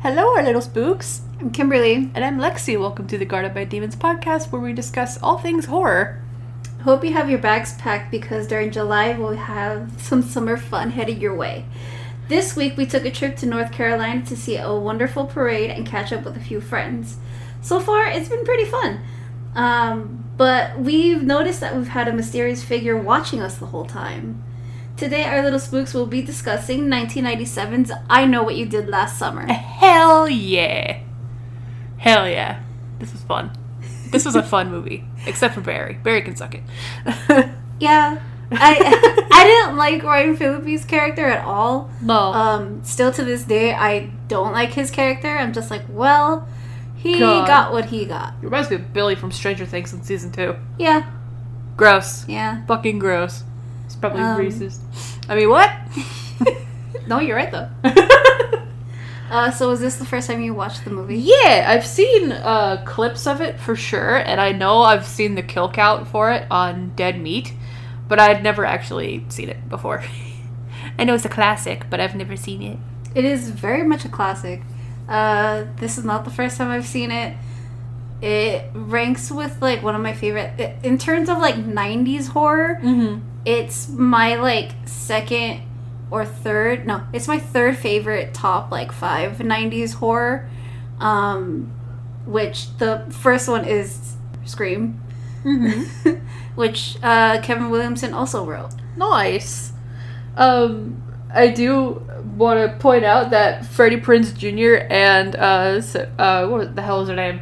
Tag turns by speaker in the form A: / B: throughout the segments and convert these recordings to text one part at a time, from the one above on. A: Hello, our little spooks.
B: I'm Kimberly.
A: And I'm Lexi. Welcome to the Guarded by Demons podcast, where we discuss all things horror.
B: Hope you have your bags packed because during July we'll have some summer fun headed your way. This week we took a trip to North Carolina to see a wonderful parade and catch up with a few friends. So far, it's been pretty fun. Um, but we've noticed that we've had a mysterious figure watching us the whole time. Today, our little spooks will be discussing 1997's I Know What You Did Last Summer.
A: Hell yeah. Hell yeah. This was fun. This was a fun movie, except for Barry. Barry can suck it.
B: Yeah. I I didn't like Ryan Phillippe's character at all.
A: no.
B: Um, still to this day, I don't like his character. I'm just like, well, he
A: God.
B: got what he got.
A: it reminds me of Billy from Stranger Things in season two.
B: Yeah,
A: Gross.
B: yeah.
A: Fucking gross. It's probably
B: Um.
A: racist. I mean, what?
B: No, you're right though. Uh, so was this the first time you watched the movie?
A: yeah, I've seen uh, clips of it for sure, and I know I've seen the kill count for it on Dead Meat, but I'd never actually seen it before. I know it's a classic, but I've never seen it.
B: It is very much a classic. Uh, this is not the first time I've seen it. It ranks with like one of my favorite i- in terms of like '90s horror.
A: Mm-hmm.
B: It's my like second or third. No, it's my third favorite top like five '90s horror. Um, which the first one is Scream,
A: Mm-hmm.
B: which uh, Kevin Williamson also wrote.
A: Nice. Um, I do want to point out that Freddie Prinz Jr. and uh, S- uh, what the hell is her name?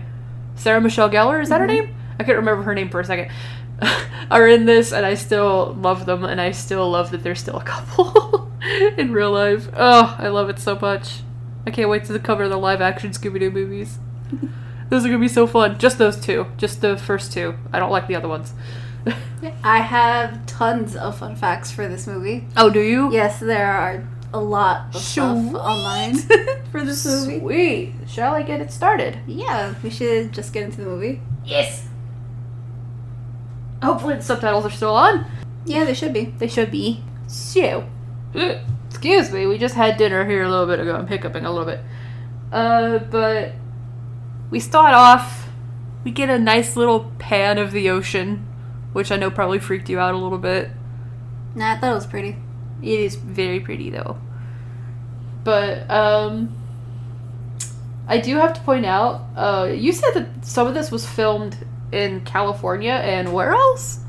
A: Sarah Michelle Gellar. Is that her name? I couldn't remember her name for a second. Are in this, and I still love them, and I still love that they're still a couple in real life. Oh, I love it so much. I can't wait to cover the live action Scooby Doo movies. those are gonna be so fun. Just those two. Just the first two. I don't like the other ones.
B: I have tons of fun facts for this movie.
A: Oh, do you?
B: Yes, there are a lot of stuff
A: Sweet.
B: online for this movie.
A: Sweet. Shall I get it started?
B: Yeah, we should just get into the movie.
A: Yes. Hopefully the subtitles are still on.
B: Yeah, they should be.
A: They should be. So, Ugh, excuse me, we just had dinner here a little bit ago. I'm hiccuping a little bit. Uh, but we start off. We get a nice little pan of the ocean, which I know probably freaked you out a little bit.
B: Nah, I thought it was pretty.
A: It is very pretty though. But um I do have to point out, uh you said that some of this was filmed in California and where else?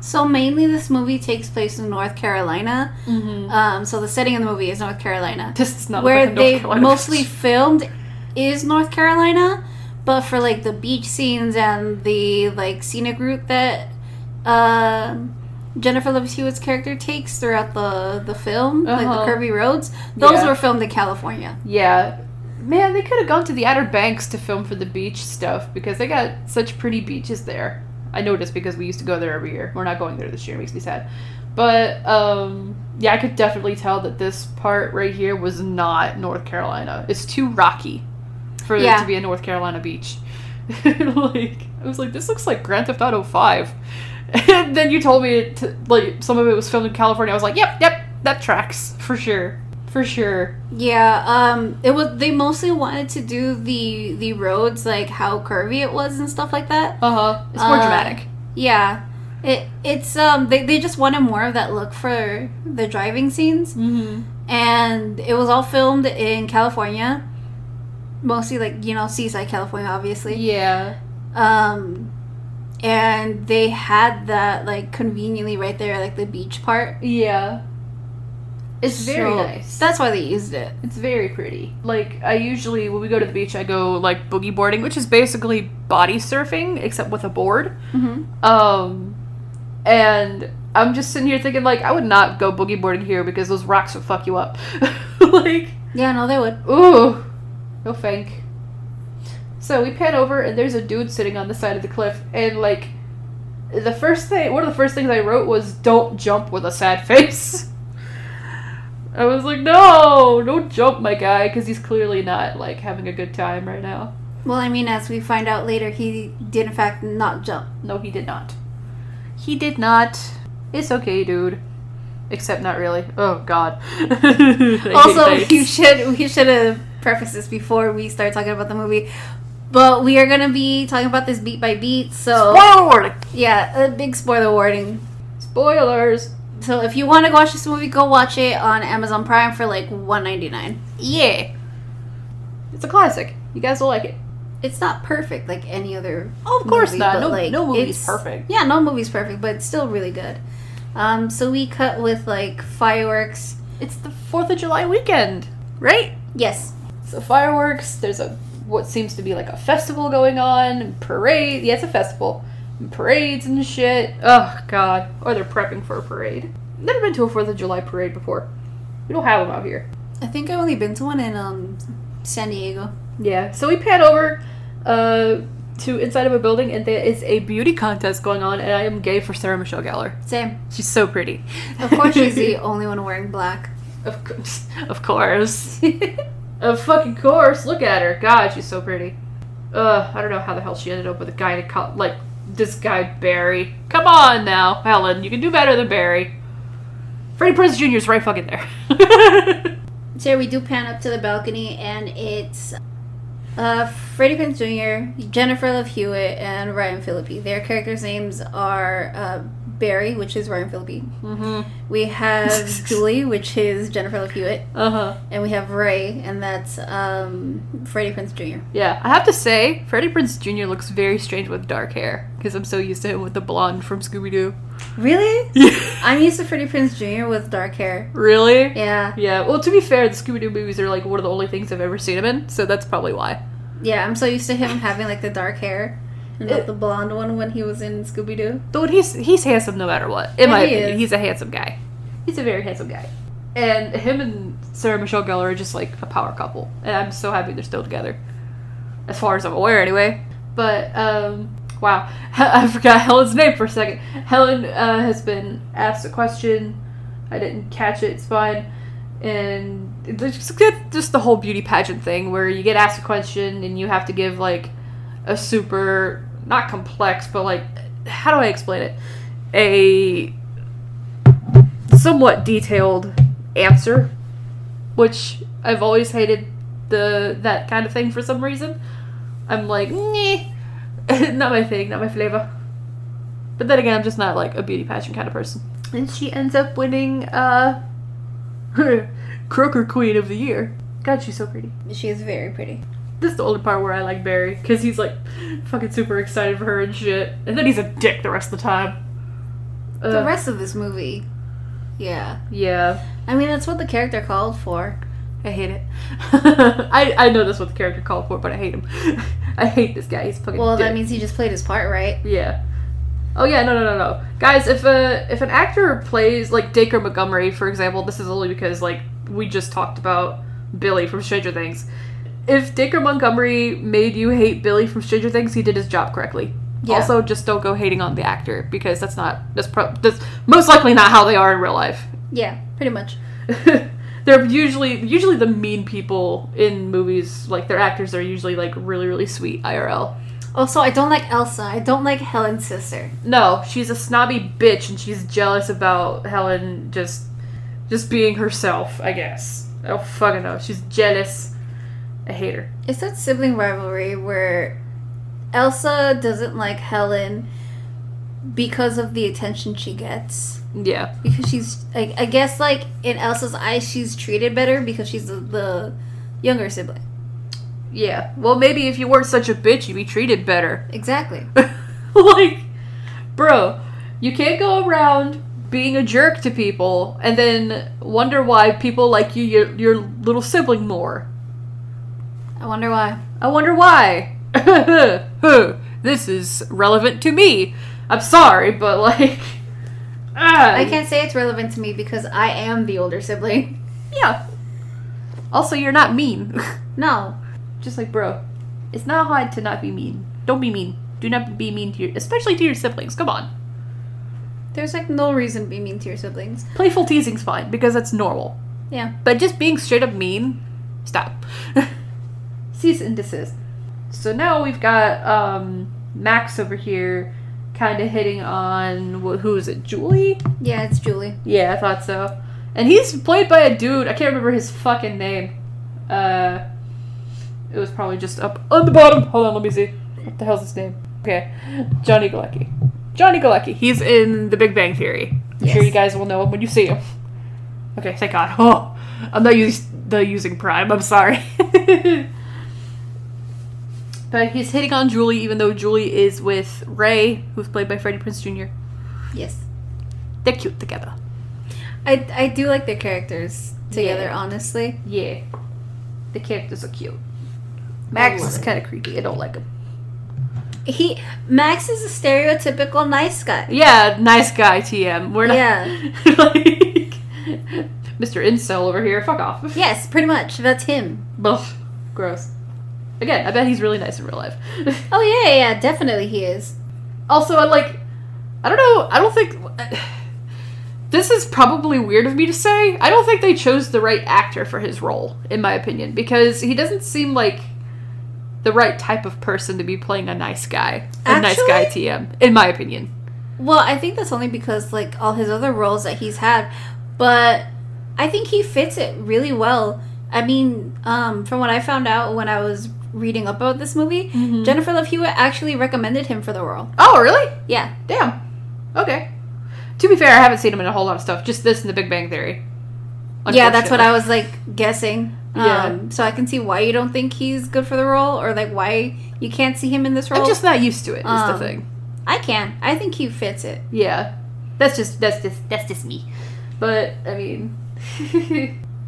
B: So mainly, this movie takes place in North Carolina.
A: Mm-hmm.
B: Um, so the setting of the movie is North Carolina.
A: This is not
B: Where
A: Oh, like a North
B: they
A: Carolina-
B: mostly filmed is North Carolina, but for like the beach scenes and the like scenic route that um Jennifer Love Hewitt's character takes throughout the the film,
A: Uh-huh.
B: like the curvy roads, those
A: Yeah.
B: were filmed in California.
A: Yeah. Man, they could have gone to the Outer Banks to film for the beach stuff because they got such pretty beaches there. I noticed because we used to go there every year. We're not going there this year, it makes me sad. But um yeah, I could definitely tell that this part right here was not North Carolina. It's too rocky for it
B: Yeah.
A: to be a North Carolina beach. like I was like, this looks like Grand Theft Auto Five. And then you told me it t- like some of it was filmed in California. I was like, yep, yep, that tracks for sure, for sure.
B: Yeah, um, it was they mostly wanted to do the the roads like how curvy it was and stuff like that.
A: Uh huh. It's more
B: Uh,
A: dramatic.
B: Yeah. It, it's um they, they just wanted more of that look for the driving scenes
A: Mm-hmm.
B: and it was all filmed in California, mostly like you know seaside California, obviously.
A: Yeah.
B: Um, and they had that like conveniently right there, like the beach part.
A: Yeah. It's very
B: So
A: nice.
B: That's why they used it.
A: It's very pretty. Like I usually when we go to the beach, I go like boogie boarding, which is basically body surfing except with a board.
B: Mm-hmm.
A: Um, and I'm just sitting here thinking like I would not go boogie boarding here because those rocks would fuck you up. like
B: Yeah, no, they would.
A: Ooh, no thank. So we pan over and there's a dude sitting on the side of the cliff and like the first thing one of the first things I wrote was don't jump with a sad face. I was like, no, don't jump, my guy, because he's clearly not like having a good time right now.
B: Well, I mean, as we find out later, he did in fact not jump.
A: No, he did not. He did not. It's okay, dude. Except not really. Oh God. I hate
B: also,
A: heights.
B: we should we should have preface this before we start talking about the movie. But we are going to be talking about this beat by beat. So,
A: Spoiler warning.
B: yeah, a big spoiler warning.
A: Spoilers.
B: So, if you want to watch this movie, go watch it on Amazon Prime for like one ninety nine.
A: Yeah. It's a classic. You guys will like it.
B: It's not perfect like any other.
A: Oh, of course
B: movie,
A: not.
B: but,
A: No,
B: like,
A: no movie's
B: it's-
A: perfect.
B: Yeah, no movie's perfect, but it's still really good. Um, so we cut with like fireworks.
A: It's the Fourth of July weekend, right?
B: Yes,
A: So fireworks. There's a what seems to be like a festival going on. and Parade. Yeah, it's a festival. And parades and shit. Oh God. Or they're prepping for a parade. Never been to a Fourth of July parade before. We don't have them out here.
B: I think I've only been to one in um San Diego.
A: Yeah. So we pan over uh, to inside of a building, and there is a beauty contest going on, and I am gay for Sarah Michelle Gellar.
B: Same.
A: She's so pretty.
B: Of course, she's the only one wearing black.
A: Of course. Of course. of fucking course. Look at her. God, she's so pretty. Ugh, I don't know how the hell she ended up with a guy to call, like, this guy, Barry. Come on now, Helen. You can do better than Barry. Freddie Prinze Jr. is right fucking there.
B: So we do pan up to the balcony, and it's uh, Freddie Prinze Jr., Jennifer Love Hewitt, and Ryan Phillippe. Their characters' names are uh, Barry, which is Ryan Phillippe.
A: mm hmm.
B: We have Julie, which is Jennifer Love Hewitt,
A: Uh huh.
B: and we have Ray, and that's um, Freddie Prinze Jr.
A: Yeah, I have to say, Freddie Prinze Jr. looks very strange with dark hair because I'm so used to him with the blonde from Scooby Doo.
B: Really?
A: Yeah.
B: I'm used to Freddie Prinze Jr. with dark hair.
A: really?
B: Yeah,
A: Yeah. Well, to be fair, the Scooby Doo movies are like one of the only things I've ever seen him in, so that's probably why.
B: yeah. I'm so used to him having like the dark hair and
A: It-
B: not the blonde one when he was in Scooby Doo.
A: Dude, he's he's handsome no matter what. In
B: Yeah,
A: my
B: he
A: opinion,
B: is.
A: he's a handsome guy. He's a very handsome guy. And him and Sarah Michelle Gellar are just like a power couple, and I'm so happy they're still together, as far as I'm aware, anyway. But um, wow, I forgot Helen's name for a second. Helen uh, has been asked a question. I didn't catch it. It's fine. And it's just, just the whole beauty pageant thing where you get asked a question and you have to give like a super not complex but like how do i explain it a somewhat detailed answer which i've always hated the that kind of thing for some reason i'm like Nyeh. not my thing not my flavor but then again i'm just not like a beauty pageant kind of person and she ends up winning uh croaker queen of the year god she's so pretty
B: She is very pretty.
A: this is the only part where I like Barry because he's like fucking super excited for her and shit, and then he's a dick the rest of the time.
B: The
A: Ugh,
B: rest of this movie, yeah.
A: yeah,
B: I mean, that's what the character called for.
A: I hate it. I I know that's what the character called for, but I hate him. I hate this guy. He's a fucking.
B: Well,
A: dick.
B: that means he just played his part, right?
A: Yeah. Oh yeah, no, no, no, no, guys. If a if an actor plays like Dacre Montgomery, for example, this is only because like we just talked about Billy from Stranger Things. If Dacre Montgomery made you hate Billy from Stranger Things, he did his job correctly.
B: Yeah.
A: Also, just don't go hating on the actor because that's not that's, pro- that's most likely not how they are in real life.
B: Yeah, pretty much.
A: they're usually usually the mean people in movies. Like their actors are usually like really really sweet IRL.
B: Also, I don't like Elsa. I don't like Helen's sister.
A: No, she's a snobby bitch and she's jealous about Helen just just being herself, I guess. I don't fucking know. She's jealous. I hate her.
B: It's that sibling rivalry where Elsa doesn't like Helen because of the attention she gets.
A: Yeah.
B: Because she's, I, I guess, like in Elsa's eyes, she's treated better because she's the, the younger sibling.
A: Yeah. Well maybe if you weren't such a bitch you'd be treated better.
B: Exactly.
A: like bro, you can't go around being a jerk to people and then wonder why people like you your, your little sibling more.
B: I wonder why.
A: I wonder why. this is relevant to me. I'm sorry, but like, ah,
B: I can't say it's relevant to me because I am the older sibling.
A: Yeah. Also, you're not mean.
B: No,
A: Just like, bro, it's not hard to not be mean. Don't be mean. Do not be mean to your, especially to your siblings. Come on,
B: there's like no reason to be mean to your siblings.
A: playful teasing's fine because that's normal.
B: Yeah.
A: But just being straight up mean, stop. Cease and desist. So now we've got um, Max over here, kind of hitting on wh- who is it, Julie?
B: Yeah, it's Julie.
A: Yeah, I thought so. And he's played by a dude. I can't remember his fucking name. Uh, It was probably just up on the bottom. Hold on, let me see. What the hell's his name? Okay, Johnny Galecki. Johnny Galecki. He's in The Big Bang Theory. I'm sure
B: Yes.
A: you guys will know him when you see him. Okay, thank God. Oh, I'm not using the using Prime. I'm sorry. but he's hitting on Julie, even though Julie is with Ray, who's played by Freddie Prince Jr.
B: Yes.
A: They're cute together.
B: I, I do like their characters together,
A: Yeah.
B: honestly.
A: Yeah, the characters are cute.
B: I
A: Max
B: love
A: is
B: it.
A: kind of creepy. I don't like him.
B: He Max is a stereotypical nice guy.
A: Yeah, nice guy, TM. We're not
B: Yeah.
A: like Mr. Incel over here. Fuck off.
B: Yes, pretty much. That's him.
A: Ugh, gross. Again, I bet he's really nice in real life.
B: Oh yeah, yeah, yeah, definitely he is.
A: also, I like. I don't know. I don't think. This is probably weird of me to say. I don't think they chose the right actor for his role, in my opinion, because he doesn't seem like the right type of person to be playing a nice guy. A nice guy
B: Actually-
A: TM, in my opinion.
B: Well, I think that's only because like all his other roles that he's had, but I think he fits it really well. I mean, um, from what I found out when I was reading up about this movie, Jennifer Love Hewitt actually recommended him for the role.
A: Oh, really?
B: Yeah,
A: Damn. Okay. To be fair, I haven't seen him in a whole lot of stuff. Just this and The Big Bang Theory.
B: yeah, that's what I
A: Unfortunately.
B: was like guessing.
A: Yeah.
B: Um, so I can see why you don't think he's good for the role, or like why you can't see him in this role.
A: I'm just not used to it. Is
B: Um,
A: the thing.
B: I can. I think he fits it.
A: Yeah. That's just that's just that's just me. But I mean,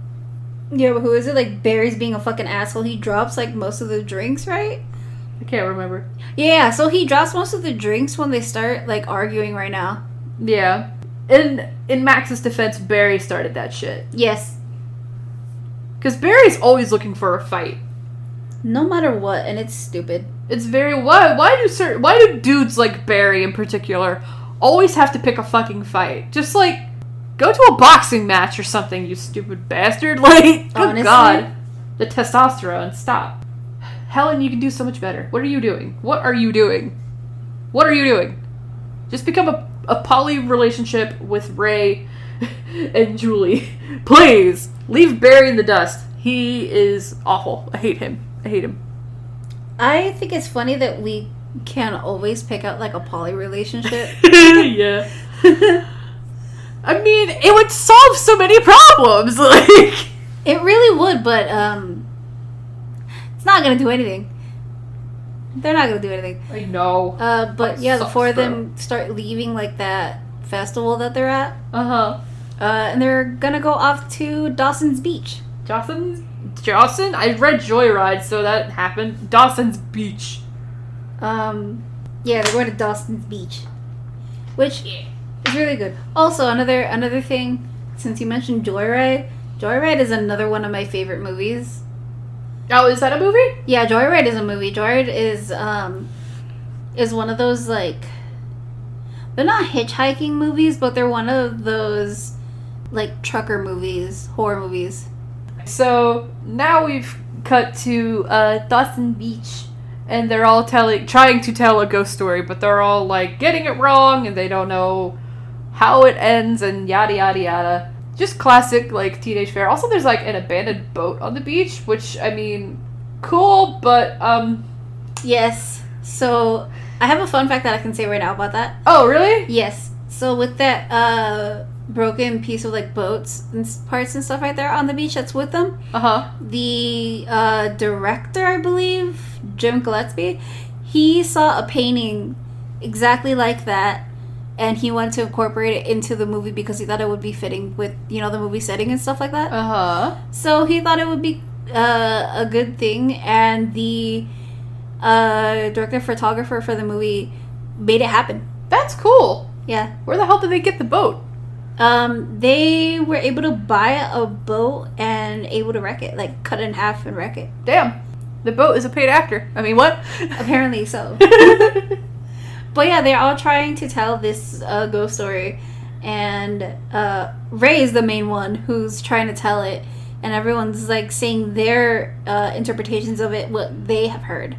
B: Yeah, but who is it? Like Barry's being a fucking asshole. He drops like most of the drinks, right?
A: I can't remember.
B: Yeah, so he drops most of the drinks when they start like arguing right now.
A: Yeah. In in Max's defense, Barry started that shit
B: Yes,
A: because Barry's always looking for a fight.
B: no matter what, and it's stupid.
A: It's very why why do certain why do dudes like Barry in particular always have to pick a fucking fight? Just like go to a boxing match or something, you stupid bastard. Like good
B: Honestly.
A: god. The testosterone, stop. Helen, you can do so much better. What are you doing? What are you doing? What are you doing? Just become a, a poly relationship with Ray and Julie. Please. Leave Barry in the dust. He is awful. I hate him. I hate him.
B: I think it's funny that we can always pick out like a poly relationship.
A: yeah. I mean, it would solve so many problems. Like,
B: it really would, but um, it's not gonna do anything. They're not gonna do anything.
A: I know.
B: Uh, but
A: That
B: yeah, the
A: sucks,
B: four of them start leaving like that festival that they're at,
A: Uh huh.
B: uh, and they're gonna go off to Dawson's Beach.
A: Dawson's Dawson. I read Joyride, so that happened. Dawson's Beach.
B: Um, yeah, they're going to Dawson's Beach, which is really good. Also, another another thing, since you mentioned Joyride, Joyride is another one of my favorite movies.
A: Oh, is that a movie?
B: Yeah, Joyride is a movie. Joyride is um, is one of those like, they're not hitchhiking movies, but they're one of those like trucker movies, horror movies.
A: So now we've cut to uh, Dawson Beach, and they're all telling, trying to tell a ghost story, but they're all like getting it wrong, and they don't know how it ends, and yada yada yada. Just classic like teenage fair. Also, there's like an abandoned boat on the beach, which I mean, cool, but um,
B: Yes. So I have a fun fact that I can say right now about that.
A: oh really?
B: Yes. So with that uh broken piece of like boats and s- parts and stuff right there on the beach that's with them,
A: Uh huh.
B: the uh director, I believe, Jim Gillespie, he saw a painting exactly like that and he wanted to incorporate it into the movie because he thought it would be fitting with, you know, the movie setting and stuff like that.
A: Uh huh.
B: So he thought it would be uh, a good thing, and the uh, director photographer for the movie made it happen.
A: That's cool.
B: Yeah.
A: Where the hell did they get the boat?
B: Um, they were able to buy a boat and able to wreck it, like cut it in half and wreck it.
A: Damn, the boat is a paid actor. I mean, what?
B: Apparently so. But yeah, they're all trying to tell this uh, ghost story, and uh, Ray is the main one who's trying to tell it, and everyone's like saying their uh, interpretations of it, what they have heard.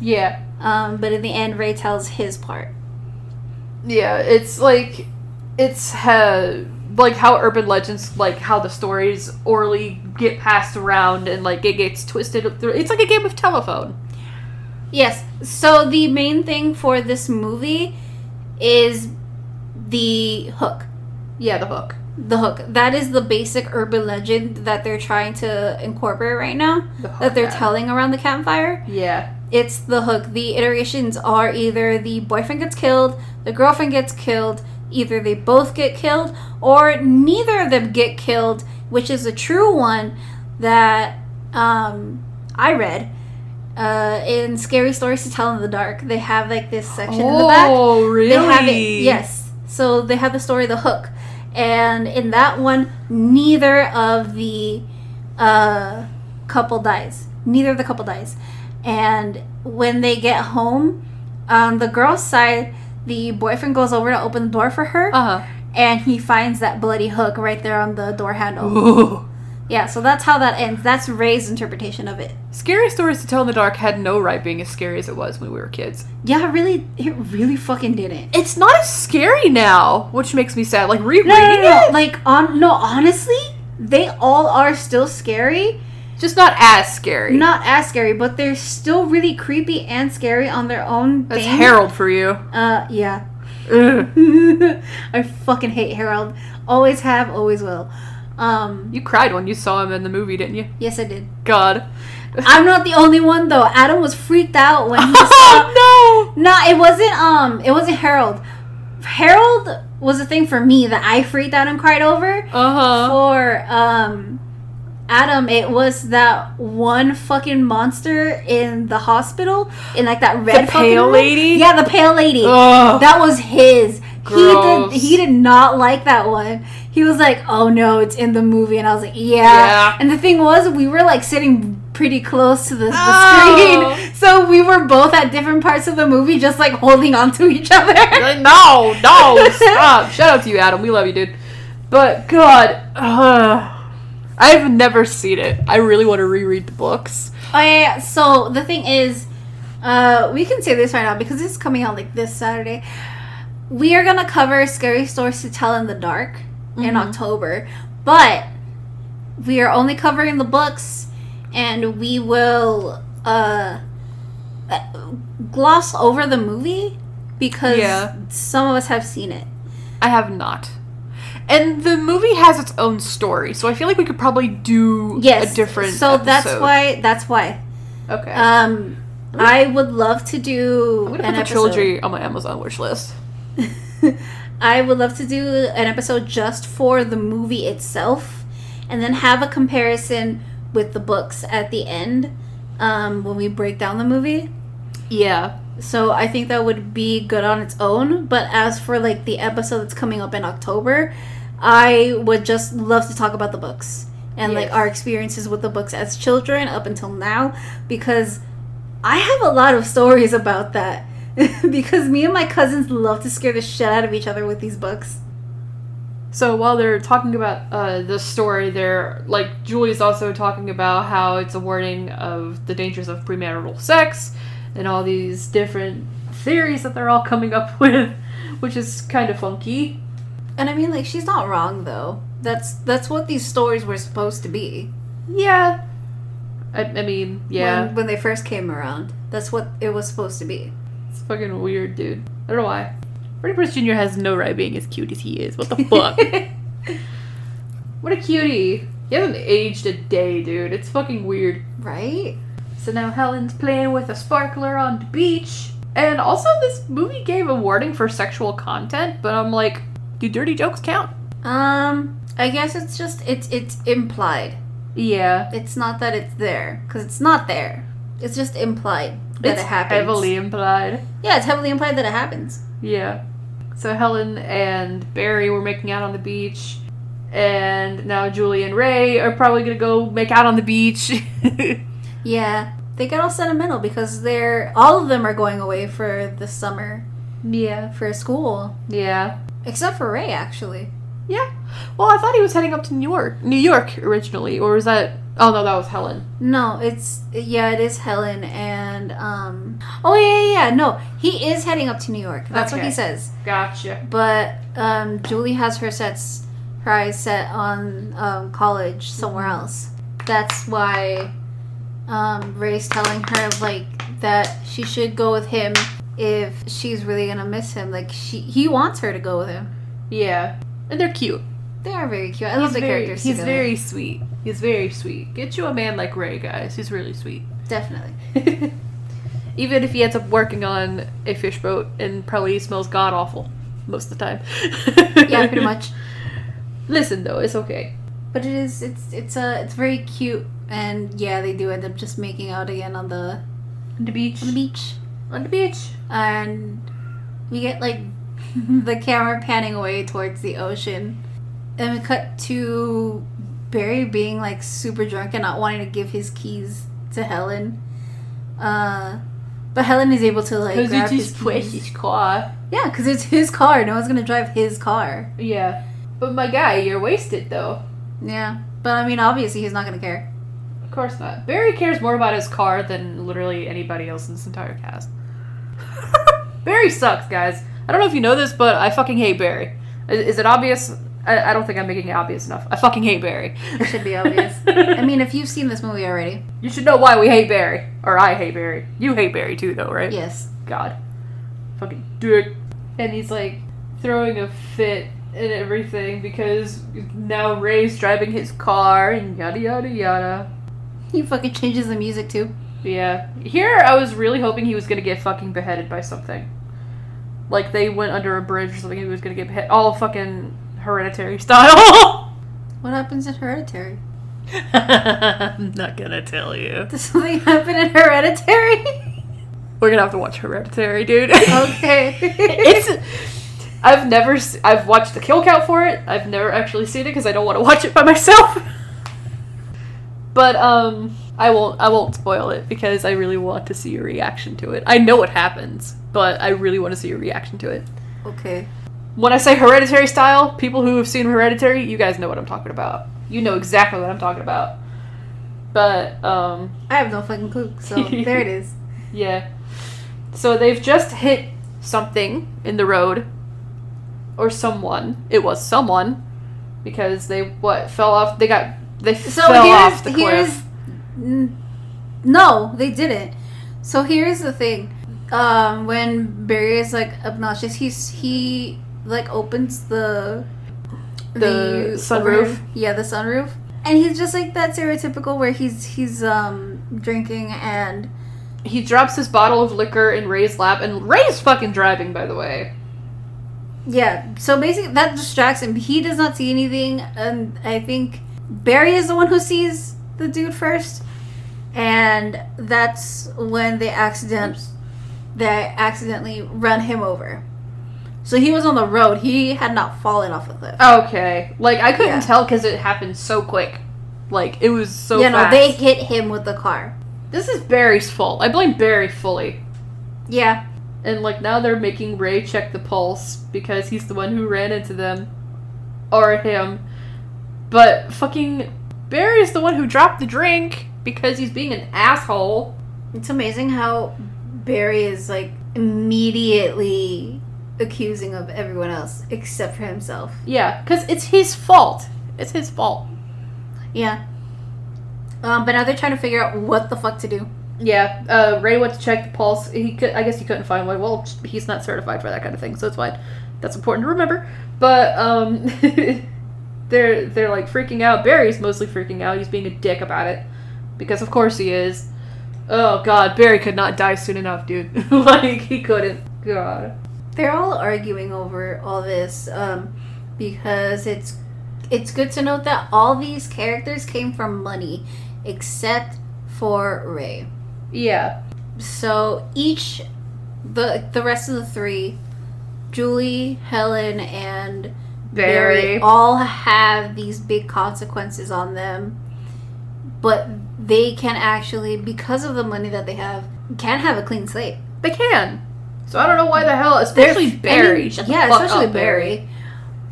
A: yeah.
B: Um, but in the end, Ray tells his part.
A: Yeah, it's like it's uh, like how urban legends like how the stories orally get passed around and like it gets twisted through it's like a game of telephone
B: Yes. So the main thing for this movie is the hook.
A: yeah the hook
B: The hook. That is the basic urban legend that they're trying to incorporate right now,
A: the hook
B: that they're
A: man.
B: telling around the campfire.
A: yeah
B: It's the hook. The iterations are either the boyfriend gets killed, the girlfriend gets killed, either they both get killed, or neither of them get killed, which is a true one that um, I read uh, in Scary Stories to Tell in the Dark. They have like this section in the back
A: oh really
B: they have it yes so they have the story the hook and in that one neither of the uh, couple dies neither of the couple dies and when they get home on the girl's side the boyfriend goes over to open the door for her
A: uh-huh
B: and he finds that bloody hook right there on the door handle
A: Ooh.
B: yeah so that's how that ends that's ray's interpretation of it
A: scary stories to tell in the dark had no right being as scary as it was when we were kids
B: yeah it really it really fucking didn't
A: it's not as scary now which makes me sad like rereading
B: No, no, no, no.
A: it
B: Like on no, honestly, they all are still scary.
A: just not as scary
B: Not as scary, but they're still really creepy and scary on their own.
A: that's
B: thing.
A: harold for you
B: Uh, yeah.
A: Ugh.
B: I fucking hate Harold. Always have, always will. Um,
A: you cried when you saw him in the movie didn't you
B: yes, I did.
A: god
B: I'm not the only one though. Adam was freaked out when he saw.
A: oh
B: No, it wasn't. Um, it wasn't Harold. Harold was a thing for me that I freaked out and cried over.
A: no uh-huh
B: for um Adam, it was that one fucking monster in the hospital in like that red
A: the
B: fucking
A: pale
B: room.
A: lady
B: Yeah, the pale lady.
A: Ugh.
B: That was his.
A: Gross.
B: He did he did not like that one. He was like, "Oh no, it's in the movie," and I was like, "Yeah."
A: Yeah.
B: And the thing was, we were like sitting pretty close to the, the
A: Oh.
B: screen, so we were both at different parts of the movie, just like holding on to each other.
A: Like, no, no, stop. Shout out to you, Adam. We love you, dude. But God, ugh. I've never seen it. I really want to reread the books.
B: Oh yeah, yeah. So the thing is, uh, we can say this right now because this is coming out like this Saturday. We are gonna cover scary stories to tell in the dark in
A: Mhm.
B: October, but we are only covering the books, and we will uh, uh, gloss over the movie because
A: Yeah.
B: some of us have seen it.
A: I have not. And the movie has its own story, so I feel like we could probably do
B: Yes,
A: a different.
B: So that's
A: episode.
B: why. That's why.
A: Okay.
B: Um, I would love to do.
A: I'm gonna
B: an
A: put the
B: episode.
A: trilogy on my Amazon wish list.
B: I would love to do an episode just for the movie itself and then have a comparison with the books at the end um, when we break down the movie.
A: Yeah.
B: So I think that would be good on its own. But as for like the episode that's coming up in October, I would just love to talk about the books and like
A: Yes.
B: our experiences with the books as children up until now because I have a lot of stories about that. because me and my cousins love to scare the shit out of each other with these books.
A: So while they're talking about uh, the story, they're like Julie's also talking about how it's a warning of the dangers of premarital sex and all these different theories that they're all coming up with, which is kind of funky.
B: And I mean, like, she's not wrong though. That's that's what these stories were supposed to be.
A: Yeah, I, I mean, yeah,
B: When, when they first came around, that's what it was supposed to be.
A: it's fucking weird, dude. I don't know why. Freddie Prinze Jr. has no right being as cute as he is. What the fuck? what a cutie! He hasn't aged a day, dude. It's fucking weird.
B: right?
A: So now Helen's playing with a sparkler on the beach. And also, this movie gave a warning for sexual content, but I'm like, do dirty jokes count?
B: Um, I guess it's just it's it's implied.
A: Yeah.
B: It's not that it's there because it's not there. It's just implied that
A: It's
B: it happens.
A: heavily implied.
B: Yeah, it's heavily implied that it happens.
A: Yeah. So Helen and Barry were making out on the beach. And now Julie and Ray are probably gonna go make out on the beach.
B: Yeah, they get all sentimental because they're all of them are going away for the summer
A: yeah.
B: for school,
A: Yeah.
B: except for Ray actually.
A: Yeah. Well, I thought he was heading up to New York, New York originally, or was that? Oh no, that was Helen.
B: No, it's yeah, it is Helen and um Oh yeah, yeah, yeah. No, he is heading up to New York. That's what
A: Okay.
B: he says.
A: Gotcha.
B: But um Julie has her sets her eyes set on um, college somewhere
A: Mm-hmm.
B: else. That's why um, Ray's telling her like that she should go with him if she's really gonna miss him. Like she, he wants her to go with him.
A: Yeah, and they're cute.
B: They are very cute. I love the
A: very,
B: characters.
A: He's
B: together.
A: very sweet. He's very sweet. Get you a man like Ray, guys. He's really sweet.
B: definitely.
A: Even if he ends up working on a fish boat and probably smells god awful most of the time.
B: Yeah, pretty much.
A: Listen though, it's okay.
B: But it is. It's it's uh, it's very cute. And yeah, they do end up just making out again on the
A: On the beach.
B: on the beach.
A: On the beach.
B: and we get like the camera panning away towards the ocean and we cut to barry being like super drunk and not wanting to give his keys to helen uh but helen is able to like
A: Because
B: grab
A: he
B: his
A: just pushed
B: keys.
A: his claw.
B: yeah because it's his car no one's gonna drive his car
A: Yeah. But my guy, you're wasted though.
B: yeah but i mean obviously he's not gonna care
A: Of course not. Barry cares more about his car than literally anybody else in this entire cast. Barry sucks, guys. I don't know if you know this, but I fucking hate Barry. I- Is, it obvious? I, I don't think I'm making it obvious enough. I fucking hate Barry.
B: It should be obvious. i mean if you've seen this movie already
A: you should know why we hate Barry. Or I hate Barry. You hate Barry too, though, right?
B: yes
A: God. Fucking dick. And he's like throwing a fit and everything because now Ray's driving his car and yada yada yada.
B: he fucking changes the music too
A: Yeah. Here, I was really hoping he was gonna get fucking beheaded by something. Like they went under a bridge or something, and he was gonna get beheaded. All fucking hereditary style.
B: what happens in hereditary
A: I'm not gonna tell you.
B: does something happen in hereditary
A: We're gonna have to watch Hereditary, dude.
B: okay.
A: it's. I've never. s- I've watched the kill count for it. I've never actually seen it because I don't want to watch it by myself. But um, I won't. I won't spoil it because I really want to see your reaction to it. I know what happens, but I really want to see your reaction to it.
B: okay.
A: When I say hereditary style, people who have seen hereditary, you guys know what I'm talking about. You know exactly what I'm talking about. But um
B: I have no fucking clue. So there it is.
A: yeah. So they've just hit something in the road or someone. It was someone because they what fell off they got they
B: So
A: fell
B: here's
A: off the
B: here's
A: cliff.
B: n- no, they didn't. So here's the thing. Um, when Barry is like obnoxious, he's he like opens the
A: The sunroof?
B: Yeah, the sunroof, and he's just like that stereotypical where he's he's um drinking and
A: He drops his bottle of liquor in Ray's lap and Ray's fucking driving by the way.
B: Yeah, so basically that distracts him. He does not see anything, and I think Barry is the one who sees the dude first, and that's when they accident they accidentally run him over. So he was on the road. He had not fallen off a cliff.
A: Okay. Like I couldn't
B: Yeah.
A: tell cuz it happened so quick. Like it was so
B: you know,
A: fast.
B: they hit him with the car.
A: This is Barry's fault. I blame Barry fully.
B: Yeah,
A: And like now they're making Ray check the pulse because he's the one who ran into them. Or him. But fucking Barry's the one who dropped the drink because he's being an asshole.
B: it's amazing how Barry is like immediately accusing of everyone else except for himself.
A: Yeah, because it's his fault. It's his fault.
B: Yeah. Um, but now they're trying to figure out what the fuck to do.
A: Yeah, uh, Ray went to check the pulse. He could, I guess he couldn't find one. Well, he's not certified for that kind of thing, so it's fine. That's important to remember. But um, they're they're like freaking out. Barry's mostly freaking out. He's being a dick about it because of course he is. Oh God, Barry could not die soon enough, dude. like he couldn't. God.
B: They're all arguing over all this um, because it's it's good to note that all these characters came from money, except for Ray.
A: Yeah.
B: So each the the rest of the three, Julie, Helen, and
A: Barry.
B: all have these big consequences on them but they can actually because of the money that they have can have a clean slate
A: They can. So I don't know why the hell, especially Barry.
B: I mean,
A: Shut the
B: yeah
A: fuck
B: especially
A: up,
B: barry.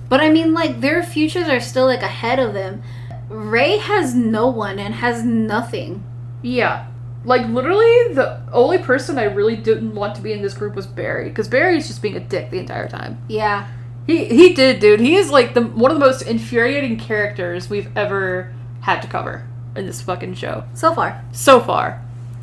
B: but i mean like their futures are still like ahead of them ray has no one and has nothing
A: Yeah. Like literally the only person I really didn't want to be in this group was Barry cuz Barry's just being a dick the entire time.
B: yeah
A: He he did, dude. He is like the one of the most infuriating characters we've ever had to cover in this fucking show
B: So far,
A: so far.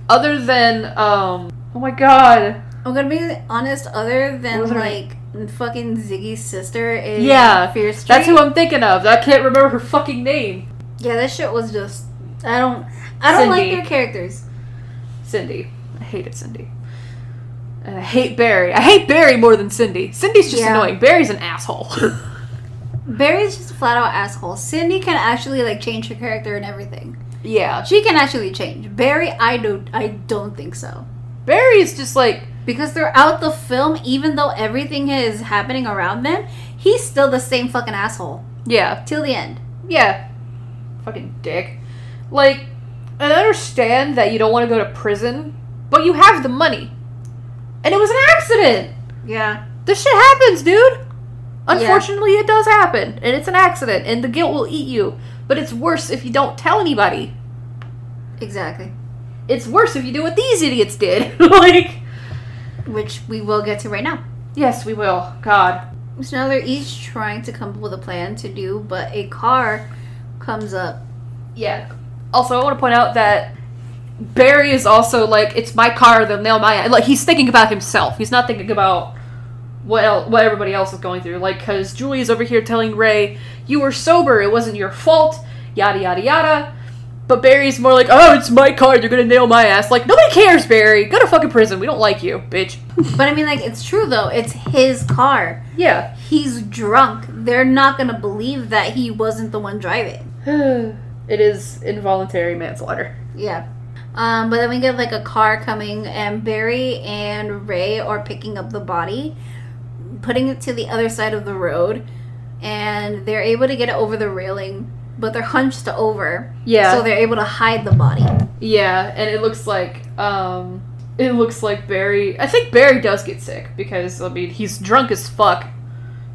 A: Other than um, oh my god,
B: I'm gonna be honest. Other than
A: What was her
B: like fucking Ziggy's sister is
A: Yeah,
B: Fear Street.
A: that's who I'm thinking of. I can't remember her fucking name.
B: yeah, that shit was just. I don't. I don't like
A: Cindy.
B: their characters.
A: Cindy. I hated Cindy. And I hate Barry. I hate Barry more than Cindy. Cindy's just
B: Yeah.
A: annoying. Barry's an asshole.
B: Barry's just a flat out asshole. Cindy can actually like change her character and everything.
A: yeah,
B: She can actually change. Barry, I don't. I don't think so.
A: Barry's just like
B: Because throughout the film, even though everything is happening around them, he's still the same fucking asshole
A: yeah,
B: till the end.
A: yeah, fucking dick. Like, I understand that you don't want to go to prison, but you have the money, and it was an accident.
B: Yeah.
A: This shit happens, dude. Unfortunately, it does happen, and it's an accident, and the guilt will eat you. But it's worse if you don't tell anybody.
B: Exactly.
A: It's worse if you do what these idiots did. like,
B: Which we will get to right now.
A: yes, we will. God.
B: So now they're each trying to come up with a plan to do, but a car comes up.
A: Yeah. Also, I want to point out that Barry is also like, it's my car, they'll nail my. Like, he's thinking about himself. He's not thinking about what el- what everybody else is going through. Like, because Julie's over here telling Ray, you were sober, it wasn't your fault, yada, yada, yada. But Barry's more like, oh, it's my car, you're gonna nail my ass. Like, nobody cares, Barry. Go to fucking prison. We don't like you, bitch.
B: But I mean, like, it's true though. It's his car.
A: Yeah.
B: He's drunk. They're not gonna believe that he wasn't the one driving.
A: it is involuntary manslaughter.
B: Yeah. Um, but then we get like a car coming, and Barry and Ray are picking up the body, putting it to the other side of the road, and they're able to get it over the railing, but they're hunched over.
A: Yeah.
B: So they're able to hide the body.
A: Yeah, and it looks like um it looks like Barry I think Barry does get sick because I mean he's drunk as fuck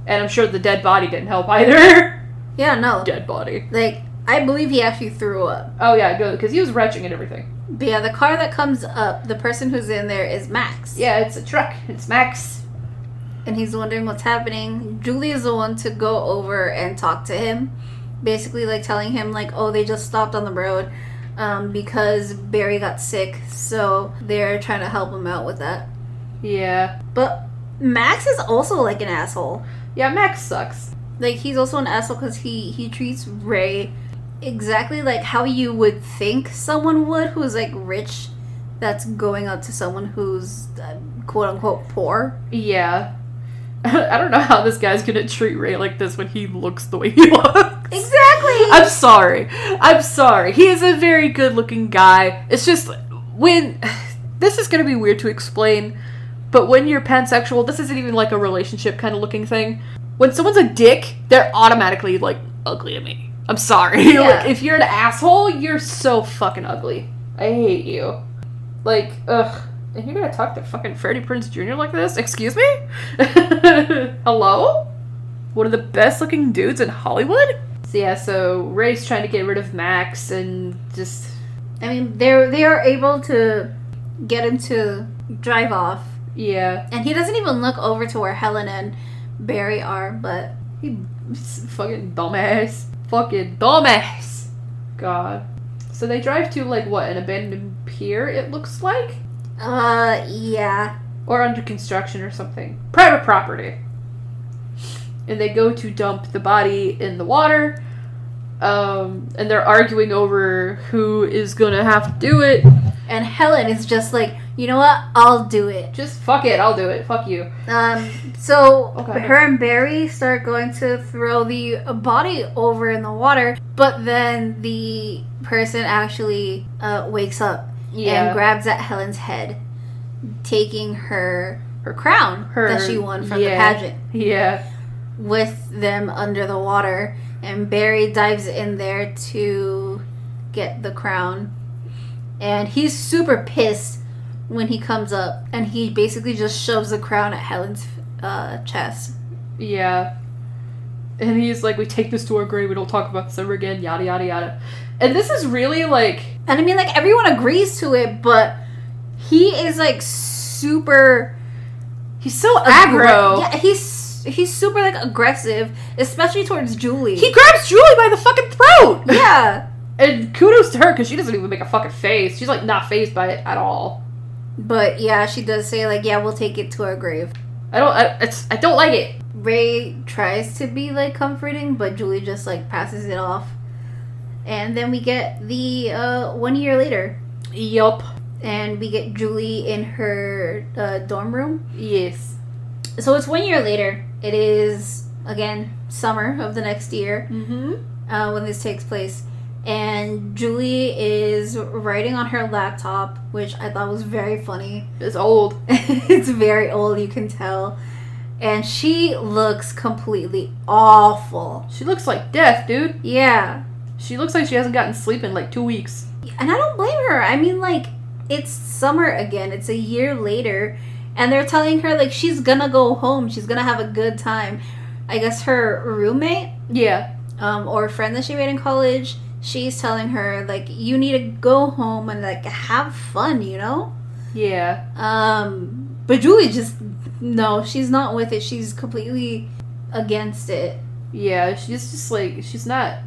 A: and I'm sure the dead body didn't help either.
B: Yeah, no.
A: dead body.
B: Like, I believe he actually threw up.
A: Oh yeah, good cuz he was retching and everything.
B: But yeah, the car that comes up, the person who's in there is Max.
A: Yeah, it's a truck. It's Max.
B: and he's wondering what's happening. Julie is the one to go over and talk to him, basically like telling him like, oh, they just stopped on the road um, because Barry got sick, so they're trying to help him out with that.
A: Yeah.
B: But Max is also like an asshole.
A: Yeah, Max sucks.
B: Like he's also an asshole because he he treats Ray exactly like how you would think someone would who's like rich, that's going up to someone who's uh, quote unquote poor.
A: Yeah. I don't know how this guy's going to treat Ray like this when he looks the way he looks.
B: Exactly.
A: I'm sorry. I'm sorry. He is a very good looking guy. It's just when this is gonna be weird to explain, but when you're pansexual, this isn't even like a relationship kind of looking thing. When someone's a dick, they're automatically like ugly to me. I'm sorry.
B: Yeah.
A: like if you're an asshole, you're so fucking ugly. I hate you. Like, ugh. And you're gonna talk to fucking Freddie Prince Jr. like this? Excuse me? Hello? One of the best looking dudes in Hollywood? So yeah, so Ray's trying to get rid of Max and just
B: I mean, they're they are able to get him to drive off,
A: yeah,
B: and he doesn't even look over to where Helen and Barry are. But
A: he fucking dumbass, fucking dumbass. God. So they drive to like what an abandoned pier it looks like,
B: uh, yeah,
A: or under construction or something, private property. And they go to dump the body in the water. Um, and they're arguing over who is gonna have to do it.
B: and Helen is just like, you know what? I'll do it.
A: Just fuck it, I'll do it. Fuck you.
B: Um, so
A: Okay.
B: her and Barry start going to throw the body over in the water, but then the person actually uh, wakes up and grabs at Helen's head, taking her her crown that
A: Her-
B: she won from the
A: yeah.
B: pageant.
A: yeah,
B: with them under the water, and Barry dives in there to get the crown. And he's super pissed when he comes up, and he basically just shoves the crown at Helen's uh, chest.
A: yeah. And he's like, we take this to our grave, we don't talk about this ever again, yada, yada, yada. And this is really like,
B: And I mean, like, everyone agrees to it, but he is like super
A: he's so
B: aggra-
A: aggro.
B: Yeah, he's he's he's super like aggressive, especially towards Julie.
A: He grabs Julie by the fucking throat.
B: yeah.
A: And kudos to her because she doesn't even make a fucking face. She's like not phased by it at all.
B: But yeah, she does say like, yeah, we'll take it to our grave.
A: I don't. I, it's. I don't like it.
B: Ray tries to be like comforting, but Julie just like passes it off. And then we get the uh, one year later,
A: Yup.
B: and we get Julie in her uh, dorm room.
A: Yes.
B: So it's one year later. It is again summer of the next year.
A: Mm-hmm.
B: uh, when this takes place. And Julie is writing on her laptop, which I thought was very funny.
A: It's old.
B: it's very old, you can tell. And she looks completely awful.
A: She looks like death, dude.
B: Yeah.
A: She looks like she hasn't gotten sleep in like two weeks.
B: And I don't blame her. I mean, like, it's summer again, it's a year later. And they're telling her, like, she's gonna go home, she's gonna have a good time. I guess her roommate
A: Yeah.
B: um, or a friend that she made in college, she's telling her like you need to go home and like have fun, you know.
A: Yeah.
B: Um, but Julie just no, she's not with it. She's completely against it.
A: Yeah. She's just like she's not.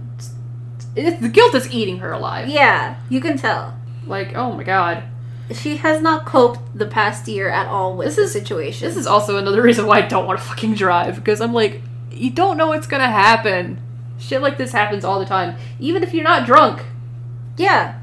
A: It's, the guilt is eating her alive.
B: Yeah, you can tell
A: Like oh my god.
B: she has not coped the past year at all with
A: This
B: this the
A: is-
B: situation.
A: This is also another reason why I don't want to fucking drive because I'm like you don't know what's gonna happen. Shit like this happens all the time, even if you're not drunk.
B: yeah.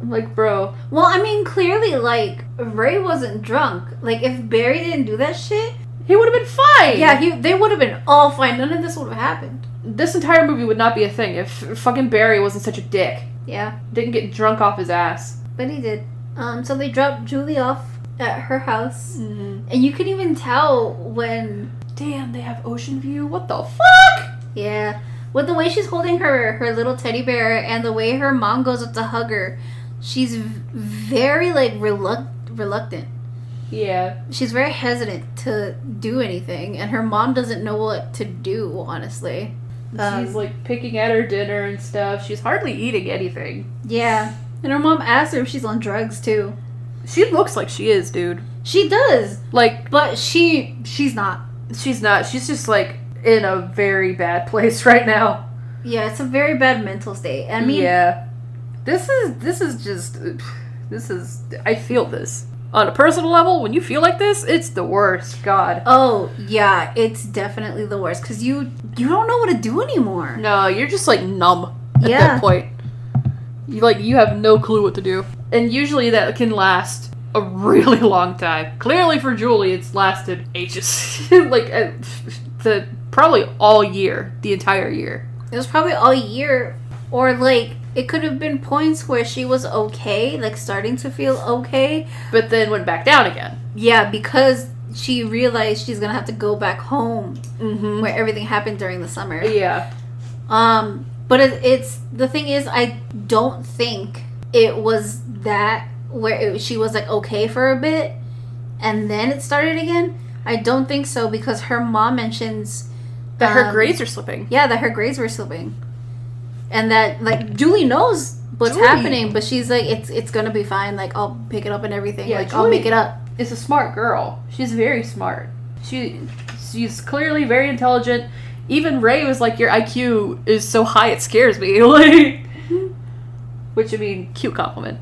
A: I'm like bro.
B: Well, I mean, clearly, like Ray wasn't drunk. Like if Barry didn't do that shit,
A: He would have been fine.
B: yeah, he they would have been all fine. None of this would have happened.
A: This entire movie would not be a thing if fucking Barry wasn't such a dick.
B: Yeah.
A: Didn't get drunk off his ass.
B: But he did. Um, so they dropped Julie off at her house,
A: Mm-hmm.
B: and you can even tell when,
A: Damn, they have ocean view. What the fuck?
B: yeah, with the way she's holding her her little teddy bear and the way her mom goes up to hug her, she's v- very like reluct reluctant.
A: Yeah.
B: She's very hesitant to do anything, and her mom doesn't know what to do. Honestly, Um,
A: She's like picking at her dinner and stuff. She's hardly eating anything.
B: yeah. And her mom asks her if she's on drugs too.
A: She looks like she is, dude.
B: She does,
A: Like
B: but she she's not.
A: she's not. She's just like in a very bad place right now.
B: Yeah, it's a very bad mental state. I mean,
A: yeah. This is this is just this is I feel this. On a personal level, when you feel like this, it's the worst. God.
B: Oh yeah, it's definitely the worst because you you don't know what to do anymore.
A: No, you're just like numb at
B: Yeah.
A: that point. You like you have no clue what to do. And usually that can last a really long time. Clearly for Julie it's lasted ages. like uh, the probably all year, the entire year.
B: It was probably all year, or like it could have been points where she was okay, like starting to feel okay.
A: But then went back down again.
B: Yeah, because she realized she's gonna have to go back home
A: Mhm.
B: where everything happened during the summer.
A: Yeah.
B: Um, but it, it's the thing is, I don't think it was that where it, she was like okay for a bit, and then it started again. I don't think so because her mom mentions
A: That her
B: Um,
A: grades are slipping.
B: Yeah, that her grades were slipping, and that like Julie knows what's
A: Julie-
B: happening, but she's like, it's it's gonna be fine. Like I'll pick it up and everything.
A: Yeah,
B: like I'll make
A: Julie-
B: it up.
A: Is a smart girl. She's very smart. She she's clearly very intelligent. Even Ray was like, Your IQ is so high it scares me. Like Which I mean, cute compliment.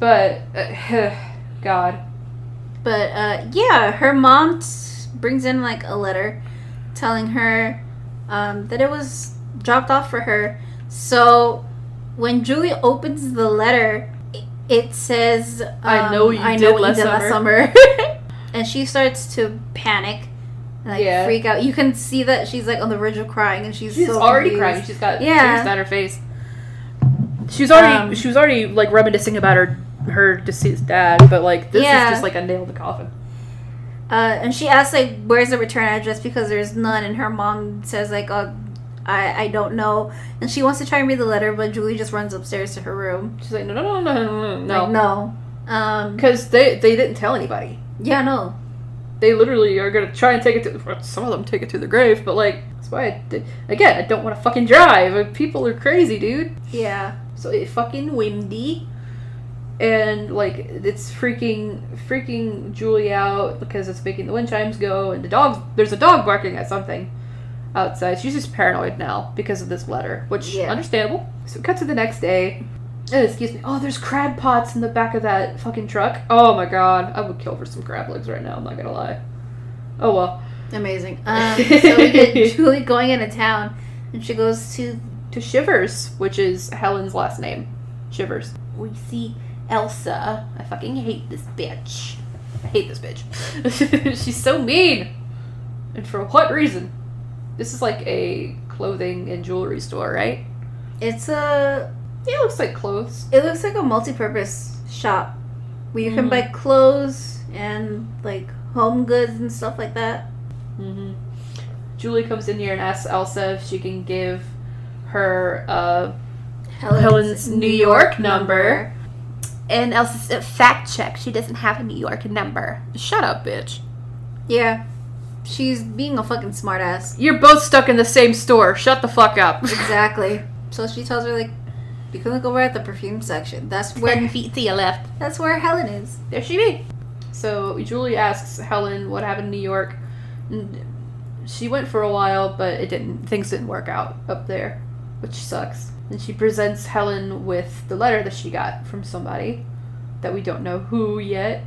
A: But uh, God.
B: But uh, yeah, her mom t- brings in like a letter telling her um, that it was dropped off for her. So when Julie opens the letter, i- it says, um,
A: I know you did last
B: summer. and she starts to panic. and, Like
A: Yeah.
B: freak out. You can see that she's like on the verge of crying, and she's
A: She's
B: so
A: already
B: confused.
A: crying. She's got
B: Yeah.
A: tears down her face. She was already
B: Um,
A: she was already like reminiscing about her her deceased dad, but like this
B: Yeah.
A: is just like a nail in the coffin.
B: Uh, and she asks like, "Where's the return address?" Because there's none, and her mom says like, "Oh, I I don't know." And she wants to try and read the letter, but Julie just runs upstairs to her room.
A: She's like, No no no no no no
B: Like,
A: no
B: no. Um,
A: because they they didn't tell anybody.
B: yeah, no.
A: they literally are gonna try and take it to well, some of them take it to the grave but like that's why i did again i don't want to fucking drive people are crazy dude
B: Yeah.
A: so it fucking windy and like it's freaking freaking Julie out because it's making the wind chimes go and the dog there's a dog barking at something outside. She's just paranoid now because of this letter, which
B: Yeah.
A: understandable. So cut to the next day. Oh, excuse me. Oh, there's crab pots in the back of that fucking truck. Oh my god, I would kill for some crab legs right now. I'm not gonna lie. Oh well,
B: Amazing. Um, so we get Julie going into town, and she goes to.
A: to Shivers, which is Helen's last name, Shivers. We see Elsa. I fucking hate this bitch. I hate this bitch. She's so mean. And for what reason? This is like a clothing and jewelry store, right?
B: It's a.
A: It looks like clothes.
B: It looks like a multi-purpose shop where you can
A: Mhm.
B: buy clothes and like home goods and stuff like that.
A: hmm Julie comes in here and asks Elsa if she can give her, uh, Helen's New York number. and Elsa said, fact check. She doesn't have a New York number. Shut up, bitch.
B: Yeah. She's being a fucking smartass.
A: You're both stuck in the same store. Shut the fuck up.
B: Exactly. so she tells her like you can look over at the perfume section. That's where
A: feet to your left.
B: that's where Helen is.
A: There she be. So Julie asks Helen what happened in New York. And she went for a while, but it didn't. Things didn't work out up there, which sucks. And she presents Helen with the letter that she got from somebody that we don't know who yet.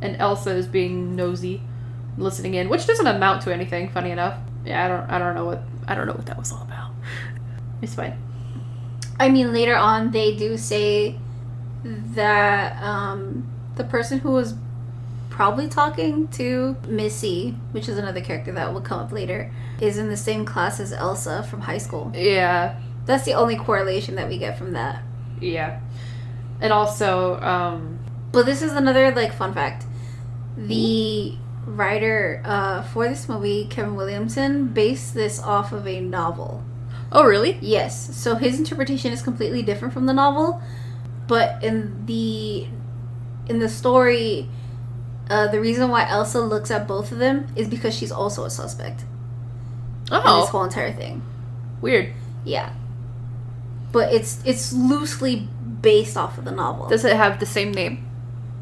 A: And Elsa is being nosy, listening in, which doesn't amount to anything. Funny enough, yeah, I don't, I don't know what, I don't know what that was all about. It's fine.
B: I mean later on they do say that um the person who was probably talking to Missy, which is another character that will come up later, is in the same class as Elsa from high school.
A: Yeah,
B: That's the only correlation that we get from that.
A: Yeah. And also, um,
B: But this is another like fun fact. The writer uh, for this movie, Kevin Williamson, based this off of a novel.
A: oh really?
B: Yes, so his interpretation is completely different from the novel, but in the in the story, uh, the reason why Elsa looks at both of them is because she's also a suspect in this
A: Oh,
B: whole entire thing.
A: weird.
B: Yeah, but it's it's loosely based off of the novel.
A: Does it have the same name?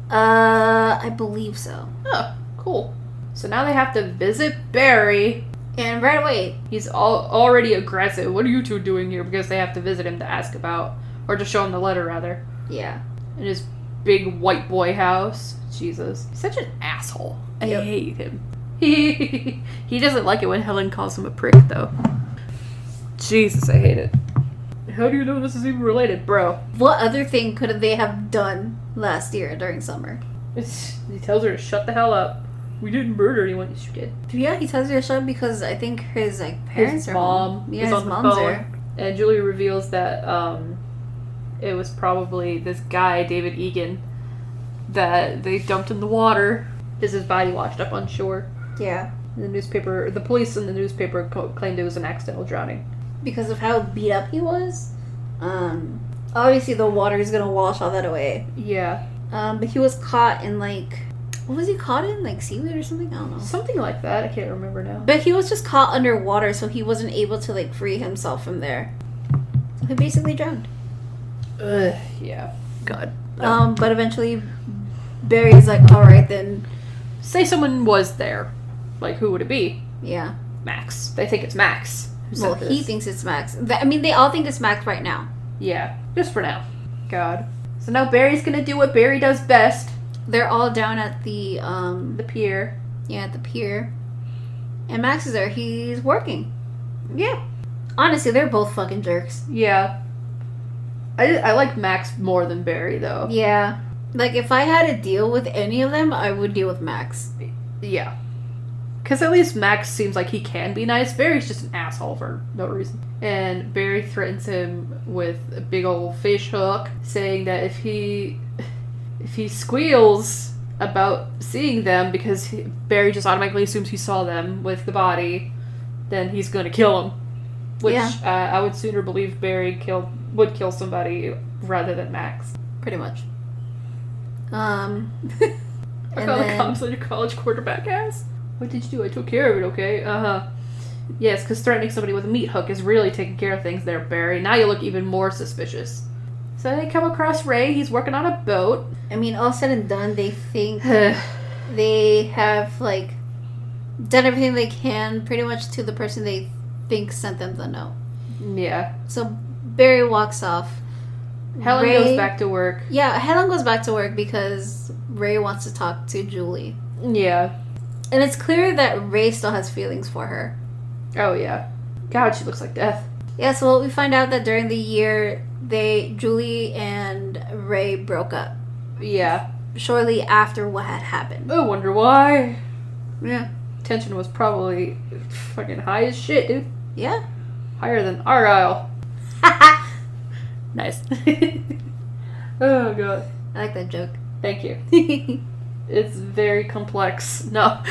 B: uh, I believe so.
A: Oh, cool. So now they have to visit Barry.
B: And right away,
A: He's all already aggressive. What are you two doing here? Because they have to visit him to ask about, or to show him the letter rather,
B: yeah,
A: in his big white boy house. Jesus, he's such an asshole. I
B: Yep.
A: hate him. He he doesn't like it when Helen calls him a prick though. Jesus, I hate it. How do you know this is even related, bro?
B: what other thing could they have done last year during summer?
A: It's, he tells her to shut the hell up. We didn't murder anyone. Yes, you did.
B: Yeah, he tells her to shut up because I think his like parents
A: His
B: are
A: mom
B: home.
A: is
B: Yeah, his
A: on the
B: mom's
A: phone.
B: there.
A: And Julie reveals that um, it was probably this guy, David Egan, that they dumped in the water. Is his body washed up on shore?
B: Yeah,
A: The newspaper, the police in the newspaper co- claimed it was an accidental drowning.
B: because of how beat up he was. Um, obviously the water is gonna wash all that away.
A: Yeah,
B: Um, but he was caught in like, what was he caught in? Like seaweed or something? I don't know.
A: something like that. I can't remember now.
B: But he was just caught underwater, so he wasn't able to like free himself from there. So he basically drowned.
A: Ugh, yeah. God.
B: Um, but eventually, Barry's like, all right then,
A: Say someone was there. Like, who would it be?
B: yeah.
A: Max. They think it's Max. who said
B: Well,
A: this.
B: he thinks it's Max. Th- I mean, they all think it's Max right now.
A: Yeah, just for now. God. So now Barry's gonna do what Barry does best
B: They're all down at the um,
A: the pier.
B: yeah, at the pier, and Max is there. He's working.
A: Yeah.
B: Honestly, they're both fucking jerks.
A: Yeah. I, I like Max more than Barry, though.
B: Yeah, like if I had to deal with any of them, I would deal with Max.
A: Yeah. Because at least Max seems like he can be nice. Barry's just an asshole for no reason. And Barry threatens him with a big old fish hook, saying that if he. if he squeals about seeing them, because he, Barry just automatically assumes he saw them with the body, then he's gonna kill him. Which
B: Yeah.
A: uh, I would sooner believe Barry killed would kill somebody rather than Max.
B: Pretty much. Um,
A: I
B: And
A: call the
B: then-
A: cops on your college quarterback ass. What did you do? I took care of it, okay? Uh huh. Yes, because threatening somebody with a meat hook is really taking care of things there, Barry. Now you look even more suspicious. So they come across Ray. He's working on a boat.
B: I mean, all said and done, they think they have like done everything they can, pretty much to the person they think sent them the note.
A: yeah.
B: So Barry walks off.
A: Helen
B: Ray-
A: goes back to work.
B: Yeah, Helen goes back to work because Ray wants to talk to Julie,
A: Yeah.
B: and it's clear that Ray still has feelings for her.
A: Oh yeah. God, she looks like death.
B: Yeah, so we find out that during the year they Julie and Ray broke up
A: Yeah.
B: shortly after what had happened.
A: I wonder why.
B: Yeah.
A: Tension was probably fucking high as shit, dude.
B: Yeah.
A: Higher than Argyle.
B: I
A: Nice. oh god.
B: like that joke.
A: Thank you.
B: yeah,
A: It's very complex. No.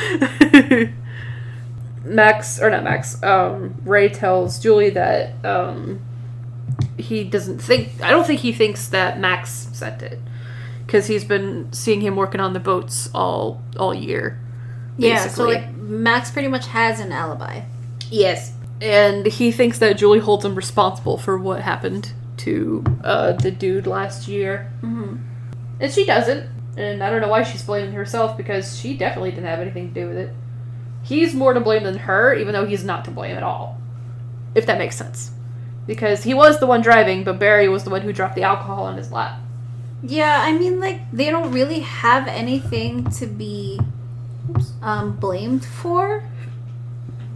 A: Max or not Max. Um, Ray tells Julie that um, he doesn't think. I don't think he thinks that Max sent it because he's been seeing him working on the boats all all year.
B: so
A: Basically.
B: like Max pretty much has an alibi.
A: Yes. And he thinks that Julie holds him responsible for what happened to uh, the dude last year,
B: Mm-hmm.
A: and she doesn't. And I don't know why she's blaming herself because she definitely didn't have anything to do with it. He's more to blame than her, even though he's not to blame at all. If that makes sense. Because he was the one driving, but Barry was the one who dropped the alcohol on his lap.
B: Yeah, I mean like they don't really have anything to be um blamed for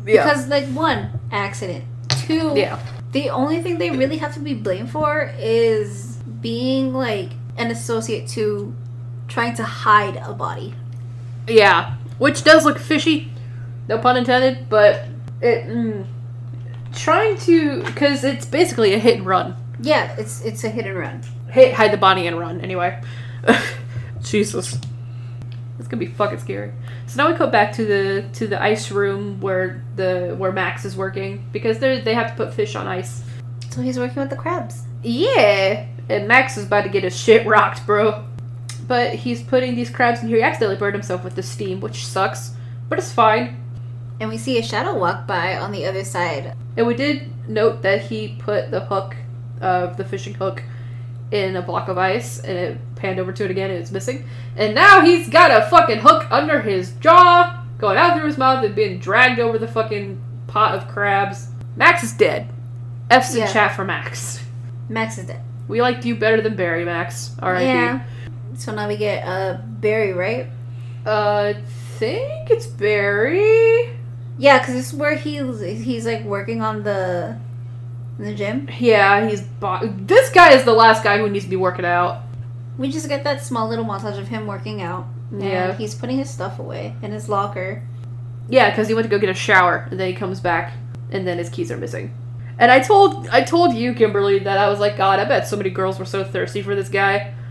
B: because like one accident, two
A: yeah.
B: The only thing they really have to be blamed for is being like an associate to trying to hide a body.
A: Yeah. Which does look fishy. No pun intended, but it. Mm, trying to. Because it's basically a hit and run.
B: Yeah, it's it's a hit and run.
A: Hit, hide the body, and run, anyway. Jesus. It's gonna be fucking scary. So now we go back to the to the ice room where the where Max is working because they they have to put fish on ice.
B: So he's working with the crabs.
A: Yeah. And Max is about to get his shit rocked, bro. But he's putting these crabs in here. He accidentally burned himself with the steam, which sucks, but it's fine.
B: And we see a shadow walk by on the other side.
A: And we did note that he put the hook of the fishing hook in a block of ice and it panned over to it again and it's missing. And now he's got a fucking hook under his jaw, going out through his mouth and being dragged over the fucking pot of crabs. Max is dead. F's
B: Yeah.
A: in chat for Max.
B: Max is dead.
A: We liked you better than Barry, Max. R.I.P.
B: Yeah. So now we get uh Barry, right?
A: Uh, I think it's Barry.
B: Yeah, because this is where he he's like working on the in the gym.
A: Yeah, he's. Bo- this guy is the last guy who needs to be working out.
B: We just get that small little montage of him working out. and
A: Yeah.
B: he's putting his stuff away in his locker.
A: Yeah, because he went to go get a shower, and then he comes back, and then his keys are missing. And I told I told you, Kimberly, that I was like, God, I bet so many girls were so thirsty for this guy.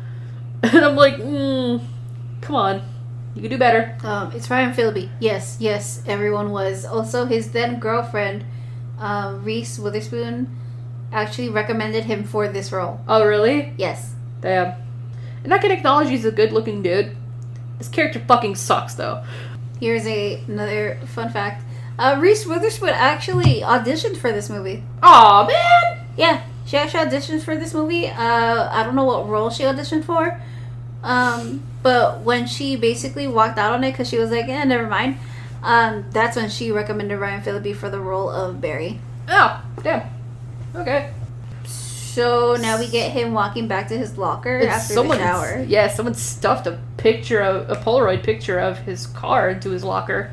A: And I'm like, mm, come on, you can do better.
B: Um, it's Ryan Philby. Yes, yes, everyone was. Also, his then girlfriend, uh, Reese Witherspoon, actually recommended him for this role.
A: Oh, really?
B: Yes.
A: Damn. And I can acknowledge he's a good-looking dude. His character fucking sucks, though.
B: Here's a, another fun fact. Uh, Reese Witherspoon actually auditioned for this movie.
A: Aw, man.
B: Yeah, she actually auditioned for this movie. Uh, I don't know what role she auditioned for. Um, but when she basically walked out on it because she was like, eh, never mind, um, that's when she recommended Ryan Phillippe for the role of Barry.
A: Oh, damn. Okay.
B: So now we get him walking back to his locker
A: It's
B: after
A: someone-
B: the shower.
A: Yeah, someone stuffed a picture of a Polaroid picture of his car into his locker,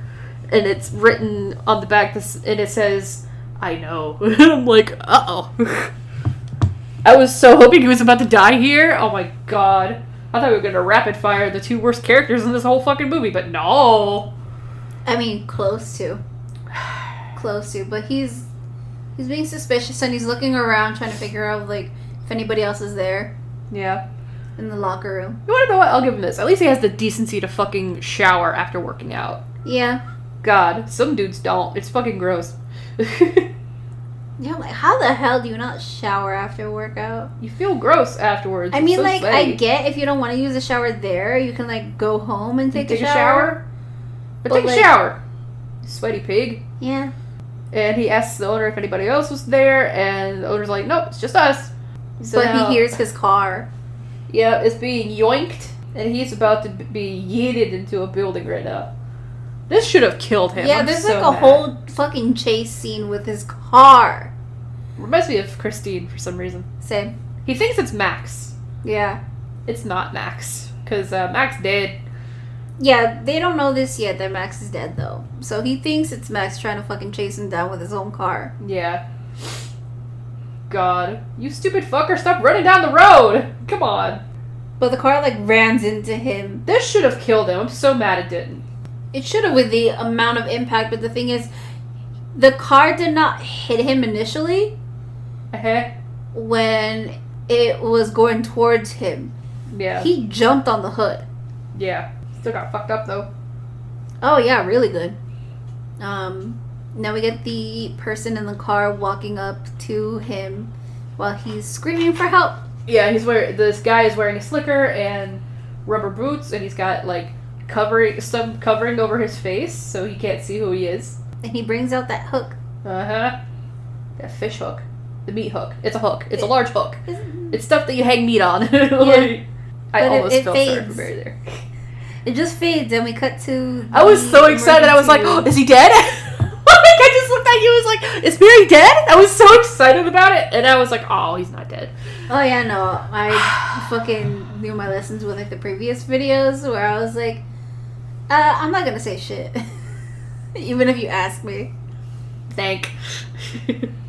A: and it's written on the back. This and it says, "I know." I'm like, "Uh oh." I was so hoping he was about to die here. Oh my god. I thought we were gonna rapid fire the two worst characters in this whole fucking movie, but no.
B: I mean, close to, close to, but he's he's being suspicious and he's looking around trying to figure out like if anybody else is there
A: Yeah.
B: in the locker room.
A: You wanna know what? I'll give him this. At least he has the decency to fucking shower after working out.
B: Yeah,
A: God, some dudes don't. It's fucking gross.
B: yeah. I'm like, how the hell do you not shower after a workout?
A: You feel gross afterwards.
B: I
A: It's
B: mean,
A: so
B: like,
A: sweaty.
B: I get if you don't want to use a shower there, you can like go home and
A: You
B: take, a, shower.
A: But,
B: But,
A: take
B: like-
A: a shower. You Sweaty pig.
B: Yeah,
A: And he asks the owner if anybody else was there, and the owner's like, "Nope, it's just us." So
B: but
A: now-
B: he hears his car.
A: Yeah, it's being yoinked, and he's about to be yeeted into a building right now. This should have killed him.
B: yeah,
A: I'm
B: there's
A: so
B: like a
A: mad.
B: whole fucking chase scene with his car.
A: Reminds me of Christine for some reason.
B: Same.
A: He thinks it's Max.
B: Yeah.
A: It's not Max, because uh, Max dead.
B: Yeah, they don't know this yet that Max is dead though. So he thinks it's Max trying to fucking chase him down with his own car.
A: Yeah. God, you stupid fucker! Stop running down the road. Come on.
B: But the car like rams into him.
A: This should have killed him. I'm so mad it didn't.
B: It should have with the amount of impact, but the thing is the car did not hit him initially
A: Uh-huh.
B: when it was going towards him.
A: Yeah.
B: He jumped on the hood.
A: Yeah. Still got fucked up though.
B: Oh yeah, really good. Um, now we get the person in the car walking up to him while he's screaming for help.
A: Yeah, he's wearing this guy is wearing a slicker and rubber boots, and he's got like covering some covering over his face so he can't see who he is.
B: And he brings out that hook.
A: Uh huh. That fish hook, the meat hook. It's a hook. It's a large hook.
B: It
A: It's stuff that you hang meat on.
B: Yeah.
A: I
B: But it-
A: almost
B: it
A: fell
B: fades.
A: sorry for Barry there.
B: just fades, and we cut to.
A: I was
B: the
A: so excited. I was like, "Oh,
B: emergency
A: is he dead?" like I just looked at you. and was like, "Is Barry dead?" I was so excited about it, and I was like, "Oh, he's not dead."
B: room. Oh yeah, no, I fucking knew my lessons with like the previous videos where I was like, uh, I'm not gonna say shit, even if you ask me.
A: Thank.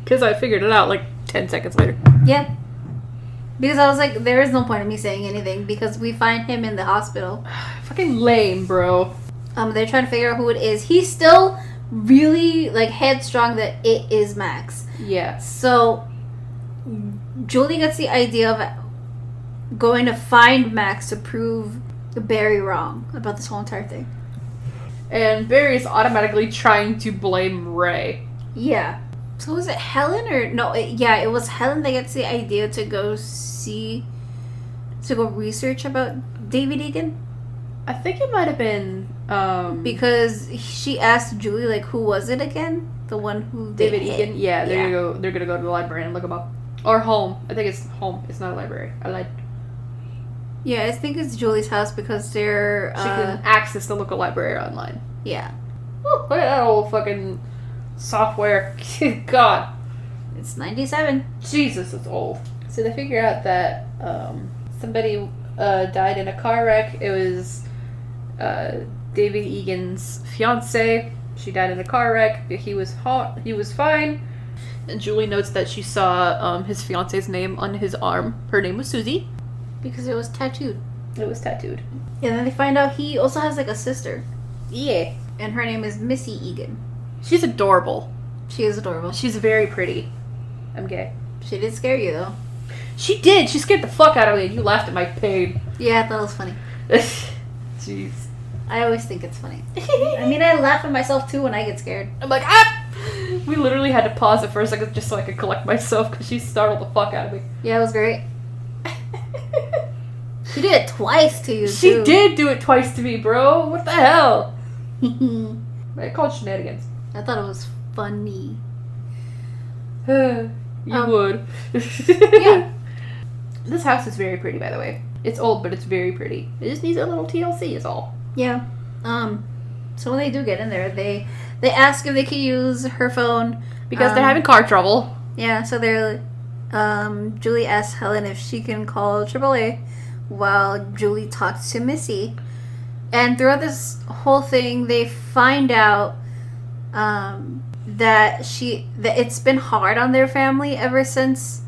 A: Because I figured it out like ten seconds later.
B: Yeah. Because I was like, there is no point in me saying anything because we find him in the hospital.
A: Fucking lame, bro.
B: Um, they're trying to figure out who it is. He's still really like headstrong that it is Max.
A: Yes.
B: So Julie gets the idea of going to find Max to prove Barry wrong about this whole entire thing.
A: And Barry is automatically trying to blame Ray.
B: Yeah. So was it Helen or no? It, yeah, it was Helen that gets the idea to go see, to go research about David Egan
A: I think it might have been um
B: because she asked Julie like, who was it again? The one who they
A: David
B: hit.
A: Egan. Yeah, they're
B: Yeah.
A: gonna go. They're gonna go to the library and look him up, or home. I think it's home. It's not a library. I lied.
B: Yeah, I think it's Julie's house because they're.
A: She
B: Uh,
A: can access the local library online.
B: yeah,
A: Whew, look at that old fucking software. God,
B: it's 97.
A: Jesus, it's old. So they figure out that um, somebody uh, died in a car wreck. It was uh, David Egan's fiance. She died in a car wreck. He was ha- he was fine. And Julie notes that she saw um, his fiance's name on his arm. Her name was Susie.
B: Because it was tattooed.
A: It was tattooed.
B: And then they find out he also has like a sister.
A: Yeah.
B: And her name is Missy Egan.
A: She's adorable.
B: She is adorable.
A: She's very pretty. I'm gay.
B: She did scare you though.
A: She did. She scared the fuck out of me and you laughed at my pain.
B: Yeah, I thought it was funny.
A: Jeez.
B: I always think it's funny. I
A: I
B: mean, I laugh at myself too when I get scared.
A: I'm like, ah! We literally had to pause it for a second just so I could collect myself because she startled the fuck out of me.
B: Yeah, it was great. She did it twice to you.
A: she
B: too.
A: did do it twice to me, bro. What the hell? I called shenanigans.
B: I thought it was funny.
A: you
B: Um,
A: would.
B: yeah.
A: This house is very pretty, by the way. It's old, but it's very pretty. It just needs a little TLC, is all.
B: Yeah. Um. So when they do get in there, they they ask if they can use her phone.
A: Because they're
B: Um,
A: having car trouble.
B: Yeah, so they're. Um, Julie asks Helen if she can call AAA while Julie talks to Missy. And throughout this whole thing, they find out um, that she that it's been hard on their family ever since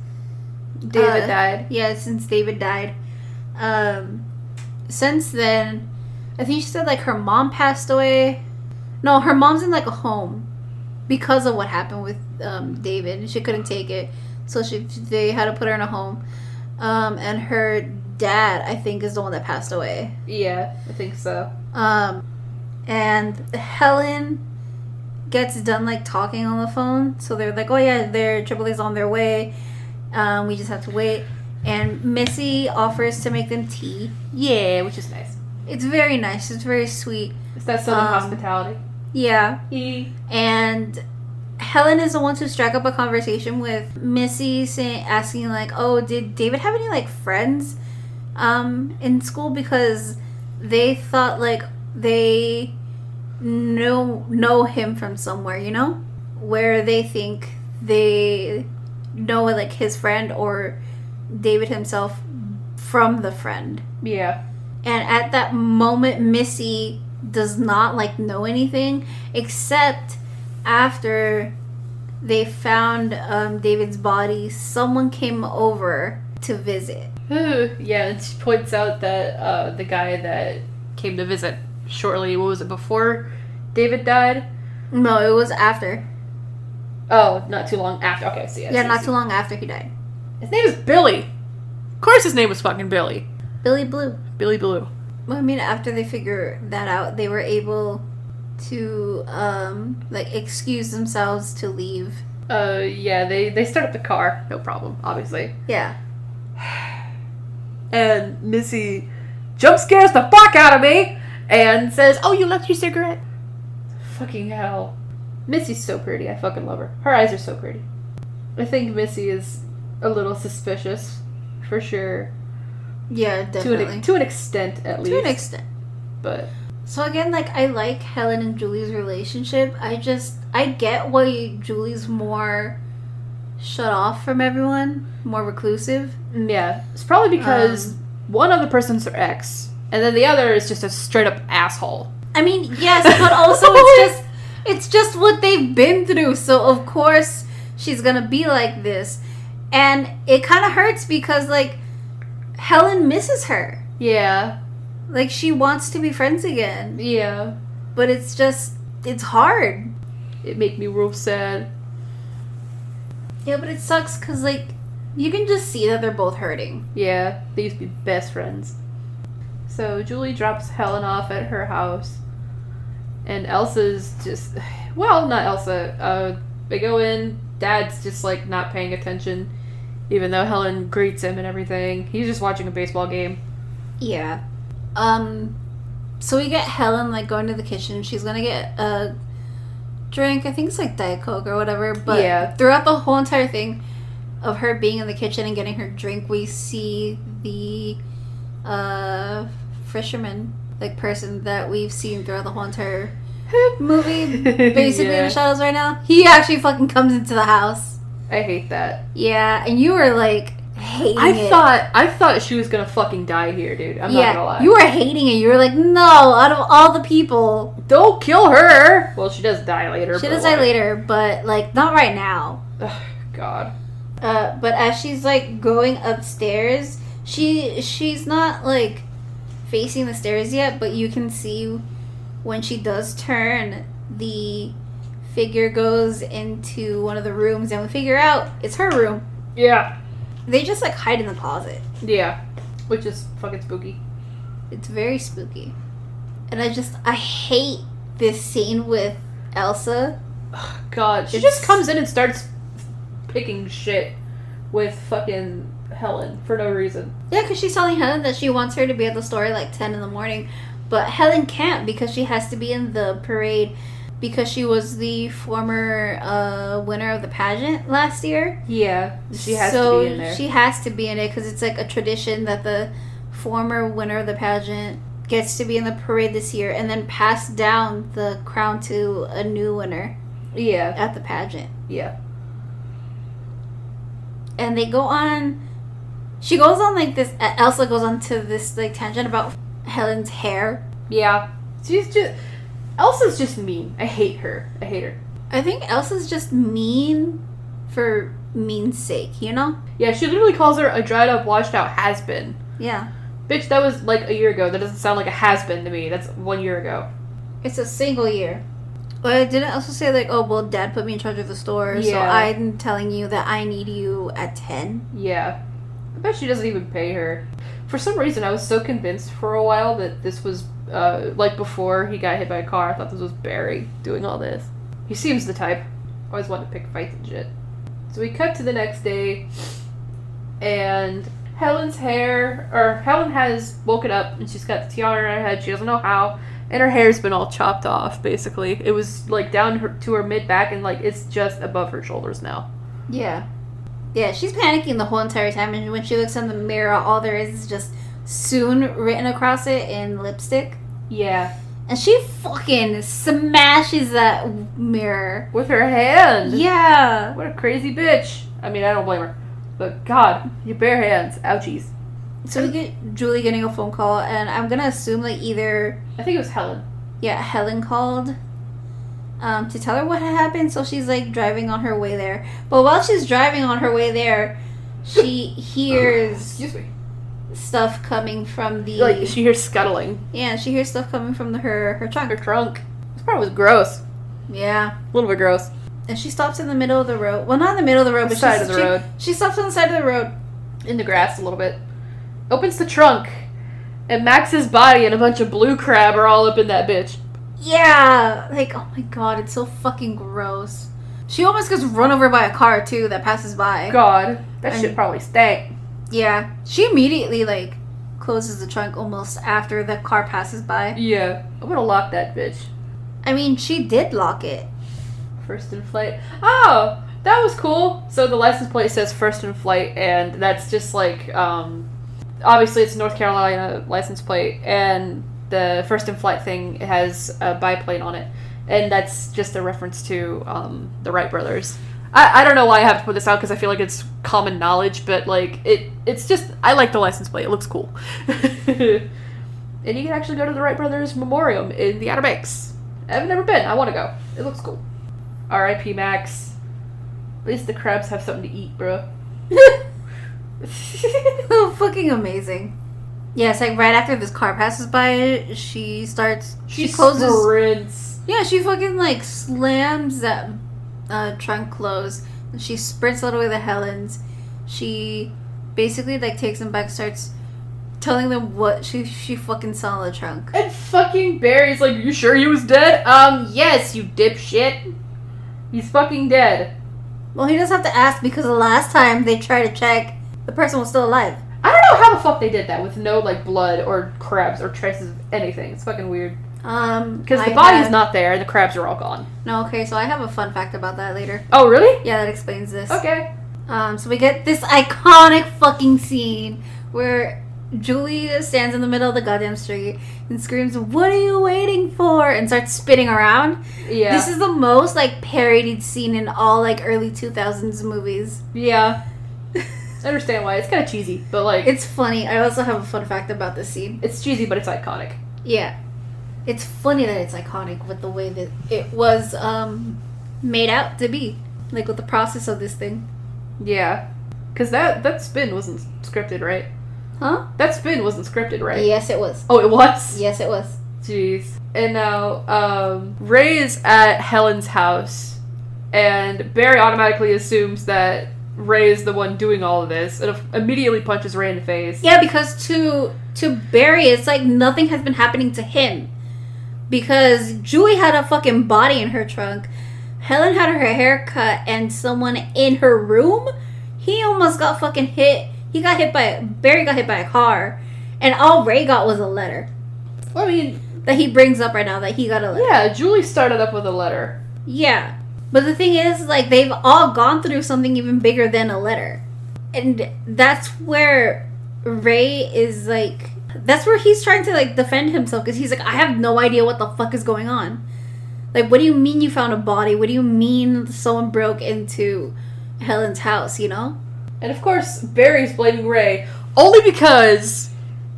A: David
B: uh,
A: died.
B: Yeah, since David died. Um, since then, I think she said like her mom passed away. No, her mom's in like a home because of what happened with um, David, and she couldn't take it, so she they had to put her in a home. Um, and her dad, I think, is the one that passed away.
A: Yeah, I think so.
B: Um, and Helen gets done like talking on the phone, so they're like, "Oh yeah, their triple A's on their way. Um, we just have to wait." And Missy offers to make them tea.
A: Yeah, which is nice. Um,
B: It's very nice. It's very sweet.
A: It's that southern
B: Um,
A: E, hospitality.
B: Yeah.
A: He
B: And Helen is the one to strike up a conversation with Missy, saying, asking like, "Oh, did David have any like friends um, in school?" Because they thought like they know know him from somewhere, you know, where they think they know like his friend or David himself from the friend.
A: Yeah.
B: And at that moment, Missy does not like know anything except after they found um, David's body, someone came over to visit.
A: yeah, and she points out that uh, the guy that came to visit shortly, what was it, before David died?
B: No, it was after.
A: Oh, not too long after. Okay, I see. I
B: yeah,
A: see,
B: not
A: see.
B: too long after he died.
A: His name is Billy. Of course his name was fucking Billy.
B: Billy Blue.
A: Billy Blue.
B: Well, I mean, after they figure that out, they were able to um, like excuse themselves to leave.
A: Uh, yeah, they, they start up the car. No problem, obviously.
B: Yeah.
A: And Missy jump scares the fuck out of me and says, Oh, you left your cigarette? Fucking hell. Missy's so pretty. I fucking love her. Her eyes are so pretty. I think Missy is a little suspicious, for sure.
B: Yeah,
A: To
B: definitely.
A: an, to an extent, at least.
B: to an extent.
A: but
B: So again, like I like Helen and Julie's relationship. I just I get why Julie's more shut off from everyone, more reclusive.
A: mm, yeah, it's probably
B: Um.
A: because one other person's her ex, and then the other is just a straight up asshole.
B: I mean, yes, but also it's just it's just what they've been through. So of course she's gonna be like this, and it kind of hurts because like Helen misses her.
A: Yeah,
B: Like she wants to be friends again,
A: yeah.
B: but it's just it's hard.
A: It made me real sad.
B: Yeah, but it sucks because like you can just see that they're both hurting.
A: Yeah, they used to be best friends. So Julie drops Helen off at her house, and Elsa's just well, not Elsa. Uh, they go in. Dad's just like not paying attention, even though Helen greets him and everything. He's just watching a baseball game.
B: Yeah. Um so we get Helen like going to the kitchen. She's gonna get a drink. I think it's like Diet Coke or whatever. But
A: Yeah.
B: throughout the whole entire thing of her being in the kitchen and getting her drink, we see the uh fisherman like person that we've seen throughout the whole entire movie. Basically in
A: Yeah.
B: the shadows right now. He actually fucking comes into the house.
A: I hate that.
B: Yeah, and you were like hating
A: I
B: it.
A: thought I thought she was gonna fucking die here, dude. I'm not
B: yeah,
A: gonna lie.
B: you were hating it. You were like, no, out of all the people,
A: Don't kill her. Well, she does die later.
B: She
A: but,
B: does die
A: like,
B: later, but like not right now.
A: Ugh, God.
B: Uh, but as she's like going upstairs, she she's not like facing the stairs yet, but you can see when she does turn, the figure goes into one of the rooms, and we figure out it's her room.
A: Yeah.
B: They just like hide in the closet.
A: Yeah. Which is fucking spooky.
B: It's very spooky, and I just I hate this scene with Elsa.
A: Ugh, God, she
B: It's-
A: just comes in and starts picking shit with fucking Helen for no reason.
B: Yeah, because she's telling Helen that she wants her to be at the store at like 10 in the morning, but Helen can't because she has to be in the parade because she was the former uh, winner of the pageant last year.
A: Yeah, she has to be in there.
B: She has to be in it because it's like a tradition that the former winner of the pageant gets to be in the parade this year and then pass down the crown to a new winner
A: yeah,
B: at the pageant.
A: yeah,
B: and they go on she goes on like this elsa goes on to this like tangent about helen's hair
A: yeah. She's just Elsa's just mean. I hate her. I hate her.
B: i think elsa's just mean for mean's sake you know
A: Yeah, she literally calls her a dried up, washed out has been.
B: yeah
A: Bitch, that was like a year ago. That doesn't sound like a has been to me. That's one year ago.
B: it's a single year but didn't also say like oh well dad put me in charge of the store so
A: Yeah.
B: i'm telling you that i need you at 10
A: Yeah. I bet she doesn't even pay her. For some reason, I was so convinced for a while that this was, uh, like before he got hit by a car, I thought this was Barry doing all this. He seems the type. Always wanted to pick fights and shit. So we cut to the next day, and Helen's hair, or Helen has woken up and she's got the tiara on her head. She doesn't know how. and her hair's been all chopped off. Basically, it was like down her, to her mid back, and like it's just above her shoulders now.
B: Yeah. Yeah, she's panicking the whole entire time, and when she looks in the mirror, all there is is just soon written across it in lipstick.
A: Yeah,
B: And she fucking smashes that mirror.
A: with her hand.
B: Yeah.
A: What a crazy bitch. I mean, I don't blame her, but God, your bare hands, ouchies.
B: So we get Julie getting a phone call, and I'm gonna assume like either
A: I think it was Helen.
B: yeah Helen called um, to tell her what had happened. So she's like driving on her way there. But while she's driving on her way there, she hears
A: Excuse me.
B: stuff coming from the
A: Like she hears scuttling.
B: yeah she hears stuff coming from the, her her
A: Her
B: trunk.
A: trunk. This part was gross.
B: Yeah.
A: A little bit gross.
B: And she stops in the middle of the road. Well, not in the middle of the road,
A: The
B: but
A: side
B: she's,
A: of the
B: she,
A: road.
B: She stops on the side of the road.
A: in the grass a little bit. Opens the trunk, and Max's body and a bunch of blue crab are all up in that bitch.
B: Yeah, like oh my god, it's so fucking gross. She almost gets run over by a car too that passes by.
A: God, that shit
B: And-
A: probably stank.
B: Yeah, she immediately like closes the trunk almost after the car passes by.
A: Yeah, I'm gonna lock that bitch.
B: I mean, she did lock it.
A: First in flight. Oh, that was cool. So the license plate says first in flight, and that's just like, um, obviously it's a North Carolina license plate, and the first in flight thing has a biplane on it, and that's just a reference to um, the Wright brothers. I, I don't know why I have to put this out because I feel like it's common knowledge, but like it, it's just I like the license plate. It looks cool, and you can actually go to the Wright brothers memorial in the Outer Banks. I've never been. I want to go. It looks cool. R.I.P. Max. At least the crabs have something to eat, bro.
B: oh, fucking amazing. Yes, like right after this car passes by, she starts. She, closes.
A: Sprints.
B: Yeah, she fucking like slams that uh, trunk closed. And she sprints all the way to Helen's. She basically like takes them back, starts telling them what she she fucking saw in the trunk.
A: And fucking Barry's like, you sure he was dead? Um, yes, you dipshit. He's fucking dead.
B: Well, he doesn't have to ask because the last time they tried to check, the person was still alive.
A: I don't know how the fuck they did that with no, like, blood or crabs or traces of anything. It's fucking weird.
B: Um,
A: Because the
B: I
A: body's
B: have-
A: not there and the crabs are all gone.
B: No, okay, so I have a fun fact about that later.
A: Oh, really?
B: Yeah, that explains this.
A: Okay.
B: Um, so we get this iconic fucking scene where Julie stands in the middle of the goddamn street and screams, "What are you waiting for?" and starts spinning around.
A: Yeah.
B: This is the most like parodied scene in all like early two thousands movies.
A: yeah. I understand why. It's kind of cheesy, but, like,
B: It's funny. I also have a fun fact about this scene.
A: it's cheesy, but it's iconic.
B: Yeah, it's funny that it's iconic with the way that it was um, made out to be, like with the process of this thing,
A: Yeah. Because that, that spin wasn't scripted, right?
B: huh?
A: That spin wasn't scripted, right?
B: Yes, it was.
A: Oh, it was?
B: Yes, it was.
A: Jeez. And now, um, Ray is at Helen's house, and Barry automatically assumes that Ray is the one doing all of this, and immediately punches Ray in the face.
B: Yeah, because to to Barry, it's like nothing has been happening to him. Because Julie had a fucking body in her trunk, Helen had her hair cut, and someone in her room. He almost got fucking hit. He got hit by Barry got hit by a car, and all Ray got was a letter
A: I mean,
B: that he brings up right now that he got a letter.
A: yeah, Julie started up with a letter.
B: Yeah. But the thing is, like, they've all gone through something even bigger than a letter. And that's where Ray is, like, that's where he's trying to, like, defend himself because he's like, I have no idea what the fuck is going on. Like, what do you mean you found a body? What do you mean someone broke into Helen's house, you know?
A: And of course, Barry's blaming Ray only because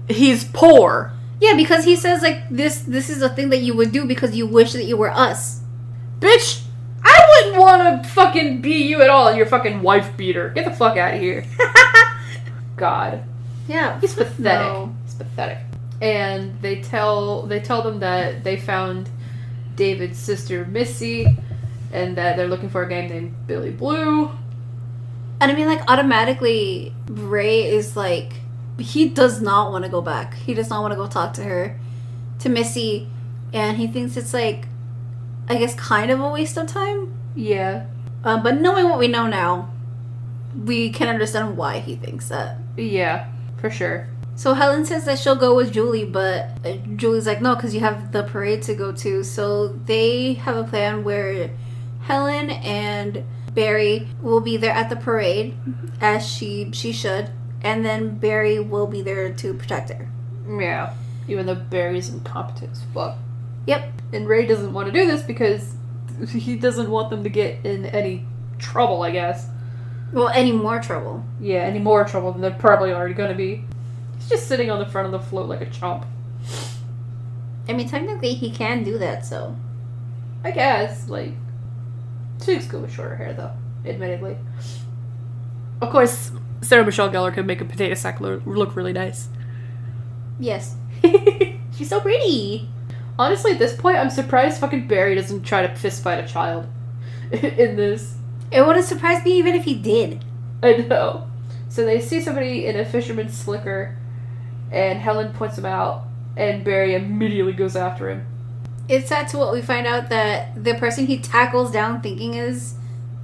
A: he's poor.
B: Yeah, because he says like this this is a thing that you would do because you wish that you were us.
A: Bitch, I wouldn't want to fucking be you at all, your fucking wife beater. Get the fuck out of here. God.
B: Yeah.
A: He's pathetic.
B: No.
A: He's pathetic. And they tell they tell them that they found David's sister Missy, and that they're looking for a guy named Billy Blue.
B: And I mean, like, automatically, Ray is like, he does not want to go back. He does not want to go talk to her, to Missy. And he thinks it's like, I guess, kind of a waste of time.
A: Yeah,
B: Uh, but knowing what we know now, we can understand why he thinks that.
A: yeah, for sure.
B: So Helen says that she'll go with Julie, but uh, Julie's like, no, because you have the parade to go to. So they have a plan where Helen and Barry will be there at the parade, as she she should, and then Barry will be there to protect her.
A: Yeah. Even though Barry's incompetent as fuck.
B: Yep.
A: And Ray doesn't want to do this because he doesn't want them to get in any trouble, I guess.
B: Well, any more trouble?
A: Yeah, any more trouble than they're probably already going to be. He's just sitting on the front of the float like a chump.
B: I mean, technically he can do that. So
A: I guess, like, she's good with shorter hair, though, admittedly. Of course, Sarah Michelle Gellar can make a potato sack lo- look really nice.
B: yes, she's so pretty.
A: Honestly, at this point, I'm surprised fucking Barry doesn't try to fist fight a child in this.
B: It wouldn't surprise me even if he did.
A: I know. So they see somebody in a fisherman's slicker, and Helen points him out, and Barry immediately goes after him.
B: It's sad to what we find out that the person he tackles down, thinking is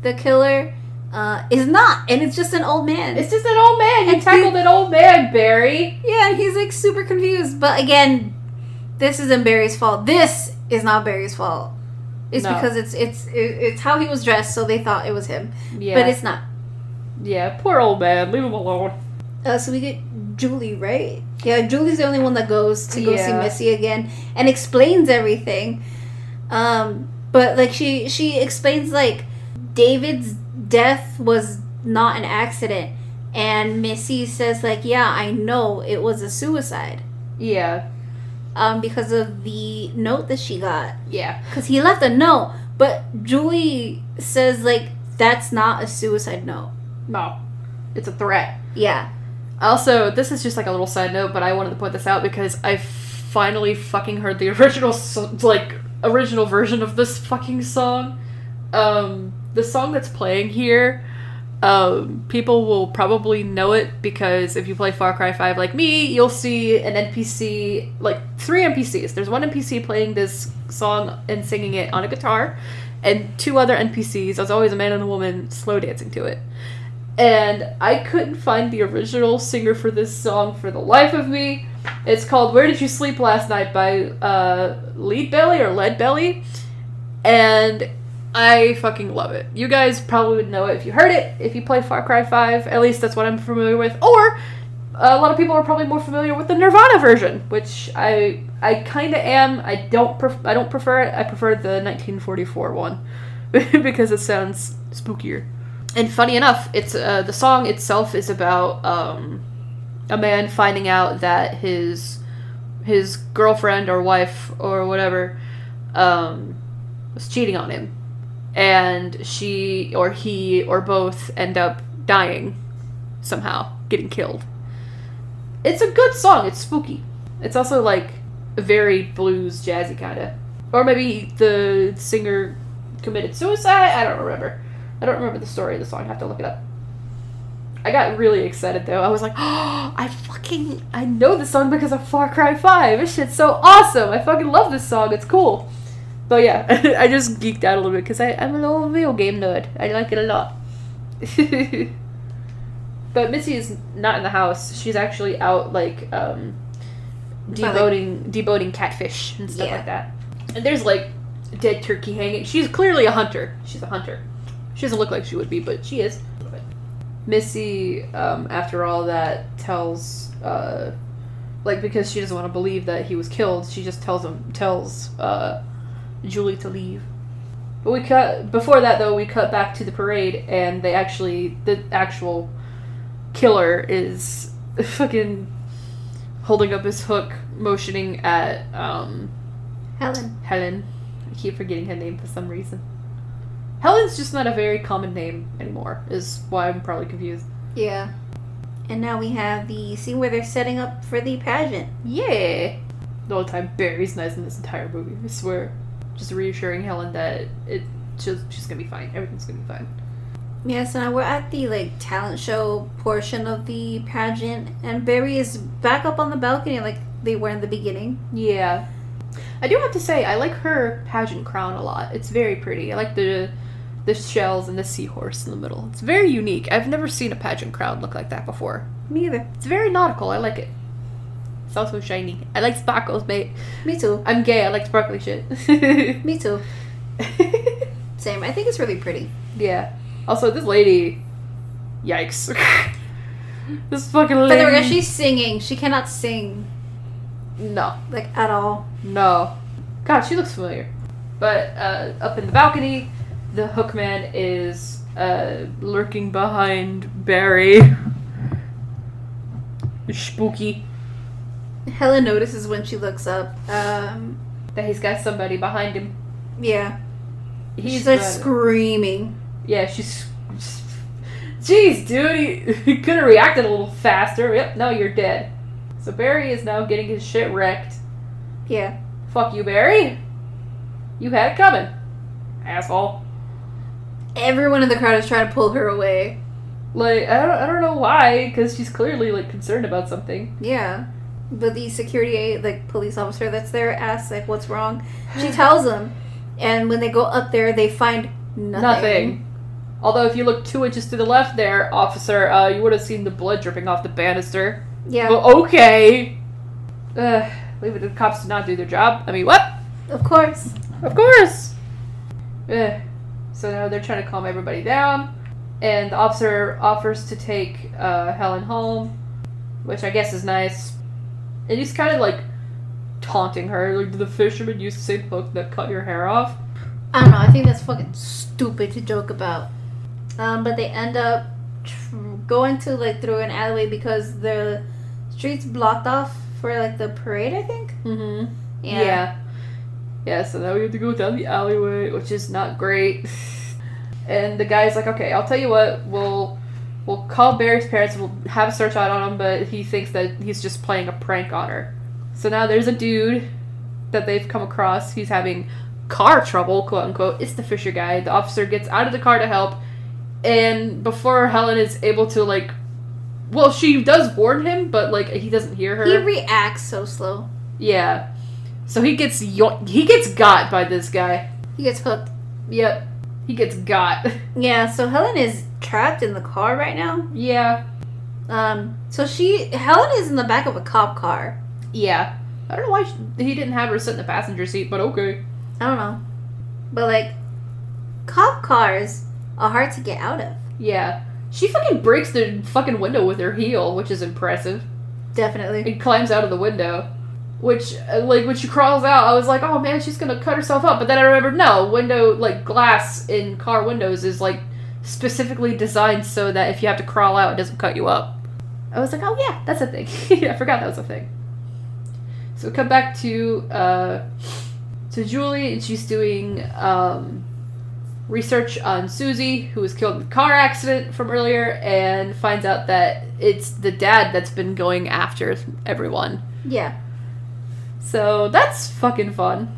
B: the killer, uh, is not, and it's just an old man.
A: It's just an old man. You
B: And
A: tackled an old man, Barry.
B: Yeah, and he's like super confused. But again, this isn't Barry's fault. This is not Barry's fault. It's
A: No.
B: because it's it's it- it's how he was dressed, so they thought it was him,
A: Yeah,
B: but it's not.
A: yeah. Poor old man. Leave him alone.
B: Uh, so we get Julie, right? Yeah, Julie's the only one that goes to go see
A: Yeah.
B: Missy again and explains everything. Um, but like she she explains like David's death was not an accident, and Missy says like, yeah, I know it was a suicide.
A: Yeah,
B: um, because of the note that she got.
A: yeah,
B: Because he left a note, but Julie says, like, that's not a suicide note.
A: no, it's a threat.
B: Yeah.
A: Also, this is just like a little side note, but I wanted to point this out because I finally fucking heard the original, s- like, original version of this fucking song. Um, the song that's playing here, um, people will probably know it because if you play Far Cry 5 like me, you'll see an NPC, like, three NPCs. There's one NPC playing this song and singing it on a guitar, and two other NPCs, as always, a man and a woman, slow dancing to it and I couldn't find the original singer for this song for the life of me. It's called "Where Did You Sleep Last Night" by uh, Lead Belly or Lead Belly, and I fucking love it. You guys probably would know it if you heard it. If you play Far Cry Five, at least that's what I'm familiar with. Or a lot of people are probably more familiar with the Nirvana version, which I I kind of am. I don't pref- I don't prefer it. I prefer the 1944 one because it sounds spookier. And funny enough, it's uh, the song itself is about um, a man finding out that his his girlfriend or wife or whatever um, was cheating on him, and she or he or both end up dying somehow, getting killed. It's a good song. It's spooky. It's also like very blues jazzy kind of, or maybe the singer committed suicide. I don't remember. I don't remember the story of the song. I have to look it up. I got really excited though. I was like, oh, I fucking I know this song because of Far Cry 5. This shit's so awesome. I fucking love this song. It's cool. But yeah, I just geeked out a little bit because I'm a little video game nerd. I like it a lot. but Missy is not in the house. She's actually out like um
B: By, like-
A: deboning deboning catfish and stuff
B: Yeah.
A: like that. And there's like a dead turkey hanging. She's clearly a hunter. She's a hunter. She doesn't look like she would be, but she is. Missy, um, after all that, tells uh, like because she doesn't want to believe that he was killed. She just tells him tells uh, Julie to leave. But we cut before that though. We cut back to the parade, and they actually the actual killer is fucking holding up his hook, motioning at um,
B: Helen.
A: Helen. I keep forgetting her name for some reason. Helen's just not a very common name anymore, is why I'm probably confused.
B: Yeah. And now we have the scene where they're setting up for the pageant.
A: Yeah. The whole time Barry's nice in this entire movie, I swear. Just reassuring Helen that it she's, she's gonna be fine. Everything's gonna be fine.
B: Yeah, so now we're at the like talent show portion of the pageant, and Barry is back up on the balcony like they were in the beginning.
A: Yeah. I do have to say I like her pageant crown a lot. It's very pretty. I like the the shells and the seahorse in the middle. It's very unique. I've never seen a pageant crown look like that before.
B: Me either.
A: It's very nautical. I like it. It's also shiny. I like sparkles, mate.
B: Me too.
A: I'm gay. I like sparkly shit.
B: Me too. Same. I think it's really pretty.
A: yeah. Also, this lady. Yikes. this fucking
B: But
A: lady.
B: the way she's singing, she cannot sing
A: no.
B: like at all.
A: No. God, she looks familiar. But uh, up in the balcony, the hookman is uh, lurking behind Barry. Spooky.
B: Helen notices when she looks up. Um,
A: That he's got somebody behind him.
B: yeah, she
A: He's
B: starts
A: uh,
B: screaming.
A: yeah, she's. Jeez, dude, he, he could have reacted a little faster. Yep, no, you're dead. So Barry is now getting his shit wrecked.
B: Yeah,
A: Fuck you, Barry. You had it coming, asshole.
B: everyone in the crowd is trying to pull her away.
A: Like I don't, I don't know why, because she's clearly like concerned about something.
B: Yeah, but the security like police officer that's there asks like, "What's wrong?" She tells them, and when they go up there, they find nothing.
A: Although if you look two inches to the left there, officer, uh, you would have seen the blood dripping off the banister.
B: Yeah,
A: Well, okay. Uh, leave it to the cops to not do their job. I mean, what?
B: of course.
A: Of course. Ugh. So now they're trying to calm everybody down, and the officer offers to take uh, Helen home, which I guess is nice. And he's kind of like taunting her, like the fisherman used to say the book that cut your hair off.
B: I don't know. I think that's fucking stupid to joke about. Um, but they end up tr- going to like through an alleyway because the street's blocked off for like the parade. I think.
A: Mm-hmm. Yeah. yeah. so now we have to go down the alleyway, which is not great. and the guy's like, okay, I'll tell you what, we'll we'll call Barry's parents, we'll have a search out on him, but he thinks that he's just playing a prank on her. So now there's a dude that they've come across. He's having car trouble, quote unquote. It's the Fisher guy. The officer gets out of the car to help, and before Helen is able to like, well, she does warn him, but like he doesn't hear her.
B: He reacts so slow.
A: Yeah. So he gets yo- he gets got by this guy.
B: He gets hooked.
A: Yep. He gets got.
B: Yeah. So Helen is trapped in the car right now.
A: yeah.
B: Um. So she Helen is in the back of a cop car.
A: Yeah. I don't know why she- he didn't have her sit in the passenger seat, but okay.
B: I don't know. But like, cop cars are hard to get out of.
A: Yeah. She fucking breaks the fucking window with her heel, which is impressive.
B: Definitely.
A: And climbs out of the window. Which, uh, like, when she crawls out, I was like, oh man, she's gonna cut herself up. But then I remembered, no, window, like, glass in car windows is, like, specifically designed so that if you have to crawl out, it doesn't cut you up. I was like, oh yeah, that's a thing. I forgot that was a thing. So we come back to uh, to Julie, and she's doing um, research on Susie, who was killed in a car accident from earlier, and finds out that it's the dad that's been going after everyone.
B: Yeah.
A: So that's fucking fun.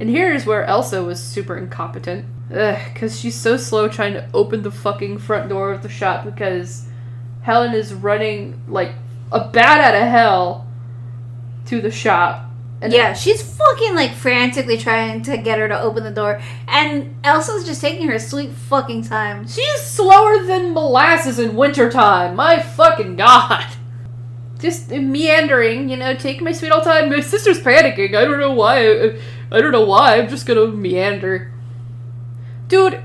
A: And here's where Elsa was super incompetent. Ugh, because she's so slow trying to open the fucking front door of the shop because Helen is running like a bat out of hell to the shop. And
B: yeah, she's fucking like frantically trying to get her to open the door, and Elsa's just taking her sweet fucking time.
A: She's slower than molasses in wintertime. My fucking god. Just meandering, you know, taking my sweet all time. My sister's panicking. I don't know why. I, I don't know why. I'm just gonna meander. Dude,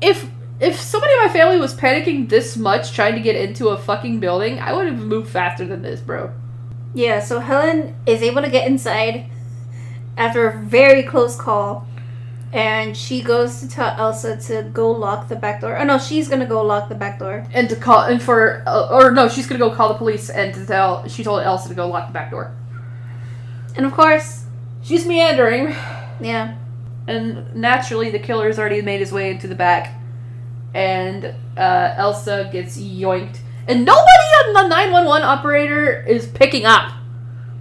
A: if if somebody in my family was panicking this much trying to get into a fucking building, I would have moved faster than this, bro.
B: Yeah, so Helen is able to get inside after a very close call, and she goes to tell Elsa to go lock the back door. Oh no, she's gonna go lock the back door.
A: And to call and for uh, or no, she's gonna go call the police and to tell she told Elsa to go lock the back door.
B: And of course,
A: She's meandering.
B: yeah,
A: And naturally, the killer's already made his way into the back. And uh, Elsa gets yoinked. And nobody on the 911 operator is picking up.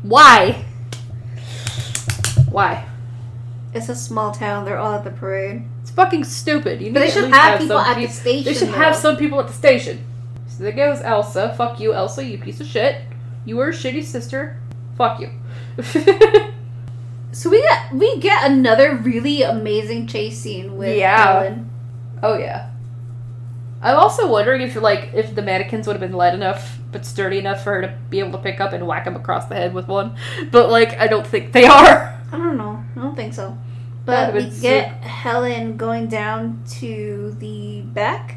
A: Why? Why?
B: it's a small town. They're all at the parade.
A: It's fucking stupid. You need
B: But they
A: to at
B: should
A: least
B: have people
A: some
B: at
A: peop-
B: the station.
A: They should have
B: though.
A: some people at the station. So there goes Elsa. Fuck you, Elsa, you piece of shit. You were a shitty sister. Fuck you.
B: So we get we get another really amazing chase scene with
A: Yeah.
B: Helen.
A: oh, yeah. I'm also wondering if like if the mannequins would have been light enough but sturdy enough for her to be able to pick up and whack him across the head with one. But like I don't think they are.
B: I don't know. I don't think so.
A: That
B: But we
A: would
B: get Helen going down to the back,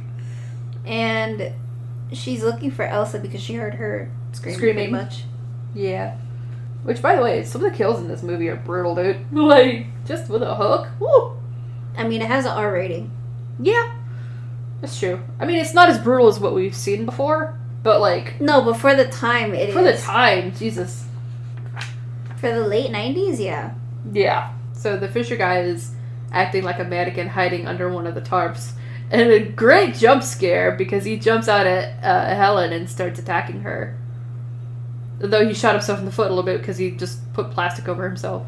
B: and she's looking for Elsa because she heard her screaming,
A: Screaming.
B: pretty much.
A: Yeah. Which by the way, some of the kills in this movie are brutal, dude. Like just with a hook. Woo.
B: I mean, it has an R rating.
A: Yeah. That's true. I mean, it's not as brutal as what we've seen before, but like
B: No, but for the time, it is
A: for the time, Jesus.
B: for the late '90s, yeah.
A: Yeah. So the Fisher guy is acting like a mannequin hiding under one of the tarps. And a great jump scare because he jumps out at uh, Helen and starts attacking her. Though he shot himself in the foot a little bit because he just put plastic over himself.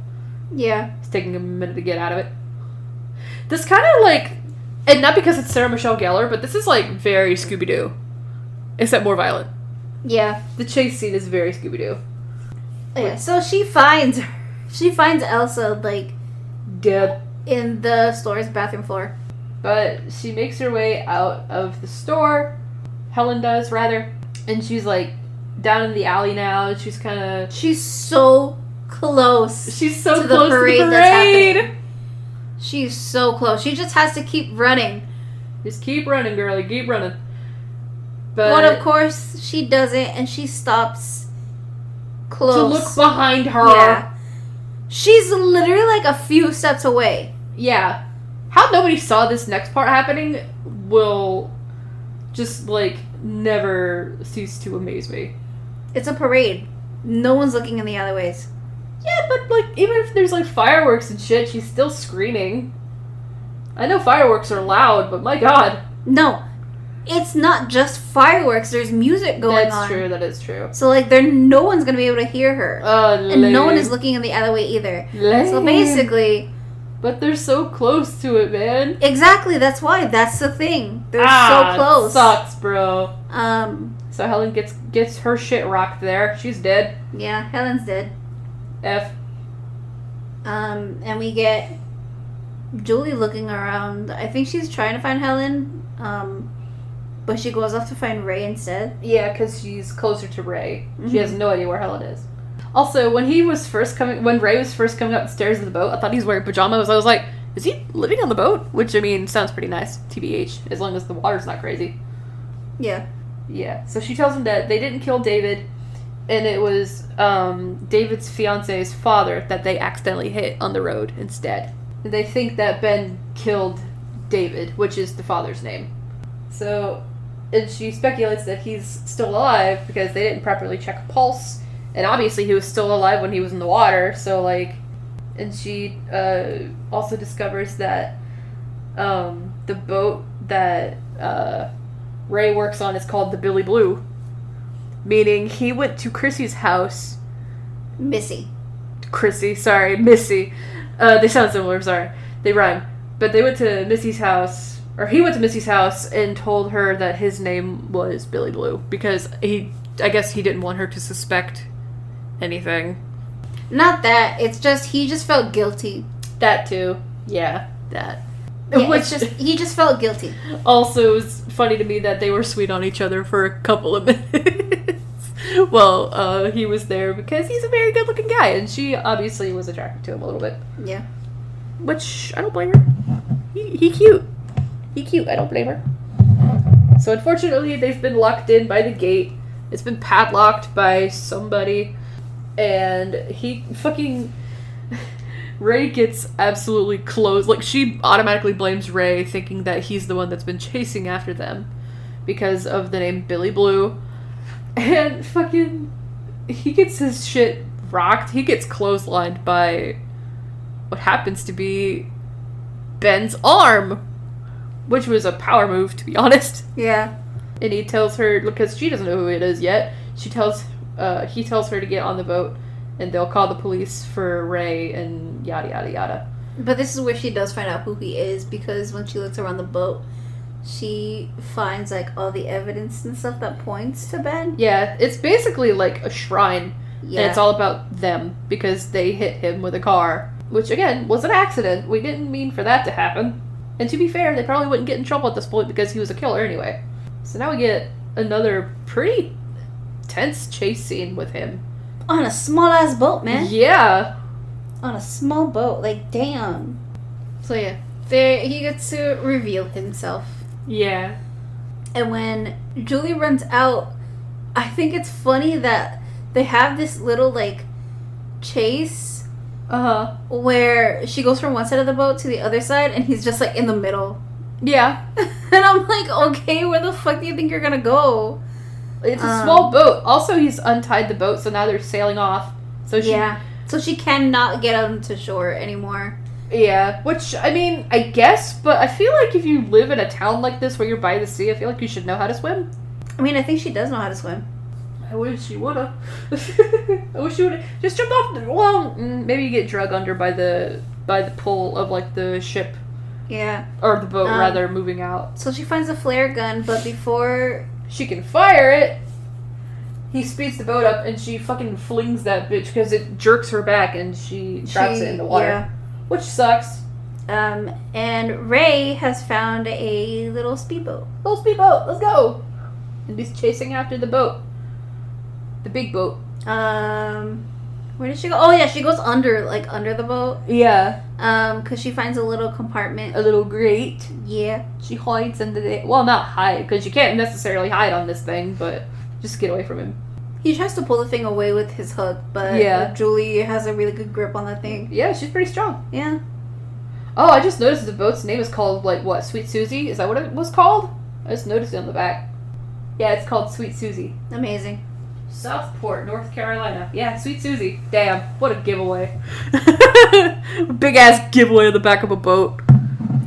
B: Yeah.
A: It's taking him a minute to get out of it. This kind of like, and not because it's Sarah Michelle Gellar, but this is like very Scooby Doo, except more violent.
B: Yeah.
A: The chase scene is very Scooby Doo.
B: Yeah. So she finds she finds Elsa like
A: Dead.
B: in the store's bathroom floor.
A: But she makes her way out of the store. Helen does, rather. And she's like down in the alley now. and She's kind of.
B: She's so close.
A: She's so
B: To the
A: close
B: parade
A: to the
B: that's
A: parade.
B: She's so close. She just has to keep running.
A: Just keep running, girlie. Keep running. But
B: But of course, she doesn't, and she stops close.
A: to look behind her. Yeah.
B: Yeah. She's literally like a few steps away.
A: How nobody saw this next part happening will just like never cease to amaze me.
B: It's a parade. No one's looking in the alleyways.
A: Yeah, but like even if there's like fireworks and shit, she's still screaming. I know fireworks are loud, but my god.
B: No, it's not just fireworks. There's music going
A: That's
B: on.
A: true. That is true.
B: So like, there no one's gonna be able to hear her,
A: Uh,
B: and no one is looking in the alleyway either.
A: lame.
B: So basically,
A: but they're so close to it, man.
B: exactly that's why. That's the thing. They're
A: ah,
B: so close.
A: Sucks, bro.
B: Um,
A: So Helen gets gets her shit rocked there. She's dead.
B: yeah, Helen's dead.
A: F.
B: Um, and we get Julie looking around. I think she's trying to find Helen, um, but she goes off to find Ray instead.
A: Yeah, because she's closer to Ray. She
B: Mhm.
A: has no idea where Helen is. Also, when he was first coming, when Ray was first coming up the stairs of the boat, I thought he was wearing pajamas. I was like, is he living on the boat? Which I mean, sounds pretty nice, tbh. As long as the water's not crazy.
B: Yeah.
A: Yeah. So she tells him that they didn't kill David, and it was um, David's fiance's father that they accidentally hit on the road instead. And they think that Ben killed David, which is the father's name. So, and she speculates that he's still alive because they didn't properly check a pulse, and obviously he was still alive when he was in the water. So like, and she uh, also discovers that um, the boat that. Uh, Ray works on is called the Billy Blue, meaning he went to Chrissy's house.
B: Missy.
A: Chrissy, sorry, Missy. Uh, they sound similar. I'm sorry, they rhyme. But they went to Missy's house, or he went to Missy's house and told her that his name was Billy Blue because he, I guess, he didn't want her to suspect anything.
B: Not that. It's just he just felt guilty.
A: That too, yeah, that.
B: Yeah,
A: Which
B: it's just he just felt guilty.
A: also is funny to me that they were sweet on each other for a couple of minutes. well, uh, he was there because he's a very good looking guy, and she obviously was attracted to him a little bit.
B: Yeah.
A: Which I don't blame her. He, he cute. He cute. I don't blame her. So unfortunately, they've been locked in by the gate. It's been padlocked by somebody, and he fucking Ray gets absolutely closed. Like she automatically blames Ray, thinking that he's the one that's been chasing after them because of the name Billy Blue, and fucking he gets his shit rocked. He gets clotheslined by what happens to be Ben's arm, which was a power move, to be honest.
B: Yeah.
A: And he tells her because she doesn't know who it is yet. She tells, uh, he tells her to get on the boat, and they'll call the police for Ray and yada yada yada.
B: But this is where she does find out who he is because when she looks around the boat, she finds like all the evidence and stuff that points to Ben.
A: Yeah, it's basically like a shrine,
B: Yeah.
A: and it's all about them because they hit him with a car, which again was an accident. We didn't mean for that to happen. And to be fair, they probably wouldn't get in trouble at this point because he was a killer anyway. So now we get another pretty tense chase scene with him.
B: On a small ass boat, man.
A: Yeah.
B: On a small boat. Like, damn.
A: So yeah.
B: There, he gets to reveal himself.
A: Yeah.
B: And when Julie runs out, I think it's funny that they have this little, like, chase
A: Uh huh.
B: where she goes from one side of the boat to the other side and he's just, like, in the middle.
A: Yeah.
B: and I'm like, okay, where the fuck do you think you're gonna go?
A: It's a
B: Um,
A: small boat. Also, he's untied the boat, so now they're sailing off. So she,
B: yeah. So she cannot get him to shore anymore.
A: yeah. Which I mean, I guess, but I feel like if you live in a town like this where you're by the sea, I feel like you should know how to swim.
B: I mean, I think she does know how to swim.
A: I wish you woulda. I wish you woulda just jump off. The, well, mm, maybe you get drug under by the by the pull of like the ship
B: Yeah.
A: or the boat
B: Um,
A: rather moving out.
B: So she finds a flare gun, but before.
A: She can fire it. He speeds the boat up and she fucking flings that bitch because it jerks her back and she drops
B: she,
A: it in the water, which sucks.
B: Yeah. Um, and Ray has found a little speedboat.
A: Full speed boat, let's go. And he's chasing after the boat, the big boat.
B: Um, where did she go? Oh, yeah, she goes under, like, under the boat.
A: Yeah,
B: Um, because she finds a little compartment.
A: a little grate.
B: Yeah.
A: She hides under the well, not hide because you can't necessarily hide on this thing, but just get away from him.
B: He tries to pull the thing away with his hook, but
A: Yeah.
B: Julie has a really good grip on that thing.
A: Yeah, she's pretty strong.
B: Yeah.
A: Oh, I just noticed the boat's name is called like what? Sweet Susie? Is that what it was called? I just noticed it on the back. Yeah, it's called Sweet Susie.
B: Amazing.
A: Southport, North Carolina. Yeah, Sweet Susie. Damn, what a giveaway. Big ass giveaway on the back of a boat.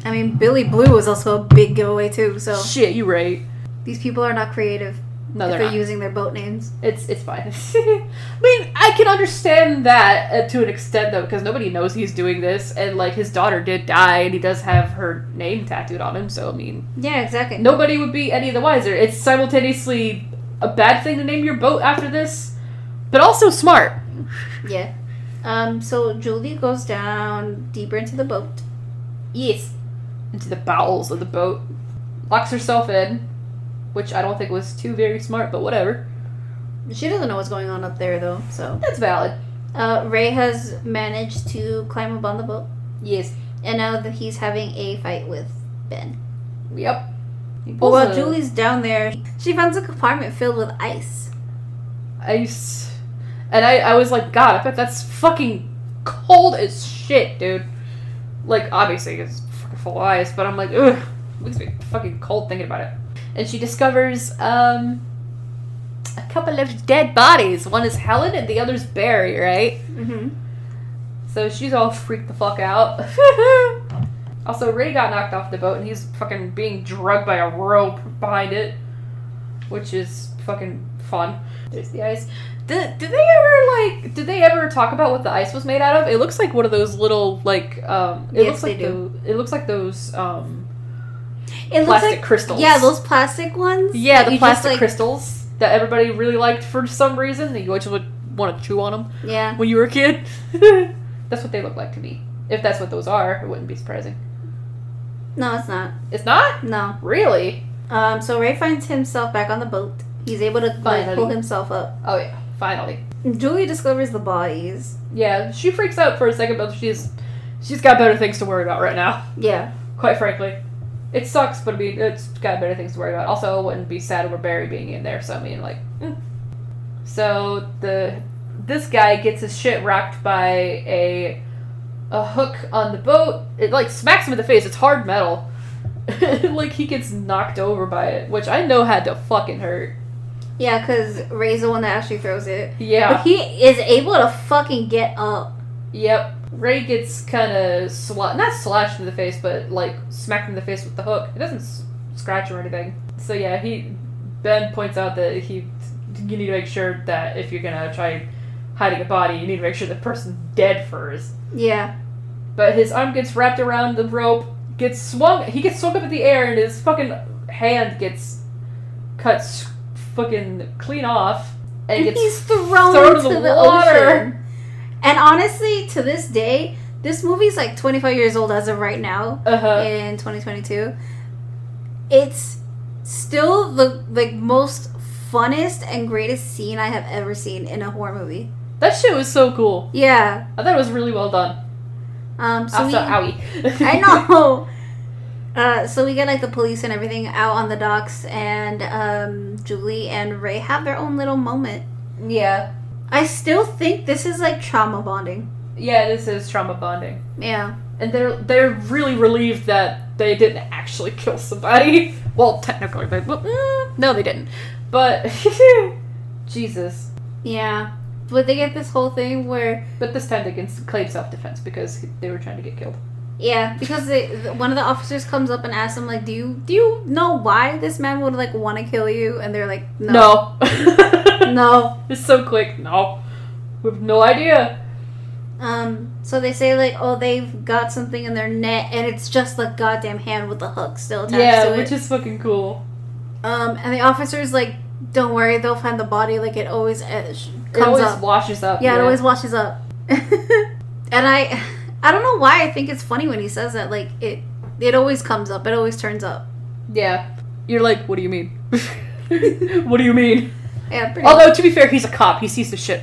B: I mean, Billy Blue was also a big giveaway too. So
A: Shit, you right.
B: these people are not creative
A: No,
B: if
A: they're
B: they're
A: not.
B: using their boat names.
A: It's it's fine. I mean, I can understand that uh, to an extent though, because nobody knows he's doing this, and like his daughter did die, and he does have her name tattooed on him. So I mean,
B: Yeah, exactly.
A: nobody would be any the wiser. It's simultaneously a bad thing to name your boat after this, but also smart.
B: Yeah. Um. So Julie goes down deeper into the boat.
A: Yes. Into the bowels of the boat, locks herself in, which I don't think was too very smart, but whatever.
B: She doesn't know what's going on up there though. So
A: That's valid.
B: uh, Ray has managed to climb up on the boat,
A: Yes.
B: and now that he's having a fight with Ben.
A: Yep. He
B: But
A: pulls
B: while
A: a-
B: Julie's down there, she finds a compartment filled with ice.
A: ice. And I, I was like, God, I bet that's fucking cold as shit, dude. Like, obviously, it's fucking full of ice, but I'm like, ugh, makes me fucking cold thinking about it. And she discovers, um, a couple of dead bodies. One is Helen and the other's Barry, right?
B: Mm-hmm.
A: So she's all freaked the fuck out. also, Ray got knocked off the boat and he's fucking being drugged by a rope behind it, which is fucking fun. There's the ice. Did, did they ever like? Did they ever talk about what the ice was made out of? It looks like one of those little like. Um, it
B: Yes,
A: looks like
B: they do.
A: tho- it looks like those um,
B: It looks
A: plastic
B: like
A: crystals.
B: yeah, those plastic ones.
A: Yeah,
B: that
A: the
B: you just,
A: plastic
B: like-
A: crystals that everybody really liked for some reason. That you always would want to chew on them
B: Yeah.
A: when you were a kid. that's what they look like to me. If that's what those are, it wouldn't be surprising.
B: No, it's not.
A: It's not
B: No.
A: really.
B: Um, so Ray finds himself back on the boat. He's able to like,
A: Finally.
B: pull himself up.
A: Oh yeah, finally.
B: Julie discovers the bodies.
A: Yeah, she freaks out for a second, but she's she's got better things to worry about right now.
B: Yeah.
A: Quite frankly, it sucks, but I mean, it's got better things to worry about. Also, I wouldn't be sad over Barry being in there. So I mean, like, mm. so the this guy gets his shit rocked by a a hook on the boat. It like smacks him in the face. It's hard metal. like he gets knocked over by it, which I know had to fucking hurt.
B: Yeah, because Ray's the one that actually throws it.
A: Yeah.
B: But he is able to fucking get up.
A: Yep. Ray gets kind of sla- not slashed in the face, but like smacked in the face with the hook. It doesn't s- scratch or anything. So yeah, he Ben points out that he you need to make sure that if you're gonna try hiding a body, you need to make sure the person's dead first.
B: Yeah.
A: But his arm gets wrapped around the rope, gets swung. He gets swung up in the air, and his fucking hand gets cut s- fucking clean off, and,
B: And
A: gets
B: he's thrown
A: thrown
B: into
A: in
B: the,
A: the water.
B: ocean. And honestly, to this day, This movie's like 25 years old as of right now
A: Uh huh.
B: in 2022. It's still the like most funnest and greatest scene I have ever seen in a horror movie.
A: That shit was so cool.
B: Yeah.
A: I thought it was really well done.
B: Um so
A: Also,
B: we,
A: owie.
B: I know. Uh, so we get like the police and everything out on the docks, and um, Julie and Ray have their own little moment.
A: yeah.
B: I still think this is like trauma bonding.
A: Yeah, this is trauma bonding.
B: Yeah,
A: And they're they're really relieved that they didn't actually kill somebody. Well, technically, they well, mm, no, they didn't. But Jesus.
B: yeah. But they get this whole thing where
A: But this time they can s- claim self defense because they were trying to get killed.
B: yeah, because they, th- one of the officers comes up and asks them like, "Do you do you know why this man would like want to kill you?" And they're like, "No,
A: No.
B: no."
A: It's so quick. No. We have no idea.
B: Um, so they say like, "Oh, they've got something in their net, and it's just the goddamn hand with the hook still attached to
A: yeah,
B: it."
A: which is fucking cool.
B: Um, and the officer's like, "Don't worry, they'll find the body. Like it always uh, sh-
A: It
B: comes
A: always
B: up.
A: washes up.
B: yeah, it always washes up." and I, I don't know why I think it's funny when he says that. Like it, it always comes up. It always turns up.
A: Yeah. You're like, what do you mean? what do you mean?
B: Yeah, pretty.
A: Although to be fair, he's a cop. He sees the shit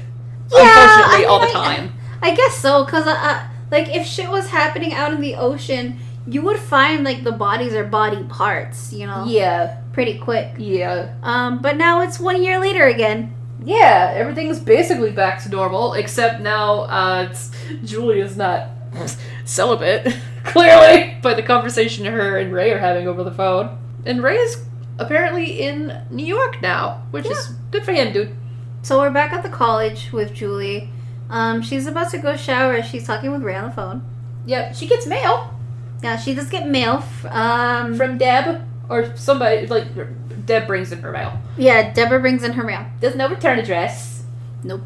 B: yeah,
A: unfortunately
B: I
A: all the
B: mean, I-
A: time.
B: I, guess so, cause I, I, like if shit was happening out in the ocean, you would find like the bodies or body parts, you know,
A: Yeah,
B: pretty quick.
A: yeah,
B: Um, but now it's one year later again.
A: yeah. Everything's basically back to normal, except now uh, it's, Julia's not celibate, clearly, by the conversation her and Ray are having over the phone. And Ray is apparently in New York now, which is good for him, dude.
B: So we're back at the college with Julie. Um, she's about to go shower. She's talking with Ray on the phone.
A: Yeah, she gets mail
B: Yeah, she does get mail. F- um,
A: from Deb or somebody. Like Deb brings in her mail.
B: yeah, Deborah brings in her mail.
A: There's no return address,
B: Nope.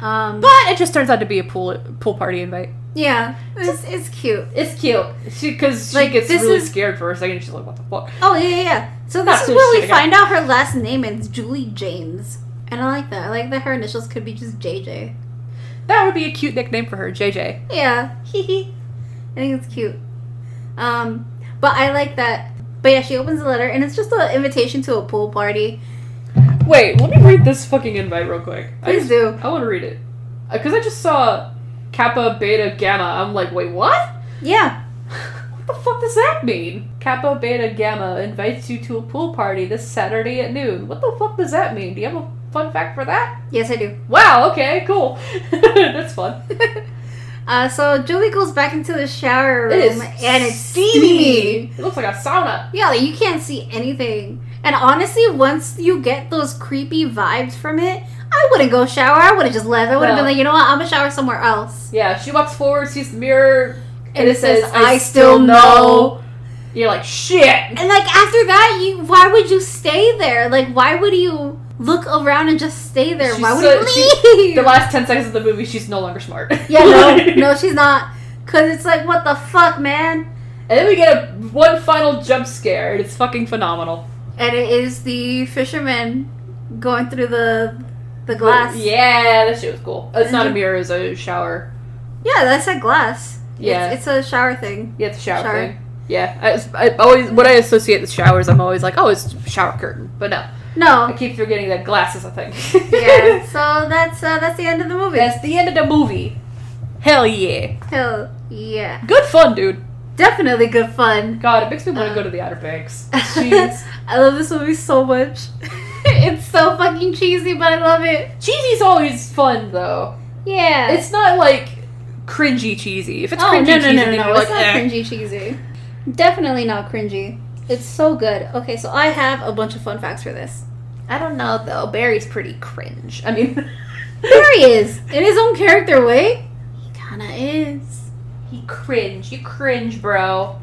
B: Um,
A: but it just turns out to be a pool pool party invite.
B: yeah, it's, it's cute.
A: It's cute. She because she
B: Like,
A: gets
B: this
A: really
B: is-
A: scared for a second. She's like, "What the fuck?"
B: Oh yeah, yeah. yeah. So
A: That's
B: this is
A: what
B: where
A: she
B: we
A: got.
B: find out her last name is Julie James, and I like that. I like that her initials could be just JJ.
A: That would be a cute nickname for her, JJ.
B: Yeah, hee hee. I think it's cute. Um, but I like that. But yeah, she opens the letter and it's just an invitation to a pool party.
A: Wait, let me read this fucking invite real quick. I just-
B: Please do.
A: I want to read it because I just saw Kappa Beta Gamma. I'm like, wait, what?
B: Yeah.
A: What the fuck does that mean? Kappa Beta Gamma invites you to a pool party this Saturday at noon. What the fuck does that mean? Do you have a fun fact for that?
B: Yes, I do.
A: Wow. Okay. Cool. That's fun.
B: Uh, so Julie goes back into the shower room
A: It is
B: and it's steamy.
A: It looks like a sauna.
B: Yeah, like you can't see anything. And honestly, once you get those creepy vibes from it, I wouldn't go shower. I would have just left. I would have
A: No.
B: been like, you know what? I'm gonna shower somewhere else.
A: Yeah. She walks forward, sees the mirror,
B: And, it says, I, still know.
A: You're like, shit.
B: And like after that, you why would you stay there? Like why would you look around and just stay there?
A: She's
B: why would
A: so-
B: you leave?
A: The last 10 seconds of the movie, she's no longer smart.
B: yeah, no, no, she's not. Cause it's like, what the fuck, man.
A: And then we get a one final jump scare, and it's fucking phenomenal.
B: and it is the fisherman going through the the glass.
A: Yeah, that shit was cool. It's not a
B: Mhm.
A: mirror, it's a shower.
B: yeah, that's a glass.
A: Yeah.
B: it's, it's a shower thing.
A: Yeah, it's a shower,
B: Shower.
A: thing. Yeah, I, was- I always when I associate with showers, I'm always like, oh, it's shower curtain. But no, I
B: No,
A: keep forgetting that glass is a thing.
B: yeah. So that's uh, that's the end of the movie.
A: That's the end of the movie. Hell yeah,
B: Hell yeah,
A: good fun, dude.
B: definitely good fun.
A: God, it makes me want to
B: Uh.
A: go to the Outer Banks. Jeez.
B: I love this movie so much. it's so fucking cheesy, but I love it.
A: Cheesy's always fun though.
B: Yeah.
A: It's not like cringy cheesy. If it's
B: oh
A: cringy
B: no no
A: cheesy,
B: no no!
A: then
B: no.
A: you're like,
B: It's not
A: eh.
B: cringy cheesy. Definitely not cringy. It's so good. Okay, so I have a bunch of fun facts for this.
A: I don't know though. Barry's pretty cringe. I mean,
B: There he is, in his own character way. He kinda is.
A: he cringe. You cringe, bro.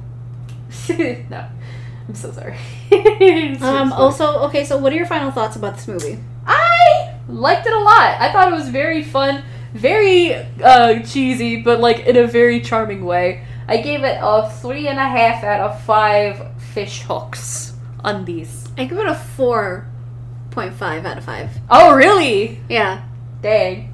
A: no, I'm so sorry.
B: Um. Also, okay. So, what are your final thoughts about this movie?
A: I liked it a lot. I thought it was very fun, very uh, cheesy, but like in a very charming way. I gave it a three and a half out of five fish hooks undies.
B: I give it a four point five out of five.
A: Oh, really?
B: Yeah,
A: Dang.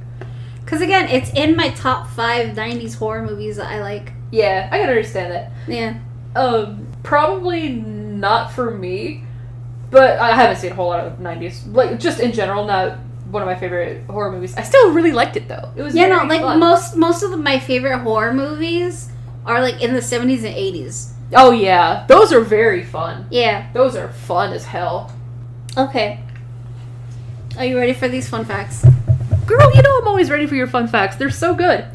B: Because again, it's in my top five 90s horror movies that I like.
A: Yeah, I can understand that.
B: Yeah.
A: Um, probably not for me, but I haven't seen a whole lot of '90s. Like just in general, not one of my favorite horror movies. I still really liked it though. It was
B: Yeah, no,
A: very
B: like
A: fun.
B: most most of the, my favorite horror movies are like in the 70s and 80s.
A: Oh yeah, those are very fun.
B: Yeah.
A: Those are fun as hell.
B: Okay. Are you ready for these fun facts?
A: Girl, you know I'm always ready for your fun facts. They're so good.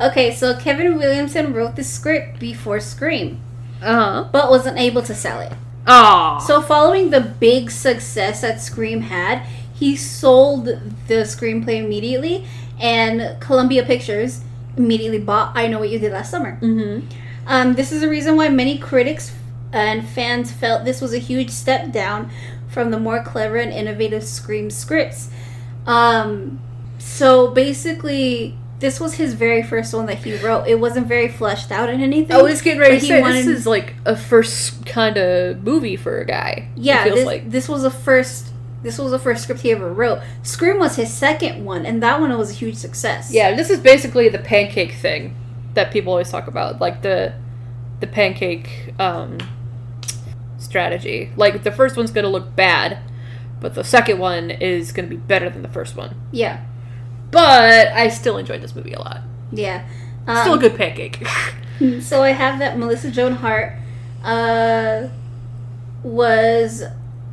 B: okay, so Kevin Williamson wrote the script before Scream,
A: Uh huh.
B: but wasn't able to sell it.
A: Aw.
B: So, following the big success that Scream had, he sold the screenplay immediately, and Columbia Pictures immediately bought I Know What You Did Last Summer.
A: Mm-hmm.
B: Um, this is the reason why many critics and fans felt this was a huge step down from the more clever and innovative Scream scripts. Um, so basically, this was his very first one that he wrote. It wasn't very fleshed out in anything.
A: I was getting ready
B: But
A: to
B: he
A: say
B: wanted-
A: this is like a first kind of movie for a guy. it
B: yeah,
A: feels
B: this,
A: like
B: this was the first. This was the first script he ever wrote. Scream was his second one, and that one was a huge success.
A: yeah. This is basically the pancake thing that people always talk about, like the the pancake um, strategy. Like the first one's gonna look bad, but the second one is gonna be better than the first one.
B: yeah,
A: But I still enjoyed this movie a lot.
B: yeah.
A: still a
B: Um,
A: good pancake.
B: So I have that Melissa Joan Hart uh, was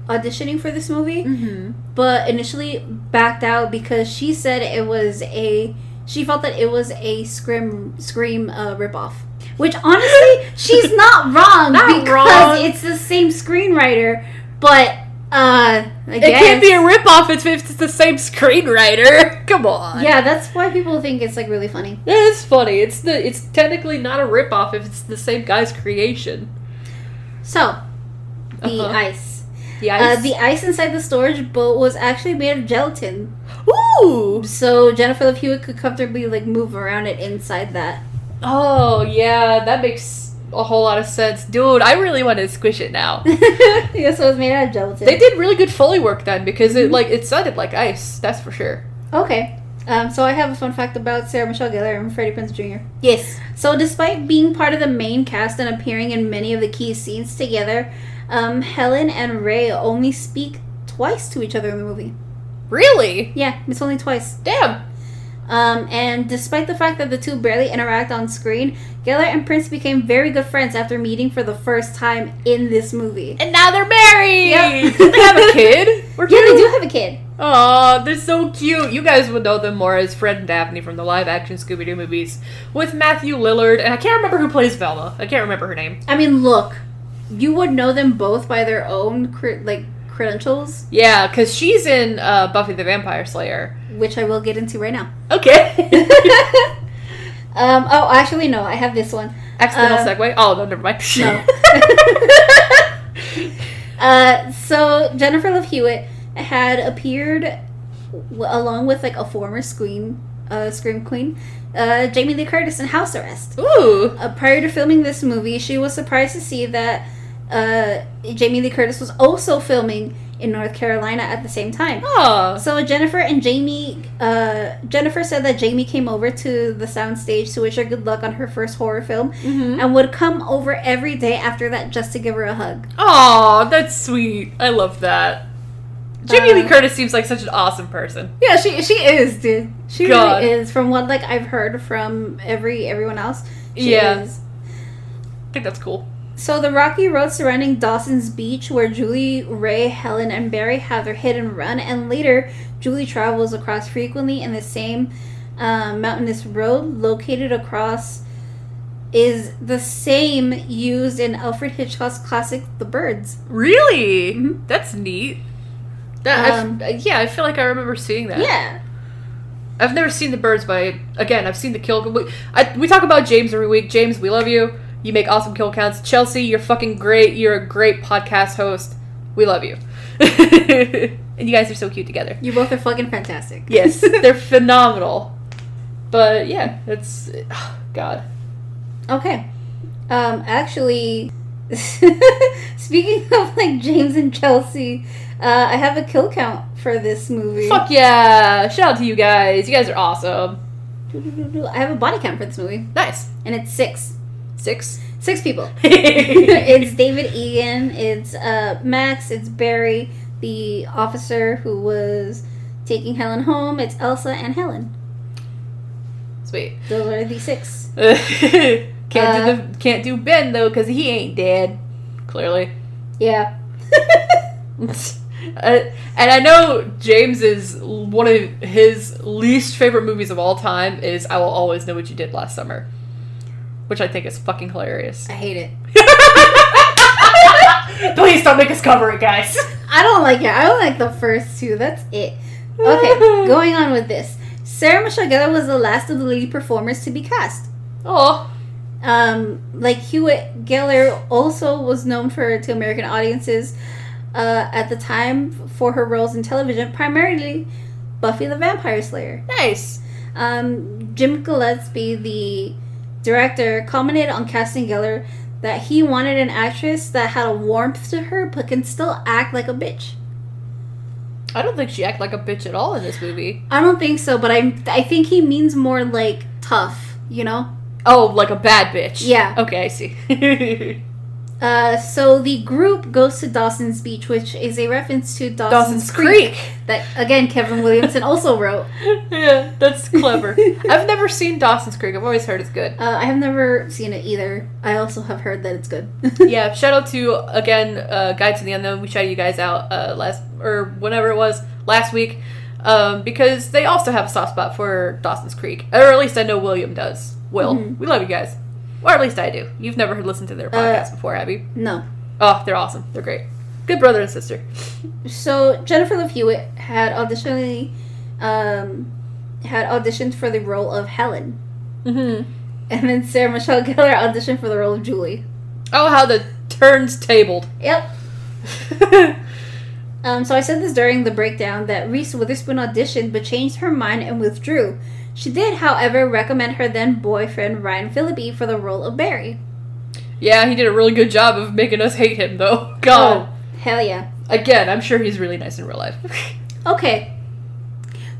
B: auditioning for this movie,
A: mm-hmm.
B: but initially backed out because she said it was a she felt that it was a scream scream uh, ripoff. Which honestly, she's not wrong
A: Not
B: because
A: wrong.
B: it's the same screenwriter, but uh, I
A: It can't be a
B: guess-
A: ripoff if it's the same screenwriter. Come on.
B: yeah. That's why people think it's like really funny.
A: It is funny. It's the it's technically not a ripoff if it's the same guy's creation.
B: So the
A: Uh-huh.
B: ice.
A: The
B: Uh,
A: ice.
B: the ice inside the storage boat was actually made of gelatin,
A: Ooh.
B: so Jennifer Love Hewitt could comfortably like move around it inside that.
A: Oh yeah, that makes a whole lot of sense, dude. I really want to squish it now.
B: yeah, so it was made out of gelatin.
A: They did really good foley work then because it
B: Mhm.
A: like it sounded like ice. That's for sure.
B: Okay. Um, so I have a fun fact about Sarah Michelle Gellar and Freddie Prinze Jr.
A: Yes.
B: So despite being part of the main cast and appearing in many of the key scenes together, um, Helen and Ray only speak twice to each other in the movie.
A: Really?
B: Yeah, it's only twice.
A: Damn.
B: Um, and despite the fact that the two barely interact on screen, Geller and Prince became very good friends after meeting for the first time in this movie.
A: And now they're married.
B: Yep.
A: Did they have a kid? Or
B: Yeah, they
A: two?
B: do have a kid.
A: Oh, they're so cute. You guys would know them more as Fred and Daphne from the live action Scooby Doo movies with Matthew Lillard, and I can't remember who plays Velma. I can't remember her name.
B: I mean, look, you would know them both by their own cre- like credentials,
A: Yeah, because she's in uh, Buffy the Vampire Slayer.
B: which I will get into right now.
A: Okay.
B: Um, oh, actually, no, I have this one.
A: Accidental
B: Uh,
A: segue. Oh, no, never mind.
B: No. Uh, so Jennifer Love Hewitt had appeared w- along with like a former scream, uh, scream queen, uh, Jamie Lee Curtis in House Arrest.
A: Ooh.
B: Uh, prior to filming this movie, she was surprised to see that uh, Jamie Lee Curtis was also filming in North Carolina at the same time.
A: Oh.
B: So Jennifer and Jamie, uh, Jennifer said that Jamie came over to the soundstage to wish her good luck on her first horror film,
A: Mm-hmm.
B: and would come over every day after that just to give her a hug.
A: Oh, that's sweet. I love that. Jamie
B: Uh,
A: Lee Curtis seems like such an awesome person.
B: Yeah, she she is, dude. She
A: God.
B: really is. From what like I've heard from every everyone else, she
A: Yeah.
B: is.
A: I think that's cool.
B: So the rocky road surrounding Dawson's Beach, where Julie, Ray, Helen, and Barry have their hit and run, and later Julie travels across frequently in the same uh, mountainous road located across, is the same used in Alfred Hitchcock's classic *The Birds*.
A: Really?
B: Mhm.
A: That's neat. That, I've-
B: Um,
A: yeah, I feel like I remember seeing that.
B: Yeah,
A: I've never seen the birds, but I, again, I've seen the kill. We, I, we talk about James every week. James, we love you. You make awesome kill counts. Chelsea, you're fucking great. You're a great podcast host. We love you. and you guys are so cute together.
B: you both are fucking fantastic.
A: Yes, they're phenomenal. But yeah, that's God.
B: Okay. Um, actually, speaking of like James and Chelsea, uh, I have a kill count for this movie.
A: Fuck yeah! Shout out to you guys. You guys are awesome.
B: I have a body count for this movie,
A: Nice.
B: and it's six.
A: Six.
B: Six people. it's David Egan. It's uh, Max. It's Barry, the officer who was taking Helen home. It's Elsa and Helen.
A: Sweet.
B: Those are the six.
A: can't
B: Uh,
A: do the can't do Ben though because he ain't dead. Clearly.
B: Yeah.
A: Uh, and I know James is one of his least favorite movies of all time is I Will Always Know What You Did Last Summer, which I think is fucking hilarious.
B: I hate it.
A: Please don't make us cover it, guys.
B: I don't like it. I don't like the first two. That's it. Okay, going on with this. Sarah Michelle Gellar was the last of the lead performers to be cast.
A: Oh,
B: Um, like Hewitt Geller also was known for to American audiences uh, at the time for her roles in television, primarily Buffy the Vampire Slayer.
A: nice.
B: Um, Jim Gillespie, the director, commented on casting Geller that he wanted an actress that had a warmth to her but can still act like a bitch.
A: I don't think she acted like a bitch at all in this movie.
B: I don't think so, but I I think he means more like tough, you know.
A: Oh, like a bad bitch.
B: Yeah.
A: Okay, I see.
B: Uh, so the group goes to Dawson's Beach, which is a reference to Dawson's,
A: Dawson's
B: Creek,
A: Creek.
B: that again Kevin Williamson also wrote.
A: yeah, that's clever. I've never seen Dawson's Creek. I've always heard it's good.
B: Uh, I have never seen it either. I also have heard that it's good.
A: yeah, shout out to again uh, Guide to the Unknown. We shouted you guys out uh, last or whenever it was last week um, because they also have a soft spot for Dawson's Creek, or at least I know William does. Will we love you guys, or at least I do. You've never listened to their podcast before, have you?
B: no.
A: Oh, they're awesome. They're great. Good brother and sister.
B: So Jennifer Love Hewitt had auditionally um, had auditioned for the role of Helen,
A: Mm-hmm.
B: and then Sarah Michelle Gellar auditioned for the role of Julie.
A: Oh, how the turns tabled.
B: Yep. Um, so I said this during the breakdown that Reese Witherspoon auditioned but changed her mind and withdrew. She did, however, recommend her then boyfriend Ryan Phillippe for the role of Barry.
A: yeah, he did a really good job of making us hate him, though. God.
B: hell yeah.
A: Again, I'm sure he's really nice in real life.
B: Okay.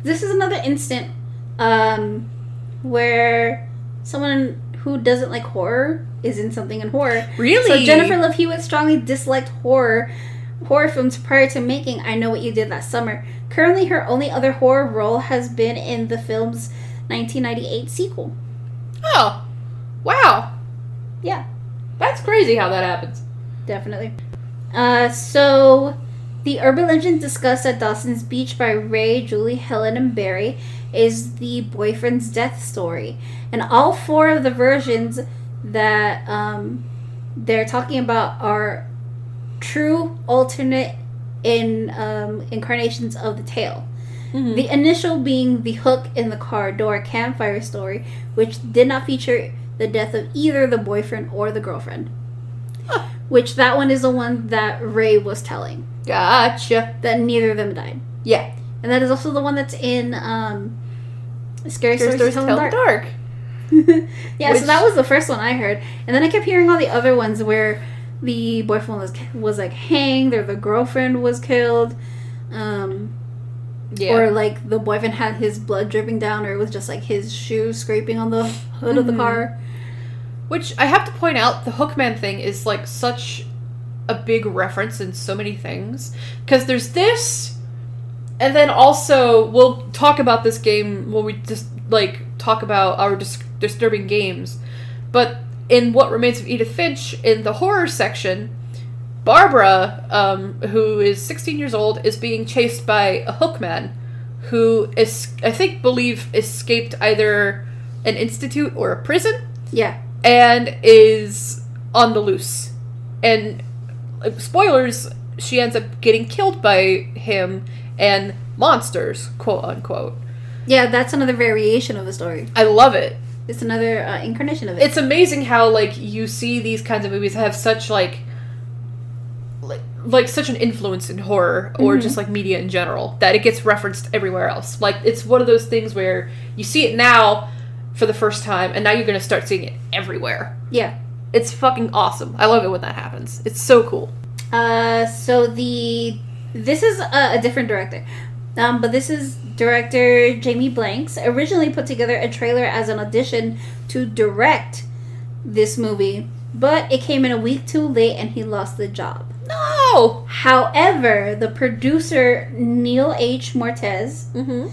B: This is another instant um, where someone who doesn't like horror is in something in horror.
A: really?
B: So Jennifer Love Hewitt strongly disliked horror horror films prior to making I Know What You Did Last Summer. Currently, her only other horror role has been in the film's 1998 sequel.
A: Oh, wow.
B: Yeah,
A: That's crazy how that happens.
B: definitely. Uh, so the urban legend discussed at Dawson's Beach by Ray, Julie, Helen, and Barry is the boyfriend's death story, and all four of the versions that um, they're talking about are true, alternate, in um, incarnations of the tale. The initial being the hook in the car door campfire story, which did not feature the death of either the boyfriend or the girlfriend.
A: Huh.
B: Which that one is the one that Ray was telling
A: Gotcha.
B: that neither of them died,
A: Yeah.
B: and that is also the one that's in um, scary
A: Here's Stories
B: stories Tell
A: Tell
B: in the
A: in the
B: dark.
A: Dark.
B: yeah, so
A: Which-
B: that was the first one I heard, and then I kept hearing all the other ones where the boyfriend was was like hanged or the girlfriend was killed, um,
A: Yeah.
B: or like the boyfriend had his blood dripping down, or it was just like his shoe scraping on the hood of the
A: Mhm.
B: car.
A: Which I have to point out, the Hookman thing is like such a big reference in so many things. Because there's this, and then also we'll talk about this game when we just like talk about our dis- disturbing games. But in What Remains of Edith Finch, in the horror section, Barbara, um, who is 16 years old, is being chased by a Hookman who is, I think, believe escaped either an institute or a prison
B: Yeah,
A: and is on the loose. And uh, spoilers, she ends up getting killed by him and monsters, quote unquote.
B: yeah, that's another variation of the story.
A: I love it.
B: It's another uh, incarnation of it.
A: It's amazing how like you see these kinds of movies have such like like, like such an influence in horror or
B: Mhm.
A: just like media in general that it gets referenced everywhere else. Like it's one of those things where you see it now for the first time and now you're going to start seeing it everywhere.
B: yeah.
A: It's fucking awesome. I love it when that happens. It's so cool.
B: Uh, so the this is a, a different director, Um, but this is director Jamie Blanks originally put together a trailer as an audition to direct this movie, but it came in a week too late and he lost the job.
A: No.
B: However, the producer Neil H. Mortez
A: Mm-hmm.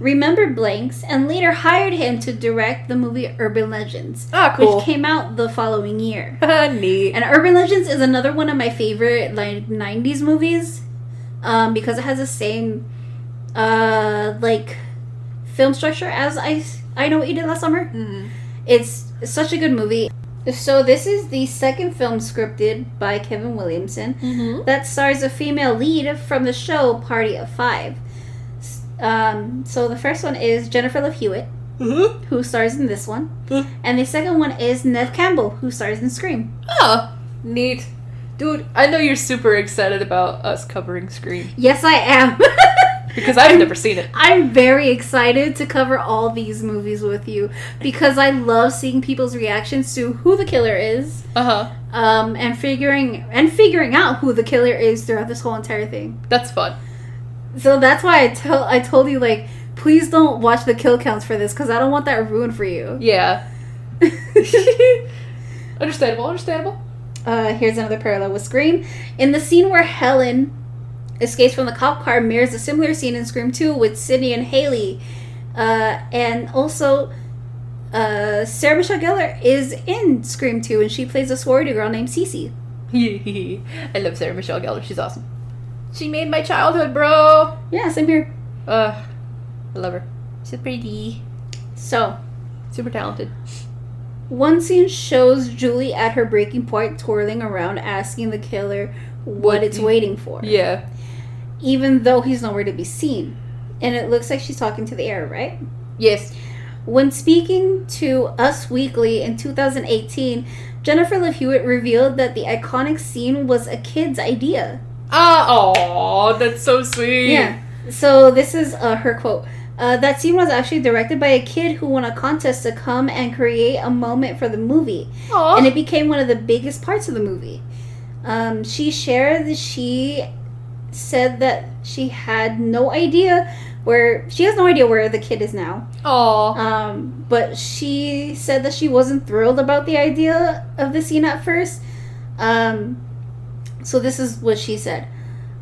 B: remembered Blanks and later hired him to direct the movie Urban Legends,
A: Ah, cool.
B: which came out the following year.
A: Neat.
B: And Urban Legends is another one of my favorite like '90s movies, um, because it has the same uh, like film structure as I I know what you did last summer.
A: Mm-hmm.
B: It's such a good movie. So this is the second film scripted by Kevin Williamson
A: Mm-hmm.
B: that stars a female lead from the show Party of Five. S- Um, so the first one is Jennifer Love Hewitt,
A: Mm-hmm.
B: who stars in this one,
A: Hmm.
B: and the second one is Nev Campbell, who stars in Scream.
A: Oh, neat. Dude, I know you're super excited about us covering Scream
B: Yes, I am.
A: because I've
B: I'm-
A: never seen it.
B: I'm very excited to cover all these movies with you because I love seeing people's reactions to who the killer is,
A: Uh huh.
B: um, and figuring and figuring out who the killer is throughout this whole entire thing.
A: That's fun.
B: So that's why I tell I told you like, please don't watch the kill counts for this because I don't want that ruined for you.
A: Yeah. Understandable. Understandable.
B: Uh, here's another parallel with Scream. In the scene where Helen escapes from the cop car, mirrors a similar scene in Scream 2 with Sydney and Haley. Uh, and also, uh, Sarah Michelle Gellar is in Scream 2 and she plays a sorority girl named Cece.
A: I love Sarah Michelle Gellar. She's awesome. She made my childhood, bro.
B: Yeah, same here.
A: Uh, I love her. She's pretty,
B: So,
A: super talented.
B: one scene shows Julie at her breaking point, twirling around, asking the killer what
A: What
B: it's
A: you-
B: waiting for,
A: Yeah.
B: even though he's nowhere to be seen. And it looks like she's talking to the air, right?
A: Yes.
B: When speaking to Us Weekly in 2018, Jennifer Love Hewitt revealed that the iconic scene was a kid's idea.
A: Ah. Oh, that's so sweet.
B: Yeah. So this is uh, her quote. Uh, that scene was actually directed by a kid who won a contest to come and create a moment for the movie,
A: Aw.
B: and it became one of the biggest parts of the movie. Um, she shared that she said that she had no idea where she has no idea where the kid is now.
A: Aw.
B: Um, but she said that she wasn't thrilled about the idea of the scene at first. Um, so this is what she said.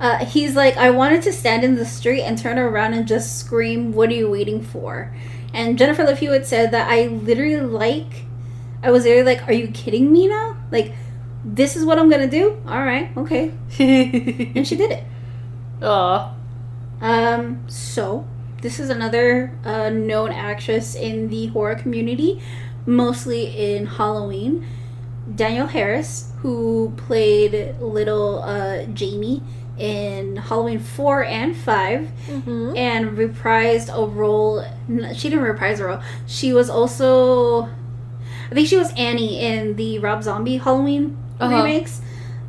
B: Uh, he's like, I wanted to stand in the street and turn around and just scream, "What are you waiting for?" And Jennifer Love Hewitt said that I literally like, I was literally like, "Are you kidding me now? Like, this is what I'm gonna do? All right, okay." And she did it.
A: Aw.
B: Um, so this is another uh, known actress in the horror community, mostly in Halloween. Daniel Harris, who played little uh, Jamie in Halloween four and five,
A: Mm-hmm.
B: and reprised a role. n- She didn't reprise a role. She was also, I think she was Annie in the Rob Zombie Halloween
A: Uh-huh.
B: remakes.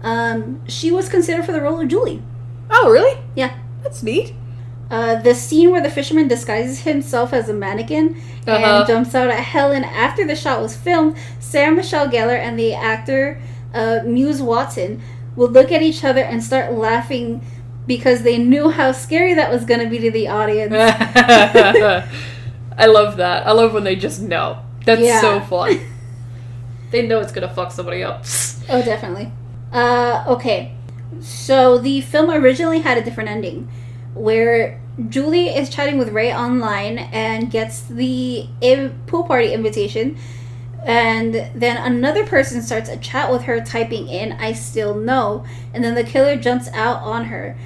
B: Um, she was considered for the role of Julie.
A: Oh, really?
B: Yeah.
A: That's neat.
B: Uh, the scene where the fisherman disguises himself as a mannequin
A: Uh-huh.
B: and jumps out at Helen after the shot was filmed, Sarah Michelle Gellar and the actor uh, Muse Watson would look at each other and start laughing because they knew how scary that was going to be to the audience.
A: I love that. I love when they just know. That's
B: Yeah.
A: so fun. they know it's gonna fuck somebody up.
B: Oh, definitely. Uh, okay. So the film originally had a different ending where Julie is chatting with Ray online and gets the i- pool party invitation. And then another person starts a chat with her, typing in, I still know. And then the killer jumps out on her.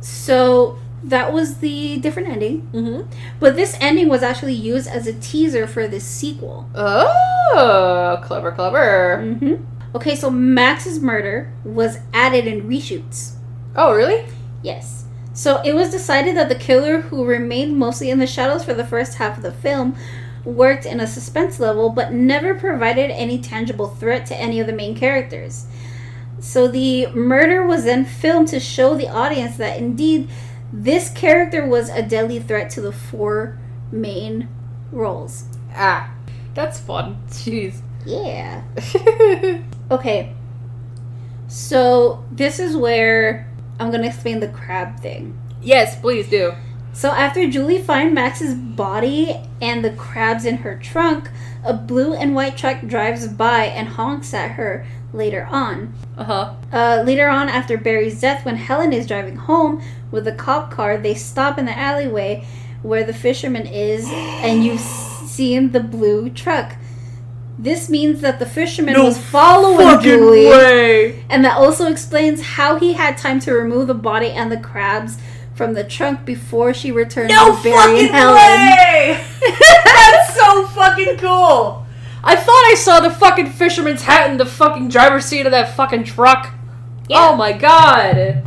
B: So that was the different ending.
A: Mm-hmm.
B: But this ending was actually used as a teaser for this sequel.
A: Oh, clever, clever.
B: Mm-hmm. Okay, so Max's murder was added in reshoots.
A: Oh, really?
B: Yes. So it was decided that the killer, who remained mostly in the shadows for the first half of the film, worked in a suspense level but never provided any tangible threat to any of the main characters. So the murder was then filmed to show the audience that indeed this character was a deadly threat to the four main roles.
A: Ah, that's fun. Jeez.
B: Yeah. Okay. So this is where I'm gonna explain the crab thing.
A: Yes, please do.
B: So after Julie finds Max's body and the crabs in her trunk, a blue and white truck drives by and honks at her later on.
A: Uh huh.
B: Uh, later on, after Barry's death, when Helen is driving home with a cop car, they stop in the alleyway where the fisherman is, and you've seen the blue truck. This means that the fisherman
A: No
B: was following
A: Fucking
B: Julie,
A: way.
B: and that also explains how he had time to remove the body and the crabs from the trunk before she returned
A: No
B: with Barry and
A: fucking
B: Helen.
A: way. That's so fucking cool. I thought I saw the fucking fisherman's hat in the fucking driver's seat of that fucking truck.
B: Yeah.
A: Oh my god.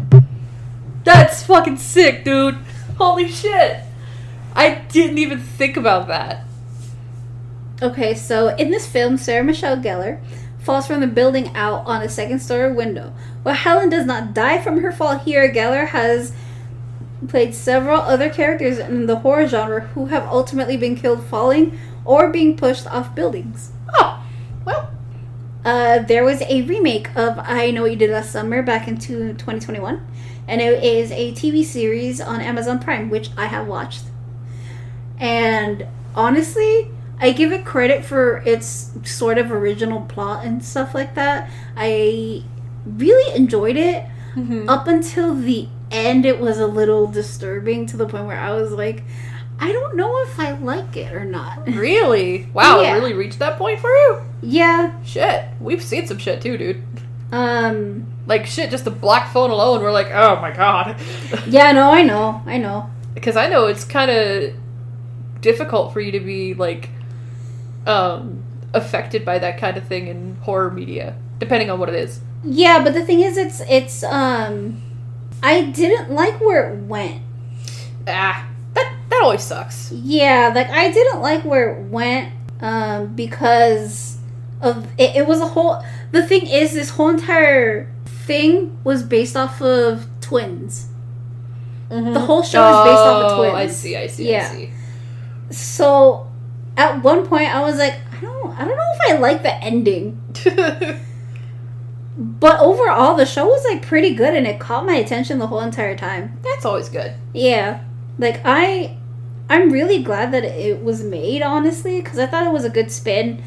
A: That's fucking sick, dude. Holy shit. I didn't even think about that.
B: Okay, so in this film, Sarah Michelle Gellar falls from the building out on a second story window. While Helen does not die from her fall here, Gellar has played several other characters in the horror genre who have ultimately been killed falling or being pushed off buildings.
A: Oh, well.
B: Uh, there was a remake of I Know What You Did Last Summer back in two- 2021, and it is a TV series on Amazon Prime, which I have watched. And honestly, I give it credit for its sort of original plot and stuff like that. I really enjoyed it
A: Mhm.
B: up until the end it was a little disturbing to the point where i was like i don't know if i like it or not
A: Really? Wow,
B: Yeah.
A: it really reached that point for you?
B: yeah
A: Shit. We've seen some shit too, dude.
B: um
A: Like shit, just the black phone alone, we're like, oh my god.
B: Yeah, no, I know, I know.
A: Because I know it's kind of difficult for you to be like um, affected by that kind of thing in horror media, depending on what it is.
B: Yeah, but the thing is, it's it's um, I didn't like where it went.
A: Ah, that that always sucks.
B: Yeah, like I didn't like where it went um because of it, it was a whole. The thing is, this whole entire thing was based off of twins. The whole show is based off of
A: Mm-hmm. Oh,
B: twins.
A: I see, I see,
B: Yeah.
A: I see.
B: So, at one point, I was like, I don't, I don't know if I like the ending. But overall, the show was like pretty good, and it caught my attention the whole entire time.
A: That's always good.
B: Yeah. Like I I'm really glad that it was made honestly cuz I thought it was a good spin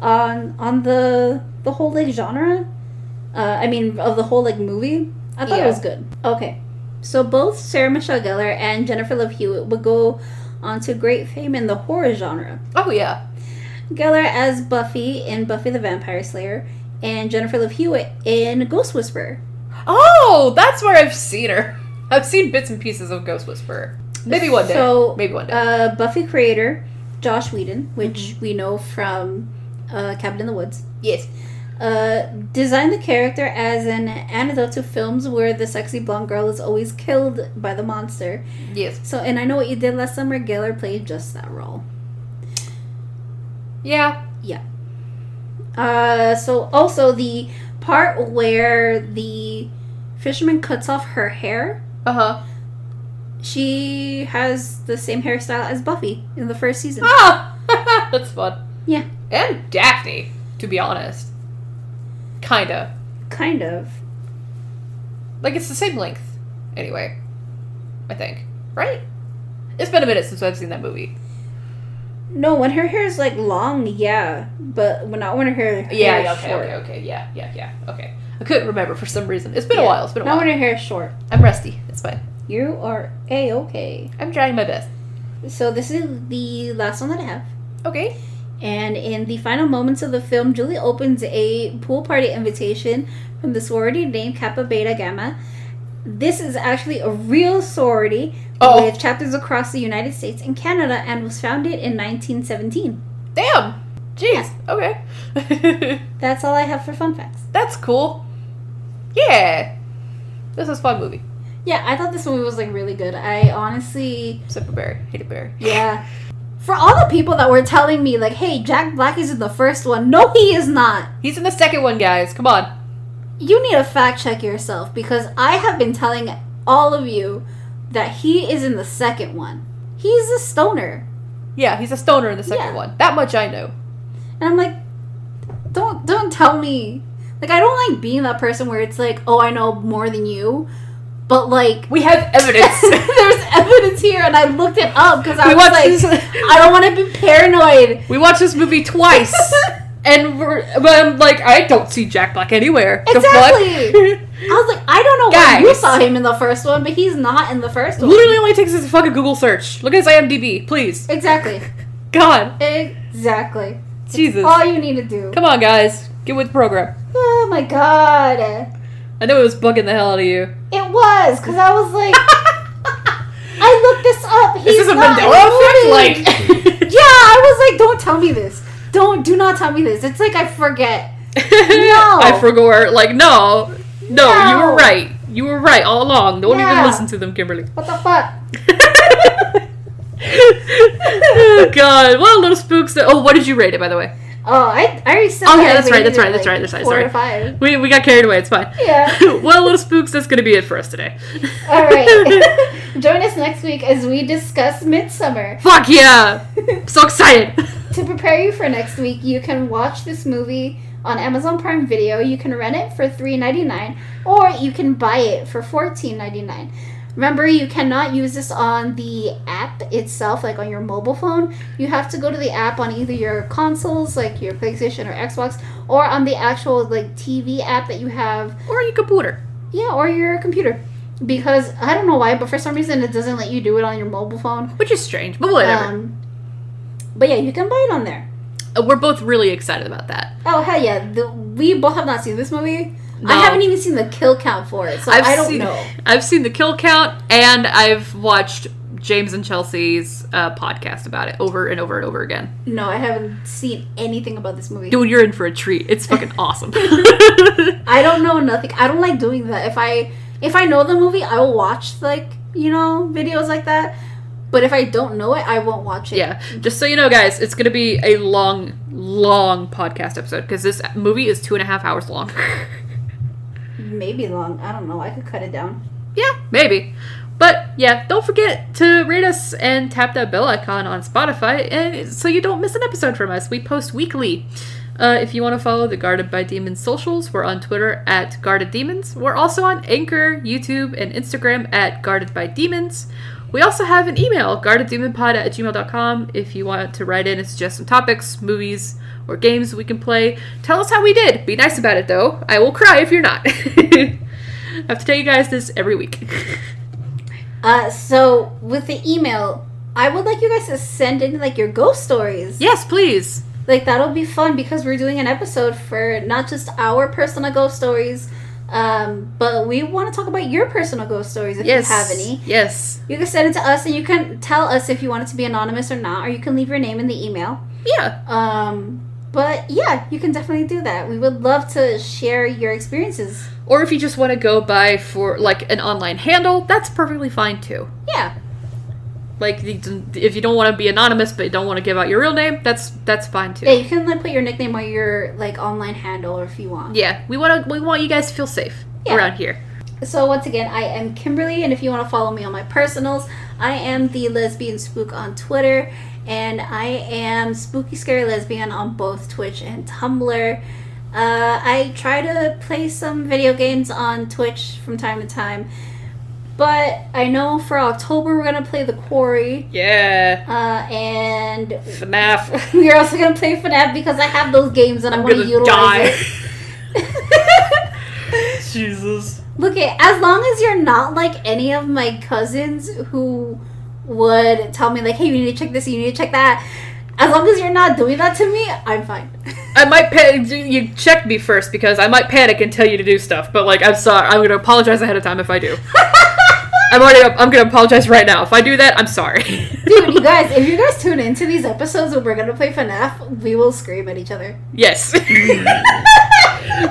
B: on on the the whole like genre. Uh I mean of the whole like movie. I thought
A: Yeah.
B: it was good. Okay. So both Sarah Michelle Gellar and Jennifer Love Hewitt would go on to great fame in the horror genre.
A: Oh yeah.
B: Gellar as Buffy in Buffy the Vampire Slayer and Jennifer Love Hewitt in Ghost Whisperer.
A: Oh, that's where I've seen her. I've seen bits and pieces of Ghost Whisperer. Maybe one day.
B: So,
A: Maybe one day.
B: uh, Buffy creator Josh Whedon, which we know from uh, Cabin in the Woods,
A: yes.
B: uh, designed the character as an antidote to films where the sexy blonde girl is always killed by the monster.
A: Yes.
B: So, and I know what you did last summer. Geller played just that role.
A: Yeah.
B: Uh, so also the part where the fisherman cuts off her hair.
A: Uh huh.
B: She has the same hairstyle as Buffy in the first season.
A: Ah, that's fun.
B: Yeah.
A: And Daphne, to be honest. Kinda.
B: Kind of.
A: Like it's the same length, anyway. I think. Right? It's been a minute since I've seen that movie.
B: No, when her hair is like long, yeah, but when not when her hair
A: Yeah.
B: is
A: yeah okay.
B: short.
A: Okay. Okay. Yeah. Yeah. Yeah. Okay. I couldn't remember for some reason. It's been a
B: Yeah.
A: while. It's been a
B: Not
A: while.
B: when her hair is short.
A: I'm rusty. It's fine.
B: You are a okay.
A: I'm trying my best.
B: So this is the last one that I have.
A: Okay.
B: And in the final moments of the film, Julie opens a pool party invitation from the sorority named Kappa Beta Gamma. This is actually a real sorority
A: Oh.
B: with chapters across the United States and Canada and was founded in 1917.
A: Damn. Jeez. Okay.
B: That's all I have for fun facts.
A: that's cool. Yeah. This is a fun movie.
B: Yeah, I thought this movie was like really good. I honestly
A: Except for Barry. Hated Barry.
B: Yeah. For all the people that were telling me, like, hey, Jack Black is in the first one. No, he is not.
A: He's in the second one, guys. Come on.
B: You need to fact check yourself because I have been telling all of you that he is in the second one. He's a stoner.
A: Yeah, he's a stoner in the second
B: Yeah.
A: one. That much I know.
B: And I'm like, don't don't tell me. Like I don't like being that person where it's like, oh I know more than you. but like
A: We have evidence.
B: there's evidence here, and I looked it up because I
A: we
B: was
A: watched
B: like,
A: this.
B: I don't want to be paranoid.
A: We watched this movie twice, and we're, but I'm like, I don't see Jack Black anywhere. The fuck?
B: Exactly. I was like, I don't know why you
A: Guys.
B: saw him in the first one, but he's not in the first one.
A: Literally only takes us a fucking Google search. Look at his IMDb, please.
B: Exactly.
A: God,
B: Exactly.
A: Jesus.
B: All you need to do.
A: Come on, guys, get with the program.
B: Oh my god.
A: I know it was bugging the hell out of you.
B: It was because I was like, I looked this up. He's
A: this is a
B: not
A: Mandela
B: included.
A: effect,
B: yeah, I was like, don't tell me this. Don't do not tell me this. It's like I forget.
A: like.
B: No.
A: I forgot. Like, no, no, you
B: No.
A: were right. You were right all along. Don't
B: Yeah.
A: even listen to them, Kimberly.
B: What the fuck?
A: oh, God, what a little spooks. That- oh, what did you rate it, by the way?
B: Oh, I, I already said.
A: Oh,
B: that
A: yeah,
B: I
A: that's right,
B: rated
A: that's
B: it,
A: right, that's right, that's right,
B: Four
A: sorry.
B: or five.
A: We, we got carried away. It's fine.
B: Yeah.
A: well, little spooks, that's going to be it for us today.
B: All right. Join us next week as we discuss Midsummer.
A: Fuck yeah! so excited.
B: To prepare you for next week, you can watch this movie on Amazon Prime Video. You can rent it for $3.99 or you can buy it for $14.99. Remember, you cannot use this on the app itself, like on your mobile phone. You have to go to the app on either your consoles, like your PlayStation or Xbox, or on the actual like TV app that you have,
A: Or your computer.
B: yeah, or your computer. Because I don't know why, but for some reason it doesn't let you do it on your mobile phone.
A: Which is strange, but whatever.
B: Um, but yeah, you can buy it on there.
A: Uh, We're both really excited about that.
B: Oh hell yeah! The, we both have not seen this movie. I
A: No.
B: haven't even seen the kill count for it, so I've
A: I've
B: I do not
A: seen-
B: know.
A: I've seen the kill count, and I've watched James and Chelsea's uh, podcast about it over and over and over again.
B: No, I haven't seen anything about this movie.
A: Dude, you're in for a treat. It's fucking awesome.
B: I don't know nothing. I don't like doing that. If I if I know the movie, I will watch like you know videos like that. But if I don't know it, I won't watch it.
A: yeah, just so you know, guys, it's going to be a long, long podcast episode because this movie is two and a half hours long.
B: Maybe long. I don't know. I could cut it down.
A: Yeah, maybe. But yeah, don't forget to rate us and tap that bell icon on Spotify, and so you don't miss an episode from us. We post weekly. Uh, if you want to follow the Guarded by Demons socials, we're on Twitter at Guarded Demons. We're also on Anchor, YouTube, and Instagram at Guarded by Demons. We also have an email, guardeddemonpod at gmail.com, if you want to write in and suggest some topics, movies, or games we can play. Tell us how we did. Be nice about it, though. I will cry if you're not. I have to tell you guys this every week.
B: Uh, so with the email, I would like you guys to send in like your ghost stories.
A: yes, please.
B: like that'll be fun because we're doing an episode for not just our personal ghost stories um, but we want to talk about your personal ghost stories if
A: yes.
B: you have any
A: Yes.
B: you can send it to us and you can tell us if you want it to be anonymous or not or you can leave your name in the email
A: Yeah.
B: um, but yeah you can definitely do that we would love to share your experiences
A: Or if you just want to go by for like an online handle, that's perfectly fine too.
B: yeah
A: Like the- if you don't want to be anonymous but you don't want to give out your real name, that's that's fine
B: yeah
A: too.
B: you can like put your nickname or your like online handle if you want
A: Yeah, we want to we want you guys to feel safe
B: Yeah.
A: around here.
B: So once again, I am Kimberly, and if you want to follow me on my personals, I am the Lesbian Spook on Twitter, and I am Spooky Scary Lesbian on both Twitch and Tumblr. Uh, I try to play some video games on Twitch from time to time, but I know for October we're gonna play The Quarry,
A: Yeah.
B: uh, and
A: FNAF.
B: we're also gonna play FNAF because I have those games and I
A: I'm
B: want to
A: gonna
B: utilize
A: die.
B: it.
A: Jesus.
B: Look it, as long as you're not like any of my cousins who would tell me like, hey, you need to check this, you need to check that. As long as you're not doing that to me, I'm fine.
A: I might pan- you check me first because I might panic and tell you to do stuff. But like, I'm sorry. I'm gonna apologize ahead of time if I do. I'm already. I'm gonna apologize right now. If I do that, I'm sorry.
B: Dude, you guys, if you guys tune into these episodes when we're gonna play FNAF, we will scream at each other.
A: yes.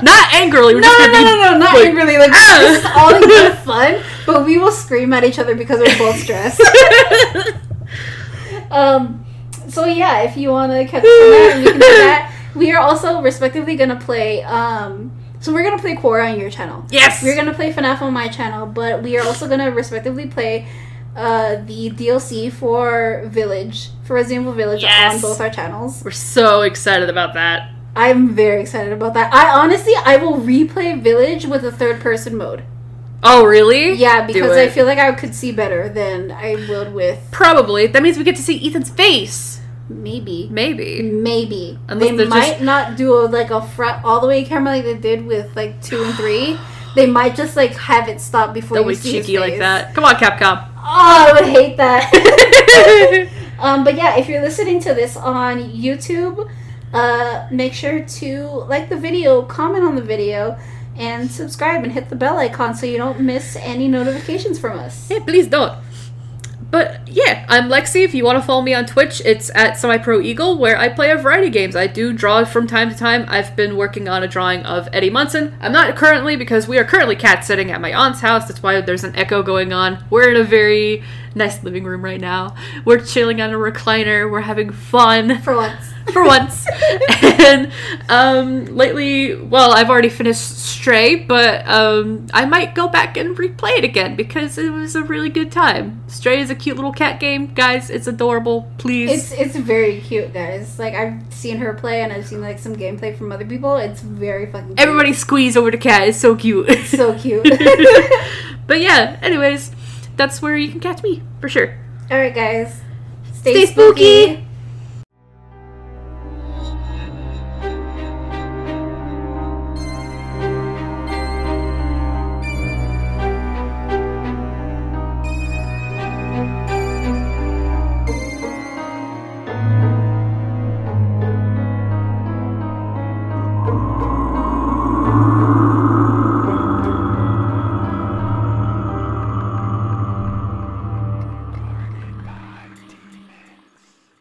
A: not angrily. We're just gonna be-
B: not
A: like-
B: really. Like
A: Ah!
B: this is all in good fun, but we will scream at each other because we're both stressed. Um, so yeah, if you want to catch us on that, you can do that. We are also respectively gonna play. Um, so we're gonna play Quora on your channel.
A: yes.
B: We're gonna play FNAF on my channel, but we are also gonna respectively play uh, the DLC for Village for Resident Evil Village
A: Yes.
B: on both our channels.
A: We're so excited about that.
B: I'm very excited about that. I honestly, I will replay Village with a third person mode.
A: Oh, really?
B: Yeah,
A: Do
B: because I
A: it.
B: feel like I could see better than I would with
A: Probably. That means we get to see Ethan's face.
B: maybe.
A: Maybe.
B: Maybe.
A: Unless
B: they
A: they're
B: might
A: just-
B: not do a, like a front all the way camera like they did with like two and three. They might just like have it stop before
A: That
B: you
A: was
B: see his
A: cheeky like
B: face.
A: that. Come on, Capcom.
B: Oh, I would hate that. Um, but yeah, if you're listening to this on YouTube, uh, make sure to like the video, comment on the video, and subscribe and hit the bell icon so you don't miss any notifications from us.
A: yeah, please don't. But yeah, I'm Lexi. If you want to follow me on Twitch, it's at Semi-Pro Eagle, where I play a variety of games. I do draw from time to time. I've been working on a drawing of Eddie Munson. I'm not currently because we are currently cat sitting at my aunt's house. That's why there's an echo going on. We're in a very nice living room right now. We're chilling on a recliner. We're having fun.
B: For once.
A: for once. and um, lately, well, I've already finished Stray, but um, I might go back and replay it again because it was a really good time. Stray is a cute little cat game, guys. It's adorable. Please,
B: It's it's very cute, guys. Like I've seen her play and I've seen like some gameplay from other people. It's very fucking cute.
A: everybody squeeze over to cat. It's so cute.
B: so cute.
A: but yeah, anyways, that's where you can catch me for sure.
B: All right, guys. Stay,
A: Stay spooky.
B: spooky.